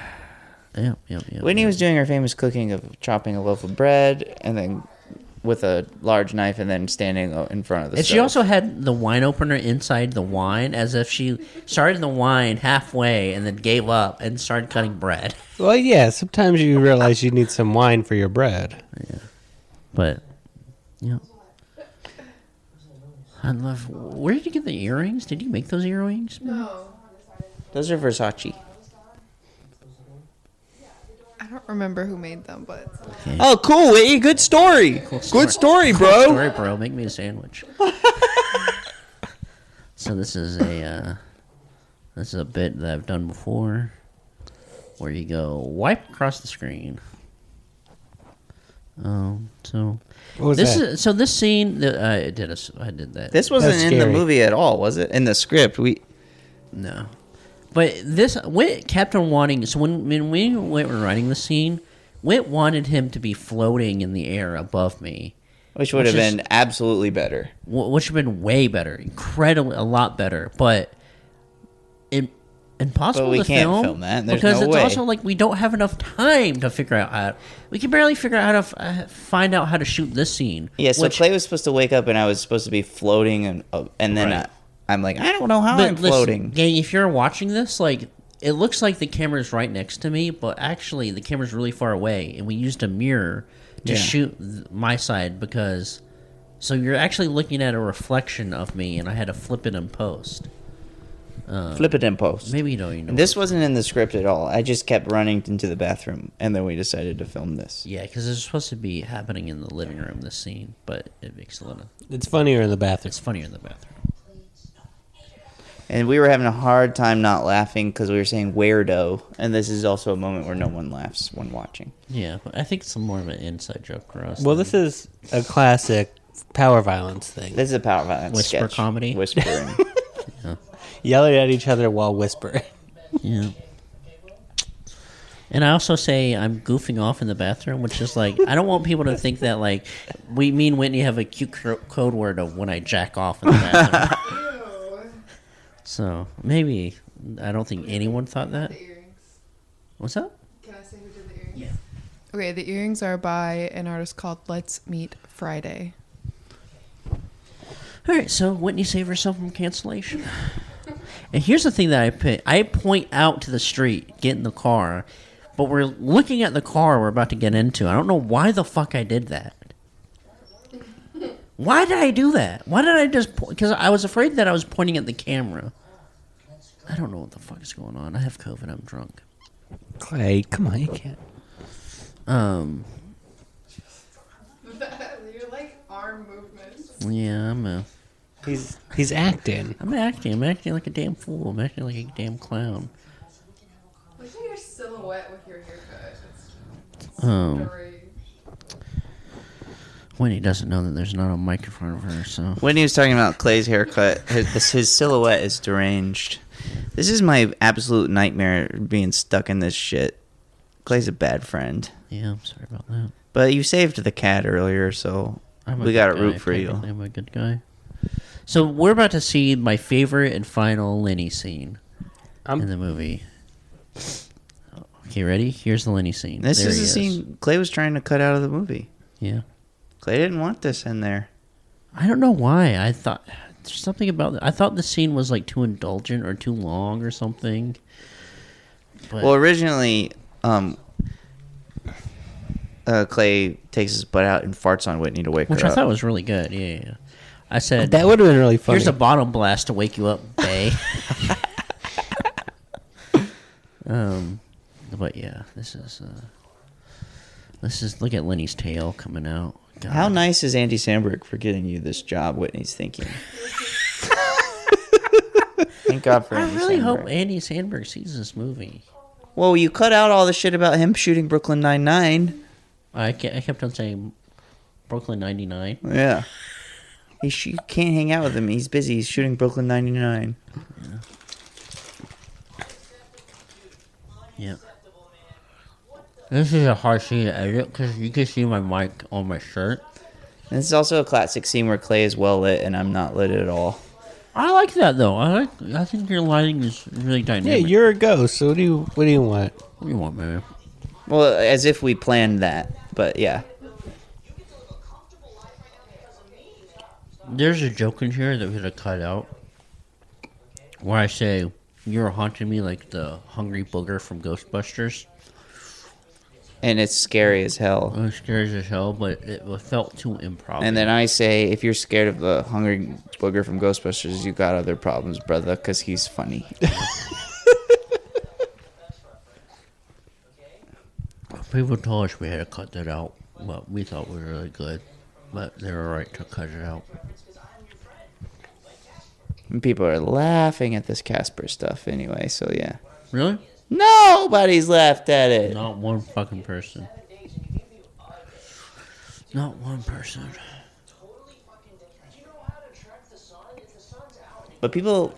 [SPEAKER 1] yep, yep, yep.
[SPEAKER 2] Whitney
[SPEAKER 1] yep.
[SPEAKER 2] was doing her famous cooking of chopping a loaf of bread and then with a large knife and then standing o- in front of the.
[SPEAKER 1] And she
[SPEAKER 2] stove.
[SPEAKER 1] also had the wine opener inside the wine, as if she started the wine halfway and then gave up and started cutting bread.
[SPEAKER 3] well, yeah. Sometimes you realize you need some wine for your bread.
[SPEAKER 1] But yeah, I love. Where did you get the earrings? Did you make those earrings?
[SPEAKER 5] No,
[SPEAKER 2] Those are Versace.
[SPEAKER 5] I don't remember who made them, but
[SPEAKER 2] Oh, cool, Whitney. Good story. Good story, bro.
[SPEAKER 1] Sorry, bro. Make me a sandwich. so this is a uh, this is a bit that I've done before, where you go wipe across the screen. Um. So
[SPEAKER 3] What was
[SPEAKER 1] this
[SPEAKER 3] that?
[SPEAKER 1] is so this scene uh, that I did a s- I did that
[SPEAKER 2] This wasn't
[SPEAKER 3] That's
[SPEAKER 2] in the
[SPEAKER 3] scary.
[SPEAKER 2] movie at all, was it? In the script, we
[SPEAKER 1] no, but this Wit kept on wanting. So when when we went were writing the scene, Wit wanted him to be floating in the air above me.
[SPEAKER 2] which would have
[SPEAKER 1] Which is-
[SPEAKER 2] been absolutely better.
[SPEAKER 1] wh- which would have been way better, incredibly a lot better. But it impossible
[SPEAKER 2] But we
[SPEAKER 1] to
[SPEAKER 2] can't
[SPEAKER 1] film,
[SPEAKER 2] film that. There's
[SPEAKER 1] because
[SPEAKER 2] no
[SPEAKER 1] it's
[SPEAKER 2] way.
[SPEAKER 1] also like we don't have enough time to figure out how. We can barely figure out how to f- uh, find out how to shoot this scene.
[SPEAKER 2] Yeah, so
[SPEAKER 1] which-
[SPEAKER 2] Clay was supposed to wake up, and I was supposed to be floating, and uh, and then
[SPEAKER 1] Right.
[SPEAKER 2] I, I'm like, I don't know how
[SPEAKER 1] but
[SPEAKER 2] I'm
[SPEAKER 1] listen,
[SPEAKER 2] floating.
[SPEAKER 1] gang, if you're watching this, like it looks like the camera's right next to me, but actually the camera's really far away, and we used a mirror to
[SPEAKER 2] Yeah.
[SPEAKER 1] shoot th- my side because. So you're actually looking at a reflection of me, and I had to flip it in post.
[SPEAKER 2] Flip it in post.
[SPEAKER 1] Maybe you don't even know.
[SPEAKER 2] This wasn't in the script at all. I just kept running into the bathroom, and then we decided to film this.
[SPEAKER 1] Yeah, because it's supposed to be happening in the living room. This scene, but it makes a lot of.
[SPEAKER 4] It's funnier in the bathroom.
[SPEAKER 1] It's funnier in the bathroom.
[SPEAKER 2] And we were having a hard time not laughing because we were saying weirdo, and this is also a moment where no one laughs when watching.
[SPEAKER 1] Yeah, but I think it's more of an inside joke for us.
[SPEAKER 4] Well,
[SPEAKER 1] than
[SPEAKER 4] this is a classic power violence thing.
[SPEAKER 2] This is a power violence
[SPEAKER 1] Whisper
[SPEAKER 2] sketch.
[SPEAKER 1] comedy?
[SPEAKER 2] Whispering.
[SPEAKER 4] Yelling at each other while whispering.
[SPEAKER 1] Yeah. And I also say I'm goofing off in the bathroom, which is like I don't want people to think that like we me and Whitney have a cute cro- code word of when I jack off in the bathroom. so maybe I don't think anyone thought that.
[SPEAKER 5] The earrings.
[SPEAKER 1] What's up?
[SPEAKER 5] Can I say who did the earrings? Yeah. Okay, the earrings are by an artist called Let's Meet Friday.
[SPEAKER 1] All right, so Whitney saved herself from cancellation. And here's the thing that I put I point out to the street, get in the car, but we're looking at the car we're about to get into. I don't know why the fuck I did that. Why did I do that? Why did I just because I was afraid that I was pointing at the camera. I don't know what the fuck is going on. I have COVID. I'm drunk.
[SPEAKER 4] Clay, come on, you can't.
[SPEAKER 1] Um.
[SPEAKER 5] You're like arm movements.
[SPEAKER 1] Yeah, I'm a,
[SPEAKER 4] He's he's acting.
[SPEAKER 1] I'm acting. I'm acting like a damn fool. I'm acting like a damn clown.
[SPEAKER 5] Look at your silhouette with your haircut. It's
[SPEAKER 1] Um. Whitney doesn't know that there's not a microphone for her, so.
[SPEAKER 2] when he was talking about Clay's haircut, his, his silhouette is deranged. This is my absolute nightmare being stuck in this shit. Clay's a bad friend.
[SPEAKER 1] Yeah, I'm sorry about that.
[SPEAKER 2] But you saved the cat earlier, so
[SPEAKER 1] I'm a
[SPEAKER 2] we
[SPEAKER 1] good
[SPEAKER 2] got to
[SPEAKER 1] guy.
[SPEAKER 2] root for
[SPEAKER 1] Technically,
[SPEAKER 2] you.
[SPEAKER 1] I'm a good guy. So we're about to see my favorite and final Lenny scene
[SPEAKER 4] I'm-
[SPEAKER 1] in the movie. Okay, ready? Here's the Lenny scene.
[SPEAKER 2] This
[SPEAKER 1] There
[SPEAKER 2] is
[SPEAKER 1] he
[SPEAKER 2] a scene Clay was trying to cut out of the movie.
[SPEAKER 1] Yeah.
[SPEAKER 2] Clay didn't want this in there.
[SPEAKER 1] I don't know why. I thought there's something about I thought the scene was like too indulgent or too long or something. But
[SPEAKER 2] Well, originally, um, uh, Clay takes his butt out and farts on Whitney to wake
[SPEAKER 1] which
[SPEAKER 2] her
[SPEAKER 1] I
[SPEAKER 2] up.
[SPEAKER 1] thought was really good. Yeah, yeah. yeah. I said
[SPEAKER 4] That would have been really funny.
[SPEAKER 1] Here's a bottom blast to wake you up, Bay. um, but yeah, this is uh, this is look at Lenny's tail coming out. God.
[SPEAKER 2] How nice is Andy Samberg for getting you this job? Whitney's thinking. Thank God for
[SPEAKER 1] I
[SPEAKER 2] Andy
[SPEAKER 1] really
[SPEAKER 2] Samberg.
[SPEAKER 1] hope Andy Sandberg sees this movie.
[SPEAKER 2] Well, you cut out all the shit about him shooting Brooklyn Nine Nine.
[SPEAKER 1] I kept, I kept on saying Brooklyn '99.
[SPEAKER 2] Yeah. He sh- you can't hang out with him. He's busy. He's shooting Brooklyn 99.
[SPEAKER 1] Yeah. This is a hard scene to edit because you can see my mic on my shirt.
[SPEAKER 2] And this is also a classic scene where Clay is well lit and I'm not lit at all.
[SPEAKER 1] I like that though. I like. I think your lighting is really
[SPEAKER 4] yeah,
[SPEAKER 1] dynamic.
[SPEAKER 4] you're a ghost. So what do you what do you want?
[SPEAKER 1] what do you want, man?
[SPEAKER 2] Well, as if we planned that, but yeah.
[SPEAKER 1] There's a joke in here that we had to cut out where I say, You're haunting me like the hungry booger from Ghostbusters.
[SPEAKER 2] And it's scary as
[SPEAKER 1] It
[SPEAKER 2] hell.
[SPEAKER 1] was scary as hell, but it wa- felt too improv.
[SPEAKER 2] And then I say, if you're scared of the hungry booger from Ghostbusters, you got other problems, brother, because he's funny.
[SPEAKER 1] people told us we had to cut that out, but we thought we were really good. But they were right to cut it out.
[SPEAKER 2] and people are laughing at this Casper stuff anyway, so yeah.
[SPEAKER 1] Really?
[SPEAKER 2] Nobody's laughed at it.
[SPEAKER 1] Not one fucking person. Not one person.
[SPEAKER 2] But people.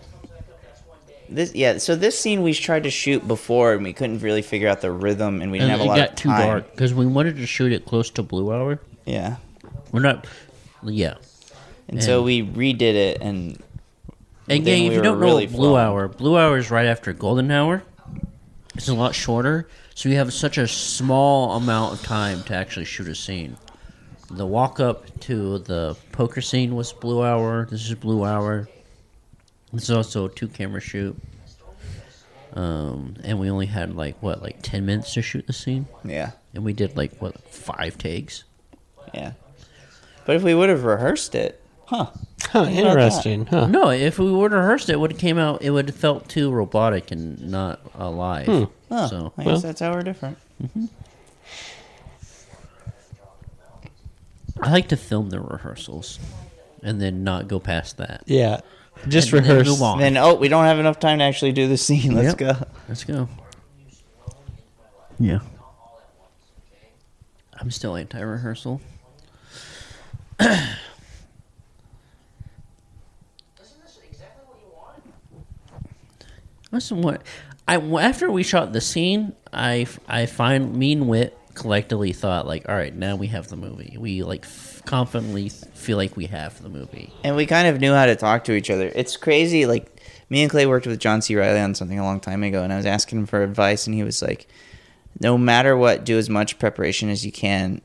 [SPEAKER 2] This yeah, so this scene we tried to shoot before and we couldn't really figure out the rhythm and we didn't
[SPEAKER 1] And it
[SPEAKER 2] have a lot
[SPEAKER 1] got
[SPEAKER 2] of
[SPEAKER 1] too
[SPEAKER 2] time.
[SPEAKER 1] dark because we wanted to shoot it close to Blue Hour.
[SPEAKER 2] Yeah.
[SPEAKER 1] We're not. Yeah.
[SPEAKER 2] And so
[SPEAKER 1] And-
[SPEAKER 2] we redid it, and
[SPEAKER 1] And
[SPEAKER 6] then
[SPEAKER 1] gang, if
[SPEAKER 6] we
[SPEAKER 1] you
[SPEAKER 6] were
[SPEAKER 1] don't
[SPEAKER 6] really
[SPEAKER 1] know what blue
[SPEAKER 6] flowing.
[SPEAKER 1] hour, blue hour is right after golden hour. It's a lot shorter, so you have such a small amount of time to actually shoot a scene. The walk up to the poker scene was blue hour. This is blue hour. This is also a two camera shoot. Um, and we only had like what, like ten minutes to shoot the scene,
[SPEAKER 6] Yeah,
[SPEAKER 1] and we did like what five takes.
[SPEAKER 6] yeah.
[SPEAKER 2] But if we would have rehearsed it,
[SPEAKER 6] Huh.
[SPEAKER 4] Huh, interesting. Huh.
[SPEAKER 1] No, if we would have rehearsed it, it would have came out. It would have felt too robotic and not alive.
[SPEAKER 6] Huh.
[SPEAKER 1] So
[SPEAKER 6] I
[SPEAKER 4] Well.
[SPEAKER 6] guess that's how we're different.
[SPEAKER 1] I like to film the rehearsals and then not go past that.
[SPEAKER 4] Yeah. Just
[SPEAKER 1] And then
[SPEAKER 4] rehearse.
[SPEAKER 1] move on.
[SPEAKER 6] Then oh, we don't have enough time to actually do the scene. Let's
[SPEAKER 1] Yep.
[SPEAKER 6] go.
[SPEAKER 1] Let's go. Yeah. I'm still anti rehearsal. Listen, what I after we shot the scene, I I find Mean Wit collectively thought like, all right, now we have the movie. We like f- confidently feel like we have the movie.
[SPEAKER 2] and we kind of knew how to talk to each other. It's crazy. Like me and Clay worked with John C. Riley on something a long time ago, and I was asking him for advice, and he was like, "No matter what, do as much preparation as you can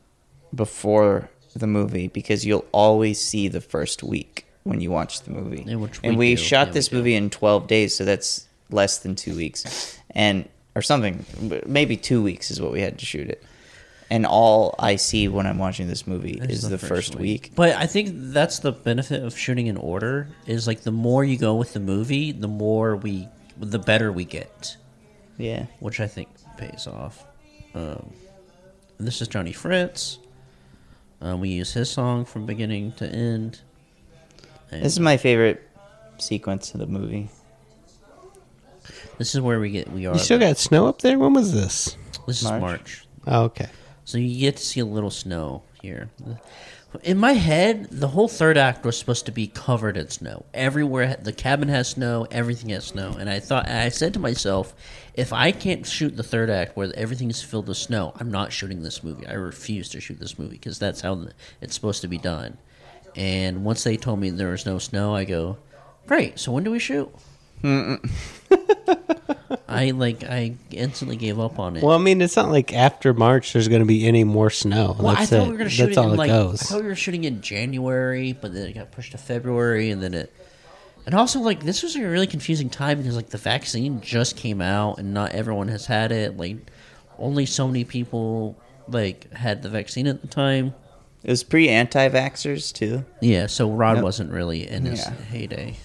[SPEAKER 2] before the movie because you'll always see the first week when you watch the movie."
[SPEAKER 1] Yeah, which
[SPEAKER 2] and
[SPEAKER 1] we
[SPEAKER 2] we
[SPEAKER 1] do.
[SPEAKER 2] shot
[SPEAKER 1] Yeah, we
[SPEAKER 2] this
[SPEAKER 1] do.
[SPEAKER 2] movie in 12 days, so that's less than two weeks, and or something, maybe two weeks is what we had to shoot it. And all I see when I'm watching this movie is the, first week.
[SPEAKER 1] But I think that's the benefit of shooting in order is like the more you go with the movie, the more we, the better we get,
[SPEAKER 2] Yeah.
[SPEAKER 1] which I think pays off. Um, this is Johnny Fritz. Uh, we use his song from beginning to end. And
[SPEAKER 2] This is my favorite sequence of the movie.
[SPEAKER 1] this is where we get we are.
[SPEAKER 4] You still got snow up there? When was this?
[SPEAKER 1] this
[SPEAKER 2] March?
[SPEAKER 1] is March.
[SPEAKER 4] Oh, okay.
[SPEAKER 1] So you get to see a little snow here. In my head, the whole third act was supposed to be covered in snow. Everywhere, the cabin has snow, everything has snow. And I thought, and I said to myself, if I can't shoot the third act where everything is filled with snow, I'm not shooting this movie. I refuse to shoot this movie because that's how it's supposed to be done. And once they told me there was no snow, I go, great. So when do we shoot? I like I instantly gave up on it.
[SPEAKER 4] Well, I mean, it's not like after March there's going to be any more snow.
[SPEAKER 1] Well,
[SPEAKER 4] That's
[SPEAKER 1] I thought
[SPEAKER 4] it.
[SPEAKER 1] we were going to
[SPEAKER 4] That's
[SPEAKER 1] shoot it
[SPEAKER 4] all
[SPEAKER 1] in
[SPEAKER 4] it
[SPEAKER 1] like I
[SPEAKER 4] goes.
[SPEAKER 1] thought we were shooting in January, but then it got pushed to February, and then it. And also, like this was a really confusing time because like the vaccine just came out, and not everyone has had it. Like, only so many people like had the vaccine at the time.
[SPEAKER 2] It was pre anti vaxxers too.
[SPEAKER 1] Yeah, so Rod
[SPEAKER 2] Yep.
[SPEAKER 1] wasn't really in his
[SPEAKER 2] Yeah.
[SPEAKER 1] heyday.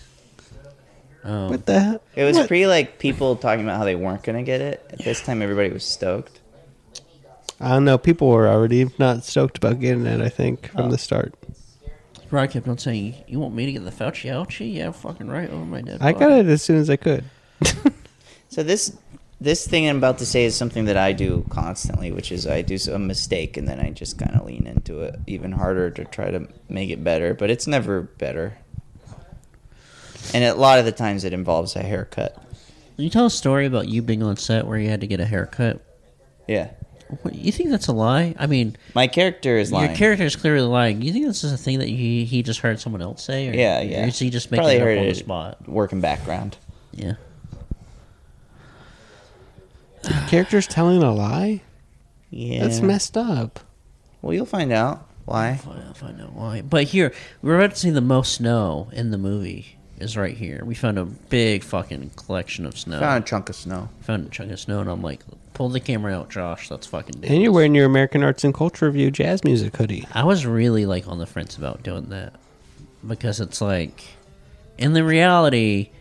[SPEAKER 4] what the hell?
[SPEAKER 2] It was
[SPEAKER 4] What?
[SPEAKER 2] pre like people talking about how they weren't gonna get it. At this time everybody was stoked.
[SPEAKER 4] I don't know. People were already not stoked about getting it, I think,
[SPEAKER 1] Oh.
[SPEAKER 4] from the start.
[SPEAKER 1] Rod kept on saying, "You want me to get the Fauci ouchie? Yeah, fucking right over my dead."
[SPEAKER 4] I got
[SPEAKER 1] body."
[SPEAKER 4] it as soon as I could.
[SPEAKER 2] So this this thing I'm about to say is something that I do constantly, which is I do a mistake and then I just kind of lean into it even harder to try to make it better, but it's never better. And a lot of the times it involves a haircut.
[SPEAKER 1] Can you tell a story about you being on set where you had to get a haircut?
[SPEAKER 2] Yeah,
[SPEAKER 1] What, you think that's a lie? I mean,
[SPEAKER 2] my character is lying.
[SPEAKER 1] Your character is clearly lying. You think this is a thing that he he just heard someone else say? Or,
[SPEAKER 2] yeah, yeah.
[SPEAKER 1] Or is he just making
[SPEAKER 2] Probably
[SPEAKER 1] it
[SPEAKER 2] heard
[SPEAKER 1] up on the
[SPEAKER 2] it
[SPEAKER 1] spot?
[SPEAKER 2] Working background.
[SPEAKER 1] Yeah.
[SPEAKER 4] Characters telling a lie?
[SPEAKER 2] Yeah,
[SPEAKER 4] That's messed up.
[SPEAKER 2] Well, you'll find out why.
[SPEAKER 1] Find out, find out why. But here, we're about to see the most snow in the movie is right here. We found a big fucking collection of snow.
[SPEAKER 2] Found a chunk of snow.
[SPEAKER 1] Found a chunk of snow, and I'm like, pull the camera out, Josh. Let's fucking do
[SPEAKER 4] And
[SPEAKER 1] it.
[SPEAKER 4] you're wearing your American Arts and Culture Review jazz music hoodie.
[SPEAKER 1] I was really like on the fence about doing that because it's like, in the reality,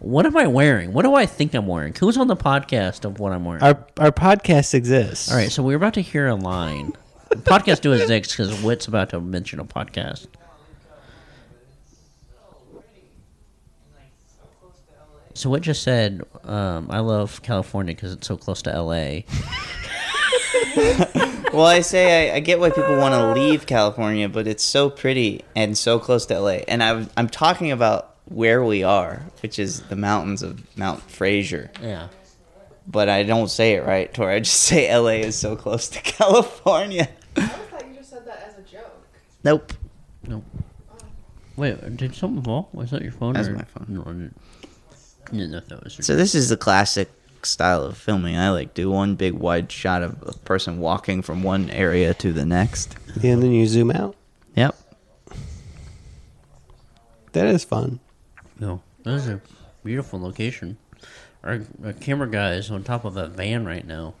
[SPEAKER 1] what am I wearing? What do I think I'm wearing? Who's on the podcast of what I'm wearing?
[SPEAKER 4] Our our podcast exists.
[SPEAKER 1] All right, so we're about to hear a line. The podcast do is next because Wit's about to mention a podcast. So Wit just said, um, "I love California because it's so close to L.A."
[SPEAKER 2] Well, I say I, I get why people want to leave California, but it's so pretty and so close to LA. And I'm, I'm talking about where we are, which is the mountains of Mount Fraser.
[SPEAKER 1] Yeah,
[SPEAKER 2] But I don't say it right, Tor. I just say LA is so close to California.
[SPEAKER 5] I thought you just said that as a joke.
[SPEAKER 2] Nope.
[SPEAKER 1] no, Wait, did something fall? Was that your phone?
[SPEAKER 2] That's
[SPEAKER 1] or-
[SPEAKER 2] my phone.
[SPEAKER 1] No, I didn't. didn't know if that was your
[SPEAKER 2] So this is the classic style of filming I like. Do one big wide shot of a person walking from one area to the next.
[SPEAKER 4] And then you zoom out.
[SPEAKER 2] Yep.
[SPEAKER 4] That is fun.
[SPEAKER 1] No, that is a beautiful location. Our, our camera guy is on top of a van right now.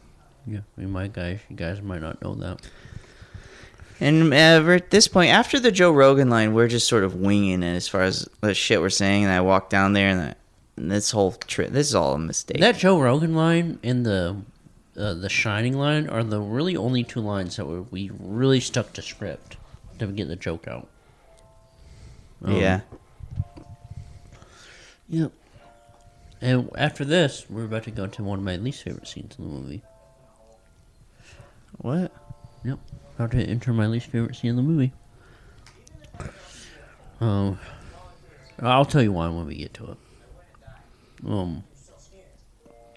[SPEAKER 1] Yeah, I mean, my guys, you guys might not know that.
[SPEAKER 2] And uh, we're at this point, after the Joe Rogan line, we're just sort of winging it as far as the shit we're saying. And I walk down there, and, I, and this whole trip, this is all a mistake.
[SPEAKER 1] That Joe Rogan line and the uh, the Shining line are the really only two lines that we- we really stuck to script to get the joke out.
[SPEAKER 2] yeah.
[SPEAKER 1] Yep. And after this, we're about to go to one of my least favorite scenes in the movie.
[SPEAKER 2] What?
[SPEAKER 1] Yep. About to enter my least favorite scene in the movie. Um, I'll tell you why when we get to it. Um,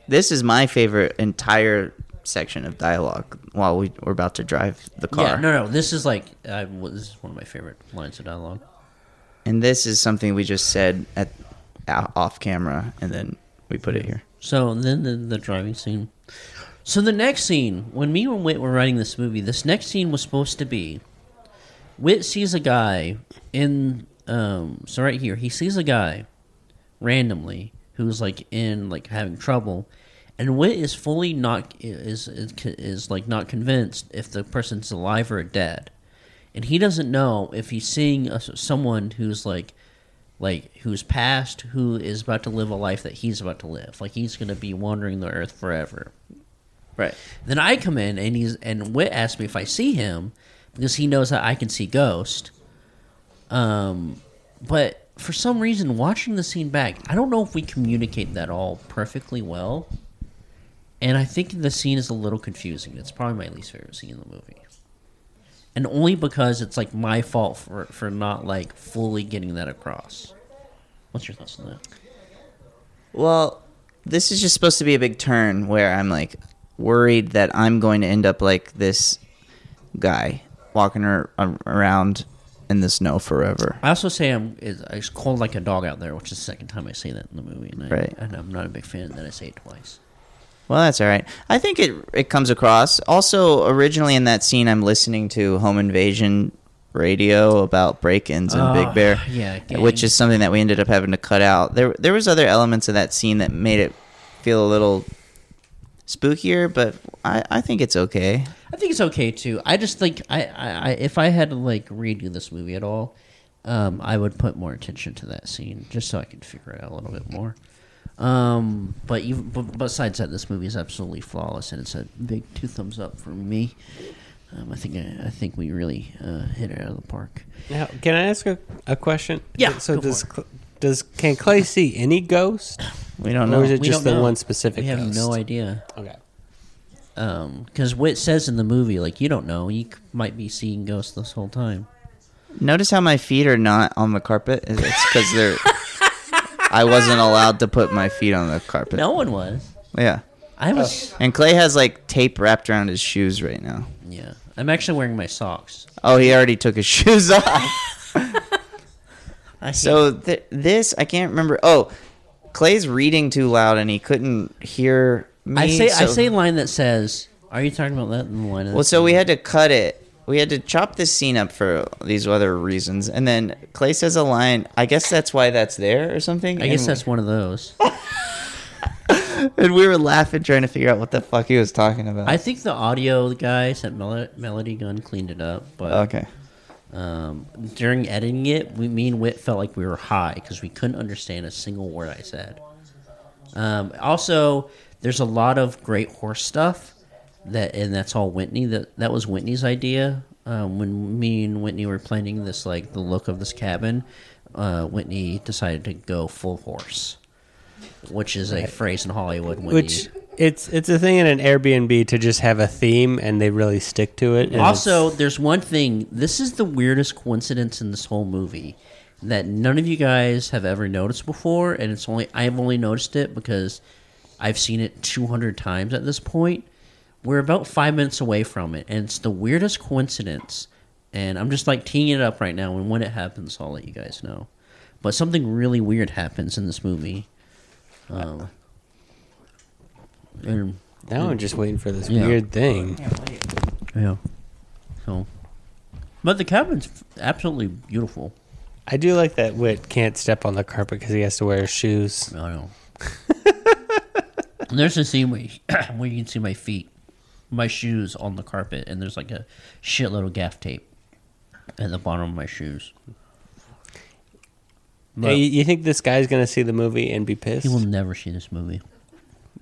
[SPEAKER 2] This is my favorite entire section of dialogue while we were about to drive the car.
[SPEAKER 1] yeah, no, no, this is like I, well, this is one of my favorite lines of dialogue.
[SPEAKER 2] And this is something we just said at o- off camera, and then we put it here.
[SPEAKER 1] So then the, the driving scene. So the next scene, when me and Whit were writing this movie, this next scene was supposed to be Whit sees a guy in um so right here, he sees a guy randomly who's like in like having trouble and Whit is fully not is is, is like not convinced if the person's alive or dead. And he doesn't know if he's seeing a, someone who's like like who's past, who is about to live a life that he's about to live. Like he's gonna be wandering the earth forever.
[SPEAKER 2] Right.
[SPEAKER 1] Then I come in and he's and Whit asks me if I see him because he knows that I can see Ghost. Um, but for some reason, watching the scene back, I don't know if we communicate that all perfectly well. And I think the scene is a little confusing. It's probably my least favorite scene in the movie. And only because it's like my fault for, for not like fully getting that across. What's your thoughts on that?
[SPEAKER 2] Well, this is just supposed to be a big turn where I'm like worried that I'm going to end up like this guy walking ar- ar- around in the snow forever.
[SPEAKER 1] I also say I'm is- it's cold like a dog out there, which is the second time I say that in the movie, and, I,
[SPEAKER 2] Right.
[SPEAKER 1] and I'm not a big fan that I say it twice.
[SPEAKER 2] Well, that's all right. I think it it comes across. Also, originally in that scene, I'm listening to Home Invasion radio about break-ins and Big
[SPEAKER 1] Oh,
[SPEAKER 2] Bear,
[SPEAKER 1] yeah,
[SPEAKER 2] which
[SPEAKER 1] gang.
[SPEAKER 2] is something that we ended up having to cut out. There there was other elements of that scene that made it feel a little spookier, but I, I think it's okay.
[SPEAKER 1] I think it's okay too. I just think I, I, I if I had to like redo this movie at all, um, I would put more attention to that scene just so I could figure it out a little bit more. Um, but you, but besides that, this movie is absolutely flawless, and it's a big two thumbs up for me. Um, I think I, I think we really uh, hit it out of the park.
[SPEAKER 4] Now, can I ask a, a question?
[SPEAKER 1] Yeah,
[SPEAKER 4] So
[SPEAKER 1] go
[SPEAKER 4] does
[SPEAKER 1] for it.
[SPEAKER 4] Cl- does can Clay see any ghost,
[SPEAKER 2] We don't
[SPEAKER 4] or is
[SPEAKER 2] know.
[SPEAKER 4] it
[SPEAKER 1] We
[SPEAKER 4] just
[SPEAKER 1] don't
[SPEAKER 4] the
[SPEAKER 1] know.
[SPEAKER 4] one specific?
[SPEAKER 1] We have
[SPEAKER 4] ghost?
[SPEAKER 1] no idea.
[SPEAKER 4] Okay.
[SPEAKER 1] because Whit says in the movie, like, you don't know, you c- might be seeing ghosts this whole time.
[SPEAKER 2] Notice how my feet are not on the carpet. It's because they're. I wasn't allowed to put my feet on the carpet.
[SPEAKER 1] No one was.
[SPEAKER 2] Yeah.
[SPEAKER 1] I was.
[SPEAKER 2] And Clay has like tape wrapped around his shoes right now.
[SPEAKER 1] Yeah, I'm actually wearing my socks.
[SPEAKER 2] Oh, he already took his shoes off.
[SPEAKER 1] I
[SPEAKER 2] So th- this, I can't remember. Oh, Clay's reading too loud and he couldn't hear me.
[SPEAKER 1] I say I
[SPEAKER 2] so-
[SPEAKER 1] say a line that says, "Are you talking about that?" in the line.
[SPEAKER 2] Well, so we had to cut it. We had to chop this scene up for these other reasons, and then Clay says a line. I guess that's why that's there or something.
[SPEAKER 1] I guess
[SPEAKER 2] and-
[SPEAKER 1] that's one of those.
[SPEAKER 2] And we were laughing trying to figure out what the fuck he was talking about.
[SPEAKER 1] I think the audio guys at Mel- Melody Gun cleaned it up, but
[SPEAKER 2] okay.
[SPEAKER 1] um, during editing it, we me and Whit felt like we were high because we couldn't understand a single word I said. Um, also, there's a lot of great horse stuff that, and that's all Whitney. That that was Whitney's idea um, when me and Whitney were planning this, like the look of this cabin. Uh, Whitney decided to go full horse, which is a phrase in Hollywood. Whitney.
[SPEAKER 4] Which it's it's a thing in an Airbnb to just have a theme and they really stick to it. and
[SPEAKER 1] Also, there's one thing. This is the weirdest coincidence in this whole movie that none of you guys have ever noticed before, and it's only I've only noticed it because I've seen it 200 times at this point. We're about five minutes away from it, and it's the weirdest coincidence and I'm just like teeing it up right now. And when it happens, I'll let you guys know. But something really weird happens in this movie. Um, and
[SPEAKER 4] Now I'm just waiting for this
[SPEAKER 1] Yeah.
[SPEAKER 4] weird thing.
[SPEAKER 1] yeah, so. But the cabin's f- absolutely beautiful.
[SPEAKER 4] I do like that Wit can't step on the carpet because he has to wear his shoes.
[SPEAKER 1] I know. And there's a scene where, you- where you can see my feet, my shoes on the carpet, and there's like a shitload of gaff tape at the bottom of my shoes.
[SPEAKER 4] Now, you, you think this guy's gonna see the movie and be pissed?
[SPEAKER 1] He will never see this movie.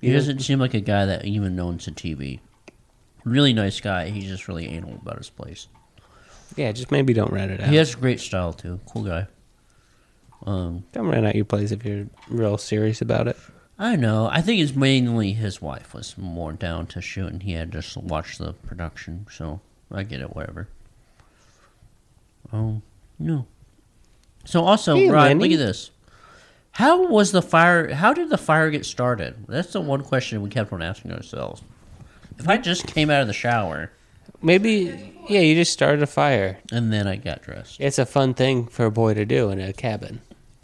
[SPEAKER 1] He doesn't seem like a guy that even owns a TV. Really nice guy. He's just really anal about his place.
[SPEAKER 4] yeah, just maybe don't rent it out.
[SPEAKER 1] He has great style too. Cool guy. Um,
[SPEAKER 4] Don't rent out your place if you're real serious about it.
[SPEAKER 1] I don't know. I think it's mainly his wife was more down to shoot, and he had just to watch the production. So I get it. Whatever. Um, no. So also,
[SPEAKER 4] Hey,
[SPEAKER 1] Rod,
[SPEAKER 4] Lenny.
[SPEAKER 1] look at this. How was the fire? How did the fire get started? That's the one question we kept on asking ourselves. If I just came out of the shower
[SPEAKER 4] Maybe yeah, you just started a fire.
[SPEAKER 1] and then I got dressed,
[SPEAKER 4] It's a fun thing for a boy to do in a cabin.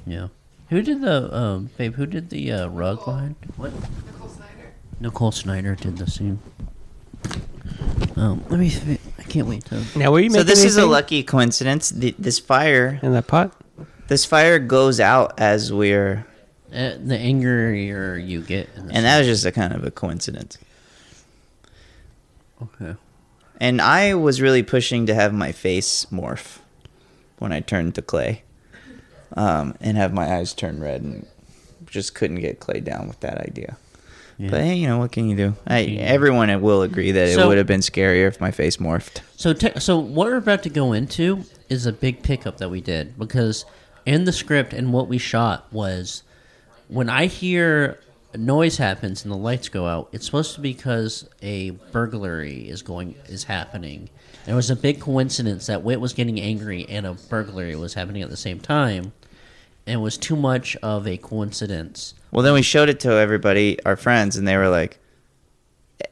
[SPEAKER 1] yeah. Who did the um, babe? Who did the uh, rug line? What?
[SPEAKER 7] Nicole Snyder.
[SPEAKER 1] Nicole Snyder did the scene. Um, let me. fi- I can't wait to.
[SPEAKER 4] Now were you making
[SPEAKER 2] So this is a
[SPEAKER 4] anything
[SPEAKER 2] lucky coincidence. Th this fire,
[SPEAKER 4] in that pot?
[SPEAKER 2] this fire goes out as we're,
[SPEAKER 1] Uh, the angrier you get, in this-
[SPEAKER 2] and that was just a kind of a coincidence.
[SPEAKER 1] okay.
[SPEAKER 2] And I was really pushing to have my face morph when I turned to clay, um, and have my eyes turn red, and just couldn't get clay down with that idea. But hey, you know what can you do? I, everyone will agree that
[SPEAKER 1] So-
[SPEAKER 2] it would have been scarier if my face morphed.
[SPEAKER 1] So, te- so what we're about to go into is a big pickup that we did because in the script and what we shot was when I hear a noise happens and the lights go out, it's supposed to be because a burglary is going is happening. And it was a big coincidence that Wit was getting angry and a burglary was happening at the same time, and it was too much of a coincidence.
[SPEAKER 2] Well, then we showed it to everybody, our friends, and they were like,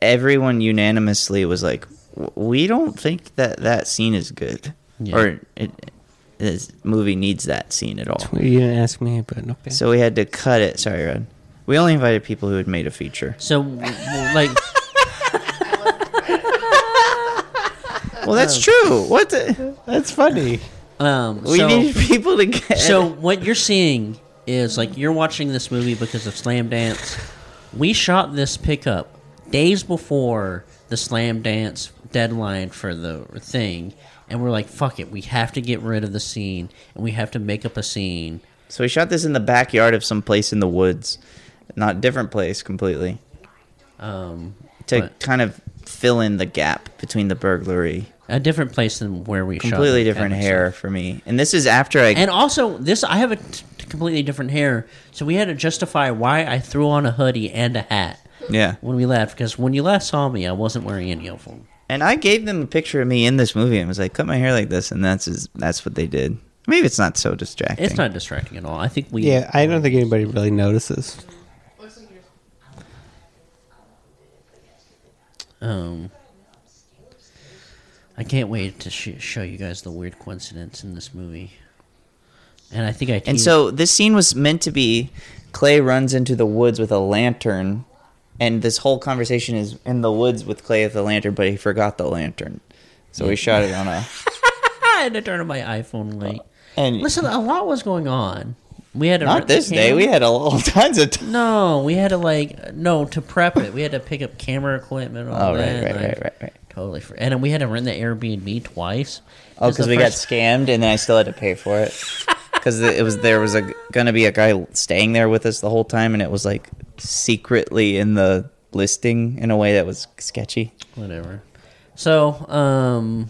[SPEAKER 2] everyone unanimously was like, "W- we don't think that that scene is good,
[SPEAKER 1] Yeah.
[SPEAKER 2] or it, this movie needs that scene at all.
[SPEAKER 4] You didn't ask me, but okay.
[SPEAKER 2] So we had to cut it. Sorry, Red. We only invited people who had made a feature.
[SPEAKER 1] So, w- w- like.
[SPEAKER 2] Well, that's
[SPEAKER 1] Oh.
[SPEAKER 2] true. What? The?
[SPEAKER 4] That's funny.
[SPEAKER 1] Um,
[SPEAKER 2] We
[SPEAKER 1] so,
[SPEAKER 2] needed people to get.
[SPEAKER 1] so what you're seeing is like you're watching this movie because of Slam Dance. We shot this pickup days before the Slam Dance deadline for the thing, and we're like, "Fuck it, we have to get rid of the scene, and we have to make up a scene."
[SPEAKER 2] so we shot this in the backyard of some place in the woods, not different place completely,
[SPEAKER 1] Um,
[SPEAKER 2] to
[SPEAKER 1] Right.
[SPEAKER 2] kind of fill in the gap between the burglary.
[SPEAKER 1] a different place than where we shot.
[SPEAKER 2] Completely
[SPEAKER 1] the
[SPEAKER 2] different
[SPEAKER 1] episode.
[SPEAKER 2] hair for me, and this is after I
[SPEAKER 1] And also, this I have a t- completely different hair, so we had to justify why I threw on a hoodie and a hat
[SPEAKER 2] Yeah.
[SPEAKER 1] when we left. Because when you last saw me, I wasn't wearing any of them.
[SPEAKER 2] And I gave them a picture of me in this movie and was like, cut my hair like this. And that's is, that's what they did. Maybe it's not so distracting.
[SPEAKER 1] It's not distracting at all. I think we.
[SPEAKER 4] Yeah, I don't think anybody really notices.
[SPEAKER 1] Um, I can't wait to sh- show you guys the weird coincidence in this movie. And I think I.
[SPEAKER 2] And so this scene was meant to be Clay runs into the woods with a lantern. And this whole conversation is in the woods with Clay with the lantern, but he forgot the lantern. So we shot it on a.
[SPEAKER 1] I had to turn on my iPhone late.
[SPEAKER 2] And
[SPEAKER 1] Listen, a lot was going on. We had to
[SPEAKER 2] not
[SPEAKER 1] rent the
[SPEAKER 2] this day.
[SPEAKER 1] camera-
[SPEAKER 2] We had all kinds of time.
[SPEAKER 1] No, we had to like no to prep it. We had to pick up camera equipment. and All
[SPEAKER 2] Oh, right,
[SPEAKER 1] that.
[SPEAKER 2] right,
[SPEAKER 1] and I
[SPEAKER 2] right, right, right.
[SPEAKER 1] Totally. For- and we had to rent the Airbnb twice.
[SPEAKER 2] Oh, because
[SPEAKER 1] the
[SPEAKER 2] we
[SPEAKER 1] first-
[SPEAKER 2] got scammed, and then I still had to pay for it. Because it was there was a gonna be a guy staying there with us the whole time, and it was like secretly in the listing in a way that was sketchy.
[SPEAKER 1] whatever. So, um,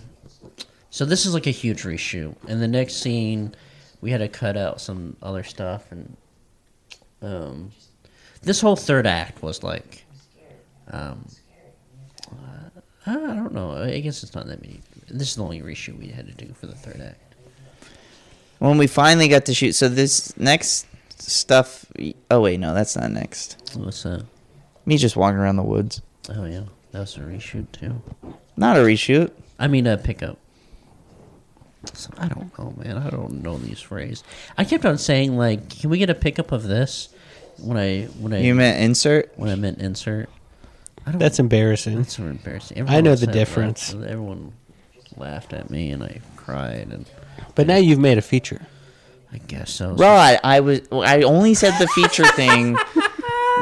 [SPEAKER 1] so this is like a huge reshoot, and the next scene, we had to cut out some other stuff, and um, this whole third act was like, um, uh, I don't know. I guess it's not that many. This is the only reshoot we had to do for the third act.
[SPEAKER 2] When we finally got to shoot, so this next stuff. Oh wait, no, that's not next.
[SPEAKER 1] What's that?
[SPEAKER 2] Me just walking around the woods.
[SPEAKER 1] Oh yeah, that was a reshoot too.
[SPEAKER 2] Not a reshoot.
[SPEAKER 1] I mean a pickup. So I don't know, man. I don't know these phrases. I kept on saying like, "Can we get a pickup of this?" When I when I
[SPEAKER 6] You meant insert?
[SPEAKER 1] when I meant insert. I don't,
[SPEAKER 3] That's embarrassing.
[SPEAKER 1] That's so embarrassing.
[SPEAKER 3] I know the
[SPEAKER 1] said that.
[SPEAKER 3] difference.
[SPEAKER 1] Everyone laughed at me and I cried and
[SPEAKER 4] But now you've made a feature.
[SPEAKER 1] I guess so.
[SPEAKER 2] Rod, I was I only said the feature thing.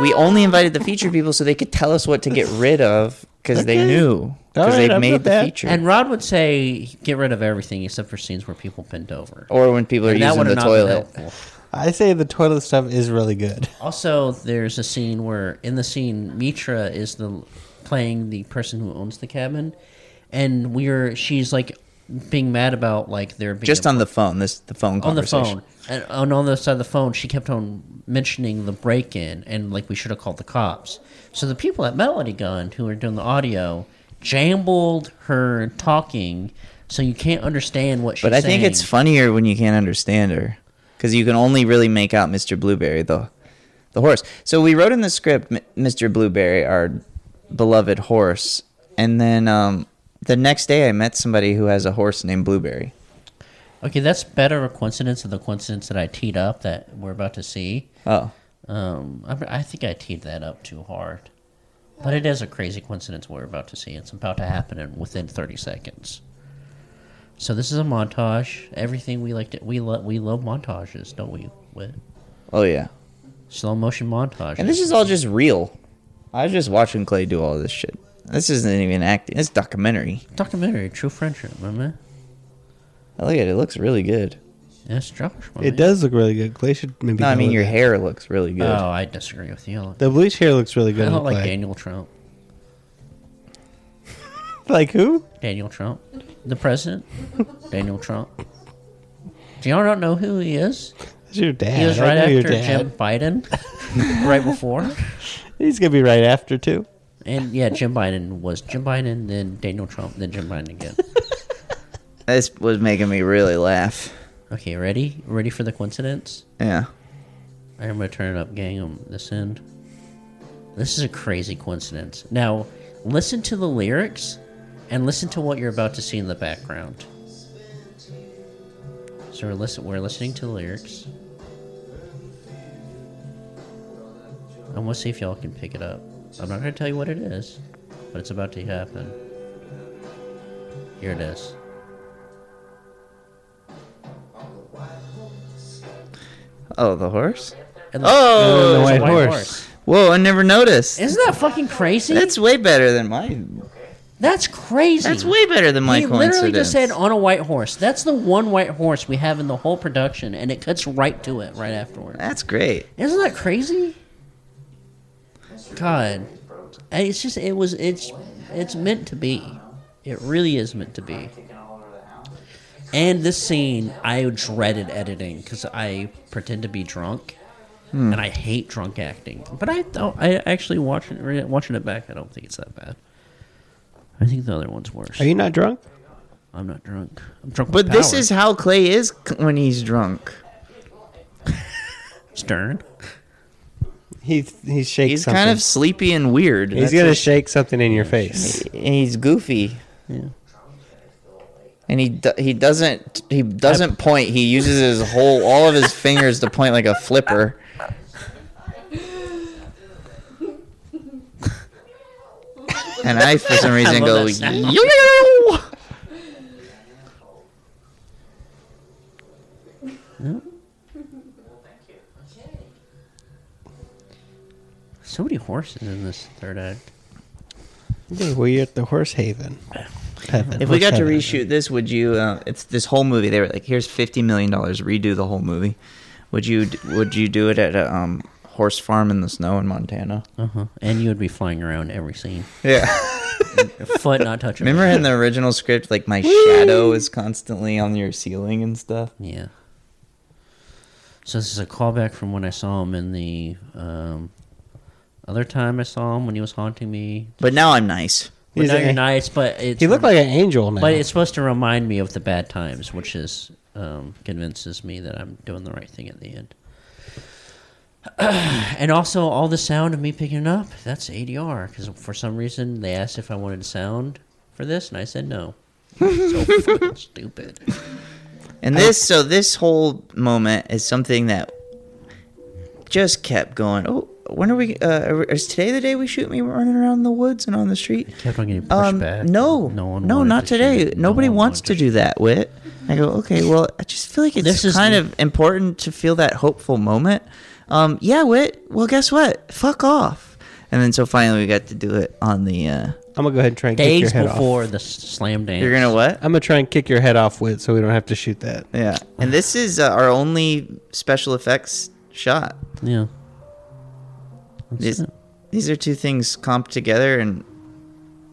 [SPEAKER 2] We only invited the feature people so they could tell us what to get rid of because they knew because
[SPEAKER 3] Alright,
[SPEAKER 2] they
[SPEAKER 3] I'm
[SPEAKER 2] made
[SPEAKER 3] not
[SPEAKER 2] the
[SPEAKER 3] bad.
[SPEAKER 2] feature.
[SPEAKER 1] And Rod would say, "Get rid of everything except for scenes where people bent over."
[SPEAKER 2] or when people are
[SPEAKER 1] And that
[SPEAKER 2] using
[SPEAKER 1] would
[SPEAKER 2] the
[SPEAKER 1] have not been
[SPEAKER 2] toilet.
[SPEAKER 1] helpful.
[SPEAKER 4] I say the toilet stuff is really good.
[SPEAKER 1] Also, there's a scene where in the scene Mitra is the playing the person who owns the cabin, and we're she's like being mad about like there being
[SPEAKER 2] Just
[SPEAKER 1] a-
[SPEAKER 2] on the phone, this the phone
[SPEAKER 1] on the
[SPEAKER 2] conversation.
[SPEAKER 1] phone and on the other side of the phone she kept on mentioning the break in and like we should have called the cops. So the people at Melody Gun who are doing the audio jambled her talking, so you can't understand what she's
[SPEAKER 2] But I think it's
[SPEAKER 1] saying.
[SPEAKER 2] funnier when you can't understand her, because you can only really make out Mr. Blueberry the, the horse. So we wrote in the script M- Mr. Blueberry, our beloved horse, and then um, the next day I met somebody who has a horse named Blueberry.
[SPEAKER 1] Okay, that's better a coincidence than the coincidence that I teed up that we're about to see.
[SPEAKER 2] Oh,
[SPEAKER 1] Um, I, I think I teed that up too hard, but it is a crazy coincidence we're about to see. It's about to happen in within thirty seconds. So this is a montage. Everything we like to we love we love montages, don't we? Whit?
[SPEAKER 2] oh yeah.
[SPEAKER 1] slow motion montages.
[SPEAKER 2] And this is all just real. I was just watching Clay do all this shit. This isn't even acting. It's documentary.
[SPEAKER 1] documentary, True Friendship, my man.
[SPEAKER 2] I look at it. It looks really good.
[SPEAKER 1] Yes, Josh. My
[SPEAKER 3] It
[SPEAKER 1] man.
[SPEAKER 3] does look really good. Clay should maybe.
[SPEAKER 2] No, I
[SPEAKER 3] go
[SPEAKER 2] mean
[SPEAKER 3] with
[SPEAKER 2] your
[SPEAKER 3] that.
[SPEAKER 2] hair looks really good.
[SPEAKER 1] Oh, I disagree with you.
[SPEAKER 3] The bleach hair looks really
[SPEAKER 1] I
[SPEAKER 3] good.
[SPEAKER 1] don't
[SPEAKER 3] on
[SPEAKER 1] like
[SPEAKER 3] Clay.
[SPEAKER 1] Daniel Trump.
[SPEAKER 3] Like who?
[SPEAKER 1] Daniel Trump, the president. Daniel Trump. Do y'all not know who he is?
[SPEAKER 3] It's your dad.
[SPEAKER 1] He was
[SPEAKER 3] I
[SPEAKER 1] right
[SPEAKER 3] know
[SPEAKER 1] after
[SPEAKER 3] your dad.
[SPEAKER 1] Jim Biden, right before.
[SPEAKER 3] He's gonna be right after too.
[SPEAKER 1] And yeah, Jim Biden was Jim Biden, then Daniel Trump, then Jim Biden again.
[SPEAKER 2] This was making me really laugh.
[SPEAKER 1] Okay, ready? Ready for the coincidence? All
[SPEAKER 2] Yeah.
[SPEAKER 1] right, I'm gonna turn it up, gang, on this end. This is a crazy coincidence. Now, listen to the lyrics and listen to what you're about to see in the background. So we're, listen- we're listening to the lyrics. I'm gonna see if y'all can pick it up. I'm not gonna tell you what it is, but it's about to happen. Here it is.
[SPEAKER 2] Oh, the horse.
[SPEAKER 1] And
[SPEAKER 2] Oh,
[SPEAKER 1] there's a
[SPEAKER 3] white horse.
[SPEAKER 2] Whoa, I never noticed.
[SPEAKER 1] Isn't that fucking crazy?
[SPEAKER 2] That's way better than my.
[SPEAKER 1] That's crazy.
[SPEAKER 2] That's way better than my
[SPEAKER 1] He
[SPEAKER 2] coincidence.
[SPEAKER 1] literally just said on a white horse. That's the one white horse we have in the whole production, and it cuts right to it right afterward.
[SPEAKER 2] That's great.
[SPEAKER 1] Isn't that crazy? God, And it's just it was it's it's meant to be. It really is meant to be. And this scene, I dreaded editing because I pretend to be drunk,
[SPEAKER 2] Hmm.
[SPEAKER 1] and I hate drunk acting. But I thought I actually watching re- watching it back. I don't think it's that bad. I think the other one's worse.
[SPEAKER 3] Are you not drunk?
[SPEAKER 1] I'm not drunk. I'm drunk.
[SPEAKER 2] But
[SPEAKER 1] with
[SPEAKER 2] this
[SPEAKER 1] power.
[SPEAKER 2] is how Clay is c- when he's drunk.
[SPEAKER 1] Stern.
[SPEAKER 3] He he shakes.
[SPEAKER 2] He's
[SPEAKER 3] something.
[SPEAKER 2] kind of sleepy and weird.
[SPEAKER 3] He's gonna shake something in your face.
[SPEAKER 2] and he's goofy. And he do- he doesn't he doesn't point. He uses his whole all of his fingers to point like a flipper. And I, for some reason, go.
[SPEAKER 1] that sound.
[SPEAKER 2] "Yo!"
[SPEAKER 1] So many horses in this third act.
[SPEAKER 3] Okay, well, you're at the horse haven. Heaven.
[SPEAKER 2] If we
[SPEAKER 3] Horse
[SPEAKER 2] got to
[SPEAKER 3] heaven.
[SPEAKER 2] reshoot this, would you? Uh, it's this whole movie. They were like, "Here's fifty million dollars. Redo the whole movie." Would you? d- Would you do it at a um, horse farm in the snow in Montana?
[SPEAKER 1] Uh-huh. And you would be flying around every scene.
[SPEAKER 2] Yeah.
[SPEAKER 1] Your foot not touching. the
[SPEAKER 2] Remember in the original script, like my shadow is constantly on your ceiling and stuff.
[SPEAKER 1] Yeah. So this is a callback from when I saw him in the um, other time I saw him when he was haunting me.
[SPEAKER 2] But now I'm nice.
[SPEAKER 1] But
[SPEAKER 3] He's
[SPEAKER 1] now
[SPEAKER 3] a-
[SPEAKER 1] you're nice, but it's
[SPEAKER 3] He looked like an angel now.
[SPEAKER 1] but it's supposed to remind me of the bad times, which is um, convinces me that I'm doing the right thing at the end. and also, all the sound of me picking it up, that's ADR, because for some reason they asked if I wanted sound for this, and I said no. so fucking stupid.
[SPEAKER 2] And this, so this whole moment is something that just kept going. Oh, when are we? Uh, is today the day we shoot me running around the woods and on the street?
[SPEAKER 1] Kept on getting pushed
[SPEAKER 2] Um,
[SPEAKER 1] back.
[SPEAKER 2] no, no, no,
[SPEAKER 1] wanted
[SPEAKER 2] not
[SPEAKER 1] to
[SPEAKER 2] today.
[SPEAKER 1] shoot it. No
[SPEAKER 2] Nobody
[SPEAKER 1] one
[SPEAKER 2] wants
[SPEAKER 1] wanted
[SPEAKER 2] to do that. Wit. I go, okay. Well, I just feel like it's
[SPEAKER 1] This is
[SPEAKER 2] kind
[SPEAKER 1] the-
[SPEAKER 2] of important to feel that hopeful moment. Um, yeah, Wit. Well, guess what? Fuck off. And then so finally we got to do it on the. Uh,
[SPEAKER 4] I'm gonna go ahead and try and kick your
[SPEAKER 1] Days
[SPEAKER 4] head off.
[SPEAKER 1] before the s- slam dance.
[SPEAKER 2] you're gonna what?
[SPEAKER 4] I'm gonna try and kick your head off with, so we don't have to shoot that.
[SPEAKER 2] Yeah, and this is uh, our only special effects shot.
[SPEAKER 1] Yeah.
[SPEAKER 2] These, these are two things comped together, and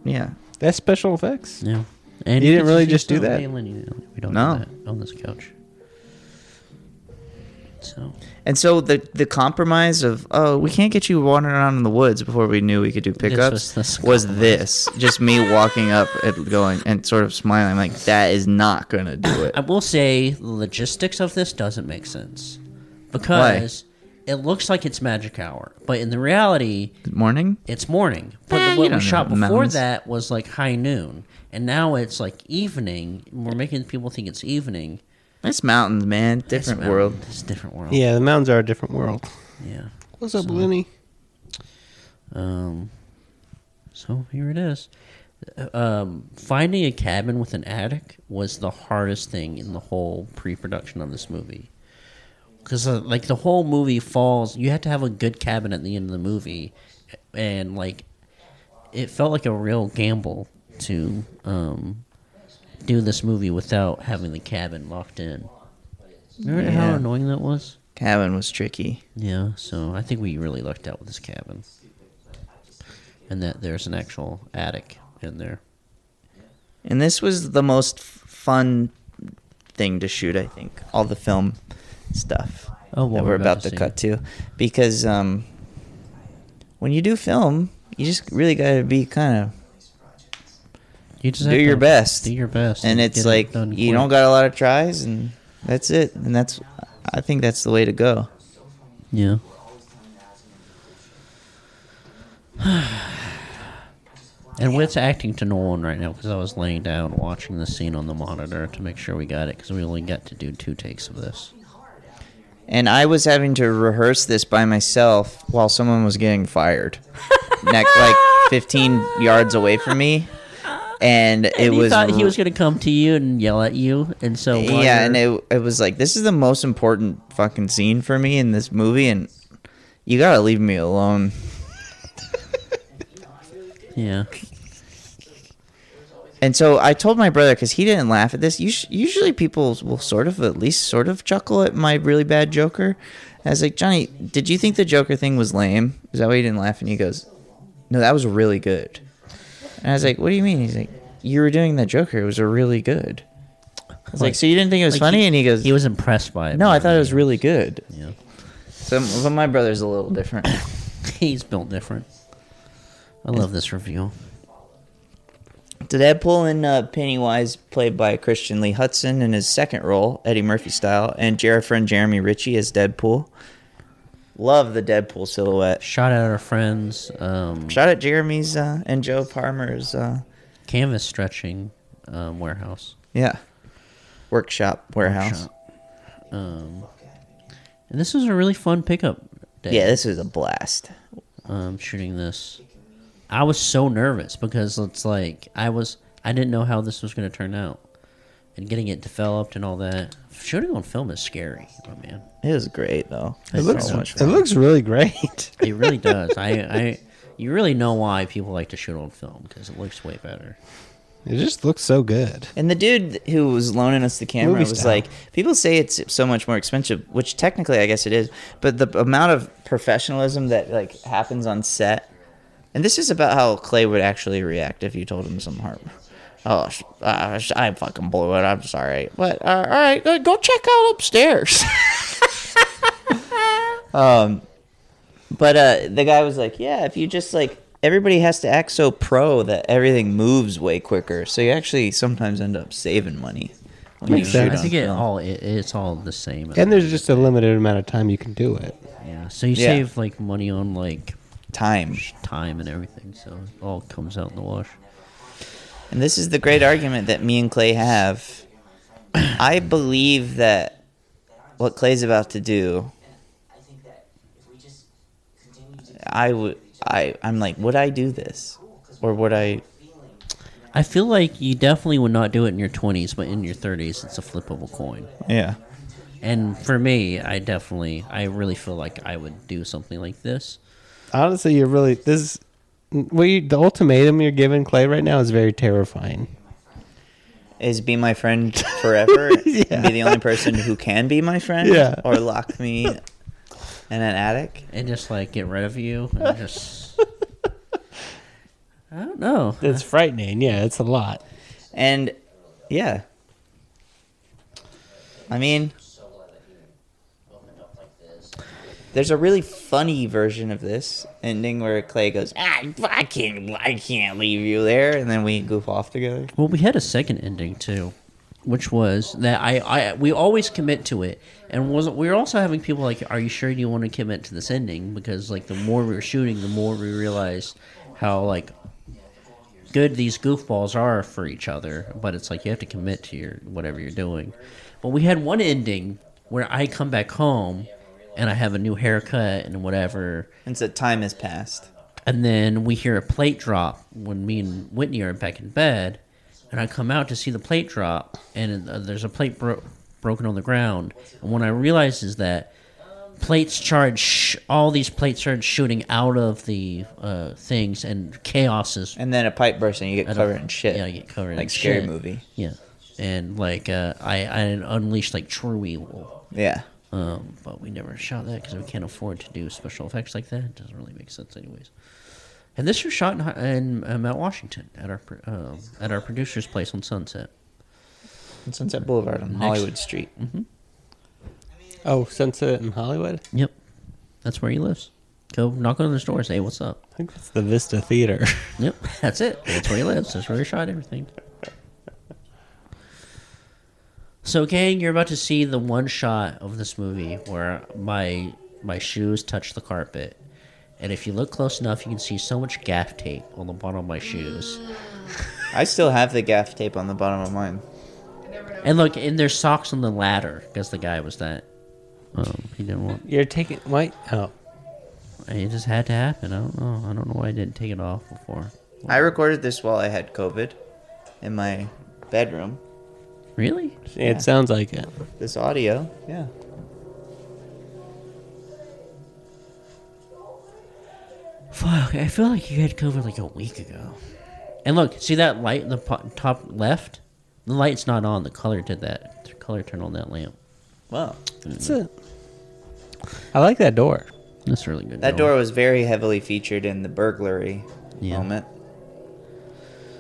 [SPEAKER 2] yeah,
[SPEAKER 4] That's special effects.
[SPEAKER 1] Yeah. And
[SPEAKER 4] You didn't
[SPEAKER 1] it's
[SPEAKER 4] really
[SPEAKER 1] usually
[SPEAKER 4] just do
[SPEAKER 1] so
[SPEAKER 4] that.
[SPEAKER 1] alien, you know, we don't
[SPEAKER 2] No.
[SPEAKER 1] do that on this couch. So
[SPEAKER 2] and so the the compromise of oh we can't get you wandering around in the woods before we knew we could do
[SPEAKER 1] was
[SPEAKER 2] pickups
[SPEAKER 1] this
[SPEAKER 2] was, this just me walking up and going and sort of smiling like that is not gonna do it.
[SPEAKER 1] I will say the logistics of this doesn't make sense because it looks like it's magic hour, but in the reality,
[SPEAKER 2] Morning.
[SPEAKER 1] it's morning. But
[SPEAKER 2] Eh,
[SPEAKER 1] the
[SPEAKER 2] you
[SPEAKER 1] what we
[SPEAKER 2] don't
[SPEAKER 1] shot
[SPEAKER 2] know,
[SPEAKER 1] before
[SPEAKER 2] mountains.
[SPEAKER 1] that was like high noon, and now it's like evening. We're making people think it's evening.
[SPEAKER 2] It's mountains, man.
[SPEAKER 1] It's
[SPEAKER 2] Different
[SPEAKER 1] mountain-
[SPEAKER 2] world.
[SPEAKER 1] It's a different world.
[SPEAKER 4] Yeah, the mountains are a different world.
[SPEAKER 1] Yeah.
[SPEAKER 4] What's up, Lenny?
[SPEAKER 1] Um, so here it is. Um, finding a cabin with an attic was the hardest thing in the whole pre-production of this movie. Because uh, like the whole movie falls, you had to have a good cabin at the end of the movie, and like it felt like a real gamble to um, do this movie without having the cabin locked in. Remember how
[SPEAKER 2] Yeah.
[SPEAKER 1] annoying that was?
[SPEAKER 2] Cabin was tricky.
[SPEAKER 1] Yeah, so I think we really lucked out with this cabin. And that there's an actual attic in there.
[SPEAKER 2] And this was the most f- fun thing to shoot, I think. All the film stuff
[SPEAKER 1] Oh, what
[SPEAKER 2] that
[SPEAKER 1] we're
[SPEAKER 2] we're
[SPEAKER 1] about
[SPEAKER 2] about,
[SPEAKER 1] to
[SPEAKER 2] to
[SPEAKER 1] see.
[SPEAKER 2] cut to. Because um, when you do film, you just really got to be kind of.
[SPEAKER 1] You just
[SPEAKER 2] Do
[SPEAKER 1] have
[SPEAKER 2] your
[SPEAKER 1] to
[SPEAKER 2] best.
[SPEAKER 1] Do your best.
[SPEAKER 2] And
[SPEAKER 1] get
[SPEAKER 2] it's
[SPEAKER 1] it
[SPEAKER 2] like,
[SPEAKER 1] done
[SPEAKER 2] you
[SPEAKER 1] quick.
[SPEAKER 2] don't got a lot of tries, and that's it. And that's, I think that's the way to go.
[SPEAKER 1] Yeah. and Witt's acting to no one right now because I was laying down watching the scene on the monitor to make sure we got it because we only got to do two takes of this.
[SPEAKER 2] And I was having to rehearse this by myself while someone was getting fired, next, like 15 yards away from me. And, it
[SPEAKER 1] you
[SPEAKER 2] was
[SPEAKER 1] thought he
[SPEAKER 2] r-
[SPEAKER 1] was going to come to you and yell at you, and so while
[SPEAKER 2] yeah, and
[SPEAKER 1] you're-
[SPEAKER 2] it, it was like this is the most important fucking scene for me in this movie, and you gotta leave me alone.
[SPEAKER 1] yeah,
[SPEAKER 2] And so I told my brother because he didn't laugh at this. Us- Usually people will sort of at least sort of chuckle at my really bad Joker. I was like, Johnny, did you think the Joker thing was lame? Is that why you didn't laugh? And he goes, No, that was really good. And I was like, What do you mean? He's like, You were doing the Joker. It was a really good. I was like, So you didn't think it was
[SPEAKER 1] like
[SPEAKER 2] funny? and he goes,
[SPEAKER 1] he was impressed by it.
[SPEAKER 2] No, I
[SPEAKER 1] man.
[SPEAKER 2] thought it was really good.
[SPEAKER 1] Yeah.
[SPEAKER 2] So but my brother's a little different.
[SPEAKER 1] He's built different. I love this review.
[SPEAKER 2] To Deadpool and uh, Pennywise, played by Christian Lee Hudson in his second role, Eddie Murphy style, and Jer- friend Jeremy Ritchie as Deadpool. Love the Deadpool silhouette.
[SPEAKER 1] Shout out our friends. Um,
[SPEAKER 2] Shout out Jeremy's uh, and Joe Palmer's, uh,
[SPEAKER 1] canvas stretching um, warehouse.
[SPEAKER 2] yeah, workshop warehouse.
[SPEAKER 1] Um, and this was a really fun pickup day.
[SPEAKER 2] Yeah, this was a blast.
[SPEAKER 1] um, shooting this. I was so nervous because it's like I was I didn't know how this was going to turn out, and getting it developed and all that. Shooting on film is scary, my man.
[SPEAKER 2] It was great though.
[SPEAKER 4] It
[SPEAKER 2] It's
[SPEAKER 4] looks
[SPEAKER 2] so much
[SPEAKER 4] it
[SPEAKER 2] fun.
[SPEAKER 4] looks really great.
[SPEAKER 1] It really does. I, I, you really know why people like to shoot on film because it looks way better.
[SPEAKER 4] It just looks so good.
[SPEAKER 2] And the dude who was loaning us the camera
[SPEAKER 4] Movie
[SPEAKER 2] was
[SPEAKER 4] style.
[SPEAKER 2] like, people say it's so much more expensive, which technically I guess it is, but the amount of professionalism that like happens on set, and this is about how Clay would actually react if you told him some harm. Oh, sh- uh, sh- I fucking blew it. I'm sorry, but uh, all right, uh, go check out upstairs. But uh, the guy was like, "Yeah, if you just like everybody has to act so pro that everything moves way quicker, so you actually sometimes end up saving money." when you
[SPEAKER 4] Makes
[SPEAKER 2] shoot
[SPEAKER 4] sense.
[SPEAKER 1] I
[SPEAKER 2] on
[SPEAKER 1] think it
[SPEAKER 2] film.
[SPEAKER 1] all it, it's all the same.
[SPEAKER 4] And there's just a limited amount of time you can do it.
[SPEAKER 1] yeah, so you
[SPEAKER 2] Yeah.
[SPEAKER 1] save like money on like
[SPEAKER 2] time.
[SPEAKER 1] time and everything, so it all comes out in the wash.
[SPEAKER 2] And this is the great argument that me and Clay have I believe that what Clay's about to do. I would. I. I'm like, would I do this, or would I?
[SPEAKER 1] I feel like you definitely would not do it in your 20s, but in your 30s, it's a flip of a coin.
[SPEAKER 2] Yeah.
[SPEAKER 1] And for me, I definitely, I really feel like I would do something like this.
[SPEAKER 3] Honestly, you're really this. We the ultimatum you're giving Clay right now is very terrifying.
[SPEAKER 2] Is be my friend forever? Be the only person who can be my friend?
[SPEAKER 3] Yeah.
[SPEAKER 2] Or lock me in an attic?
[SPEAKER 1] And just like get rid of you and just. I don't know.
[SPEAKER 3] It's frightening. Yeah, it's a lot.
[SPEAKER 2] And yeah. I mean, there's a really funny version of this ending where Clay goes, ah, I can't, I can't leave you there, and then we goof off together.
[SPEAKER 1] Well, we had a second ending too, which was that I, I we always commit to it, and was we were also having people like, "Are you sure you want to commit to this ending?" Because like the more we were shooting, the more we realized how like good these goofballs are for each other. But it's like you have to commit to your whatever you're doing. But we had one ending where I come back home and I have a new haircut and whatever.
[SPEAKER 2] And so time has passed.
[SPEAKER 1] And then we hear a plate drop when me and Whitney are back in bed. And I come out to see the plate drop, and uh, there's a plate bro- broken on the ground. And what I realize is that plates charge, sh- all these plates started shooting out of the uh, things, and chaos is.
[SPEAKER 2] And then a pipe bursts and you get
[SPEAKER 1] I don't-
[SPEAKER 2] covered in shit.
[SPEAKER 1] Yeah, I get covered in
[SPEAKER 2] Like scary
[SPEAKER 1] shit.
[SPEAKER 2] movie.
[SPEAKER 1] Yeah. And like, uh, I, I unleashed like true evil.
[SPEAKER 2] Yeah.
[SPEAKER 1] Um, but we never shot that because we can't afford to do special effects like that. It doesn't really make sense, anyways. And this was shot in, in uh, Mount Washington at our pr- um, at our producer's place on Sunset.
[SPEAKER 2] And Sunset Boulevard on Hollywood Street.
[SPEAKER 4] Oh, Sunset in Hollywood? I
[SPEAKER 1] Yep, that's where he lives. Go knock on his door, say what's up.
[SPEAKER 4] think that's the Vista Theater.
[SPEAKER 1] Yep, that's it. That's where he lives. That's where he shot everything. So, gang, you're about to see the one shot of this movie where my my shoes touch the carpet, and if you look close enough, you can see so much gaff tape on the bottom of my shoes.
[SPEAKER 2] I still have the gaff tape on the bottom of mine.
[SPEAKER 1] And look, and there's socks on the ladder because the guy was that. Um, he didn't want.
[SPEAKER 4] You're taking white. Oh,
[SPEAKER 1] It just had to happen. I don't know. I don't know why I didn't take it off before.
[SPEAKER 2] I recorded this while I had COVID in my bedroom.
[SPEAKER 1] Really?
[SPEAKER 4] it sounds like it.
[SPEAKER 2] This audio. Yeah.
[SPEAKER 1] Fuck, I feel like you had COVID like a week ago. And look, see that light in the po- top left? The light's not on. The color did that. The color turned on that lamp.
[SPEAKER 2] Wow.
[SPEAKER 4] That's it. I like that door.
[SPEAKER 1] That's really good.
[SPEAKER 2] That
[SPEAKER 1] Dylan.
[SPEAKER 2] door was very heavily featured in the burglary
[SPEAKER 1] Yeah.
[SPEAKER 2] moment.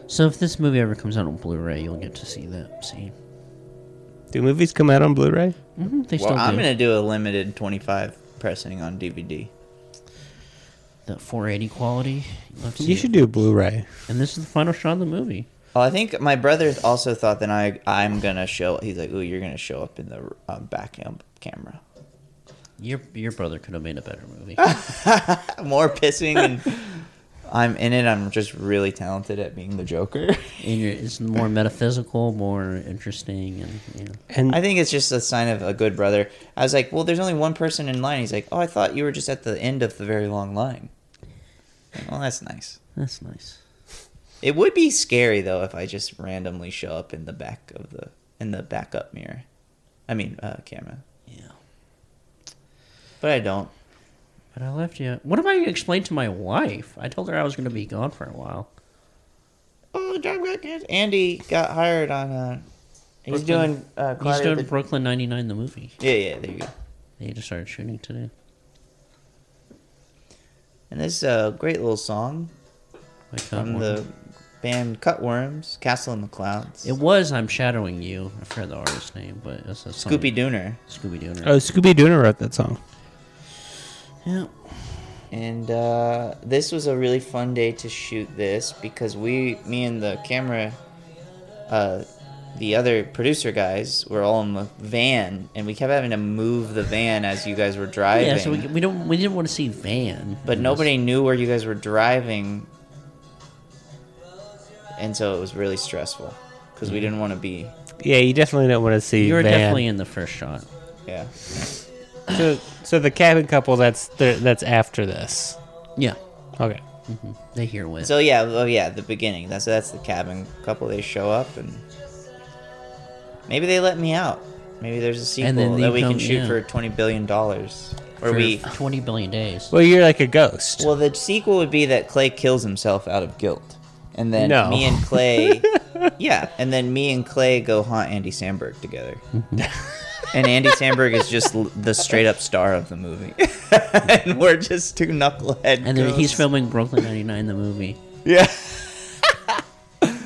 [SPEAKER 1] So if this movie ever comes out on Blu-ray, you'll get to see that scene.
[SPEAKER 4] Do movies come out on Blu-ray?
[SPEAKER 1] hmm they
[SPEAKER 2] Well,
[SPEAKER 1] still
[SPEAKER 2] I'm
[SPEAKER 1] do.
[SPEAKER 2] gonna do a limited 25 pressing on DVD.
[SPEAKER 1] The 480 quality. You'll have to see
[SPEAKER 4] You
[SPEAKER 1] it.
[SPEAKER 4] should do a Blu-ray.
[SPEAKER 1] And this is the final shot of the movie.
[SPEAKER 2] Well, I think my brother also thought that I I'm gonna show. He's like, "Ooh, you're gonna show up in the uh, back cam- camera."
[SPEAKER 1] Your your brother could have made a better movie.
[SPEAKER 2] Ah. More pissing, and I'm in it. I'm just really talented at being the Joker.
[SPEAKER 1] and you're, it's more metaphysical, more interesting, and you know.
[SPEAKER 2] I think it's just a sign of a good brother. I was like, "Well, there's only one person in line." He's like, "Oh, I thought you were just at the end of the very long line." Well, that's nice.
[SPEAKER 1] That's nice.
[SPEAKER 2] It would be scary though if I just randomly show up in the back of the in the backup mirror. I mean, uh, camera.
[SPEAKER 1] Yeah.
[SPEAKER 2] But I don't.
[SPEAKER 1] But I left you. What am I going to explain to my wife? I told her I was going to be gone for a while.
[SPEAKER 2] Oh, job got good. Andy got hired on. Uh, he's doing. Uh,
[SPEAKER 1] He's
[SPEAKER 2] Claudia
[SPEAKER 1] doing
[SPEAKER 2] the-
[SPEAKER 1] Brooklyn 99, the movie.
[SPEAKER 2] yeah, yeah. There you go.
[SPEAKER 1] They just started shooting today.
[SPEAKER 2] And this is a great little song
[SPEAKER 1] Like,
[SPEAKER 2] from
[SPEAKER 1] um,
[SPEAKER 2] the band Cutworms, Castle in the Clouds.
[SPEAKER 1] It was I'm Shadowing You. I forgot the artist name, but it's a song.
[SPEAKER 2] Scooby Dooner.
[SPEAKER 1] Scooby Doo.
[SPEAKER 4] Oh, Scooby Dooner wrote that song.
[SPEAKER 1] Yeah.
[SPEAKER 2] And uh, this was a really fun day to shoot this because we, me and the camera, uh, the other producer guys, were all in the van, and we kept having to move the van as you guys were driving.
[SPEAKER 1] Yeah, so we, we don't we didn't want to see Van.
[SPEAKER 2] but nobody knew where you guys were driving,
[SPEAKER 1] Mm-hmm.
[SPEAKER 2] and so it was really stressful because we didn't want to be
[SPEAKER 4] yeah, you definitely don't want to see.
[SPEAKER 1] You were
[SPEAKER 4] Van.
[SPEAKER 1] definitely in the first shot.
[SPEAKER 4] Yeah. so, so the cabin couple that's the, that's after this.
[SPEAKER 1] Yeah,
[SPEAKER 4] Okay.
[SPEAKER 1] they hear Wiz.
[SPEAKER 2] So yeah, oh yeah, the beginning. That's that's the cabin couple. They show up and maybe they let me out. Maybe there's a
[SPEAKER 1] And then they
[SPEAKER 2] sequel that we
[SPEAKER 1] come-
[SPEAKER 2] can shoot
[SPEAKER 1] yeah.
[SPEAKER 2] for twenty billion dollars. Or
[SPEAKER 1] for
[SPEAKER 2] we
[SPEAKER 1] twenty billion days.
[SPEAKER 4] Well, you're like a ghost.
[SPEAKER 2] well, the sequel would be that Clay kills himself out of guilt, and then
[SPEAKER 4] No.
[SPEAKER 2] me and Clay, yeah, and then me and Clay go haunt Andy Samberg together. and Andy Samberg is just l- the straight up star of the movie, and we're just two knucklehead.
[SPEAKER 1] And then he's
[SPEAKER 2] ghosts.
[SPEAKER 1] filming Brooklyn Ninety Nine, the movie.
[SPEAKER 2] Yeah.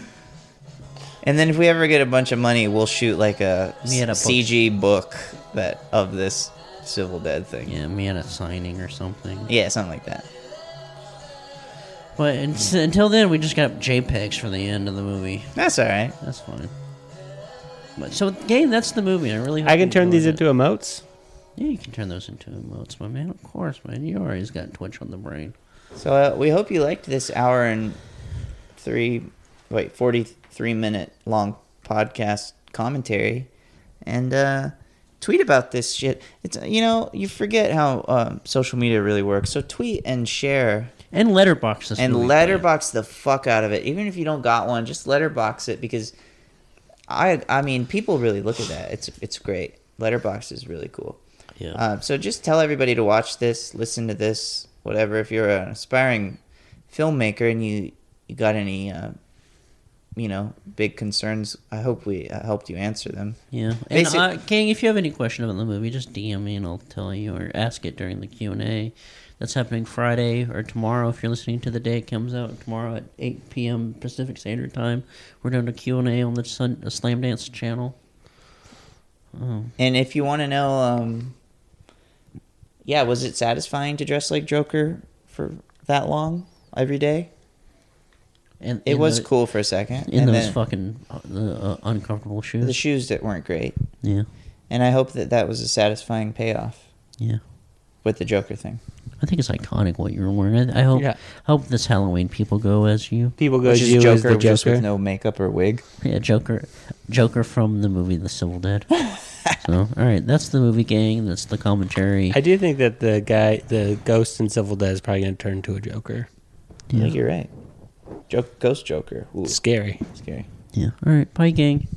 [SPEAKER 2] and then if we ever get a bunch of money, we'll shoot like a,
[SPEAKER 1] We had a
[SPEAKER 2] s- CG book that of this Civil Dead thing.
[SPEAKER 1] Yeah, me at a signing or something.
[SPEAKER 2] Yeah, something like that.
[SPEAKER 1] But it's, until then, we just got JPEGs for the end of the movie.
[SPEAKER 2] That's all right.
[SPEAKER 1] That's fine. But so, game. That's the movie. I really. hope
[SPEAKER 4] I
[SPEAKER 1] you
[SPEAKER 4] can turn
[SPEAKER 1] enjoyed
[SPEAKER 4] these
[SPEAKER 1] it.
[SPEAKER 4] into emotes.
[SPEAKER 1] Yeah, you can turn those into emotes, my man. Of course, man. You always got Twitch on the brain.
[SPEAKER 2] So uh, we hope you liked this hour and three, wait, forty-three minute long podcast commentary, and uh, tweet about this shit. It's you know you forget how um, social media really works. So tweet and share
[SPEAKER 1] And letterbox this
[SPEAKER 2] and
[SPEAKER 1] movie,
[SPEAKER 2] letterbox the fuck out of it. Even if you don't got one, just letterbox it because I I mean people really look at that. It's it's great. Letterbox is really cool.
[SPEAKER 1] Yeah.
[SPEAKER 2] Um, so just tell everybody to watch this, listen to this, whatever. If you're an aspiring filmmaker and you you got any uh, you know big concerns, I hope we uh, helped you answer them.
[SPEAKER 1] Yeah, and
[SPEAKER 2] Basi-
[SPEAKER 1] uh, King, if you have any question about the movie, just DM me and I'll tell you, or ask it during the Q and A. That's happening Friday or tomorrow. If you're listening to the day it comes out tomorrow at 8 p.m. Pacific Standard Time, we're doing a Q and A on the Sun, the Slam Dance channel.
[SPEAKER 2] And if you want to know, um, yeah, was it satisfying to dress like Joker for that long every day?
[SPEAKER 1] And
[SPEAKER 2] It
[SPEAKER 1] and
[SPEAKER 2] was
[SPEAKER 1] the-
[SPEAKER 2] cool for a second.
[SPEAKER 1] in
[SPEAKER 2] and
[SPEAKER 1] those
[SPEAKER 2] then
[SPEAKER 1] fucking uh, the, uh, uncomfortable shoes.
[SPEAKER 2] the shoes that weren't great.
[SPEAKER 1] yeah,
[SPEAKER 2] And I hope that that was a satisfying payoff
[SPEAKER 1] yeah.
[SPEAKER 2] with the Joker thing.
[SPEAKER 1] I think it's iconic what you're wearing. I, I hope
[SPEAKER 4] Yeah.
[SPEAKER 1] hope this Halloween people go as you.
[SPEAKER 4] People go
[SPEAKER 2] Which
[SPEAKER 4] you
[SPEAKER 2] is
[SPEAKER 4] as
[SPEAKER 2] Joker,
[SPEAKER 4] the
[SPEAKER 2] just
[SPEAKER 4] Joker.
[SPEAKER 2] with no makeup or wig.
[SPEAKER 1] Yeah, Joker, Joker from the movie The Civil Dead. so, all right, that's the movie gang. That's the commentary.
[SPEAKER 4] I do think that the guy, the ghost in Civil Dead, is probably going to turn into a Joker.
[SPEAKER 2] I think you're right. Joke, ghost Joker. Ooh,
[SPEAKER 4] Scary.
[SPEAKER 2] scary.
[SPEAKER 1] yeah. All right, bye gang.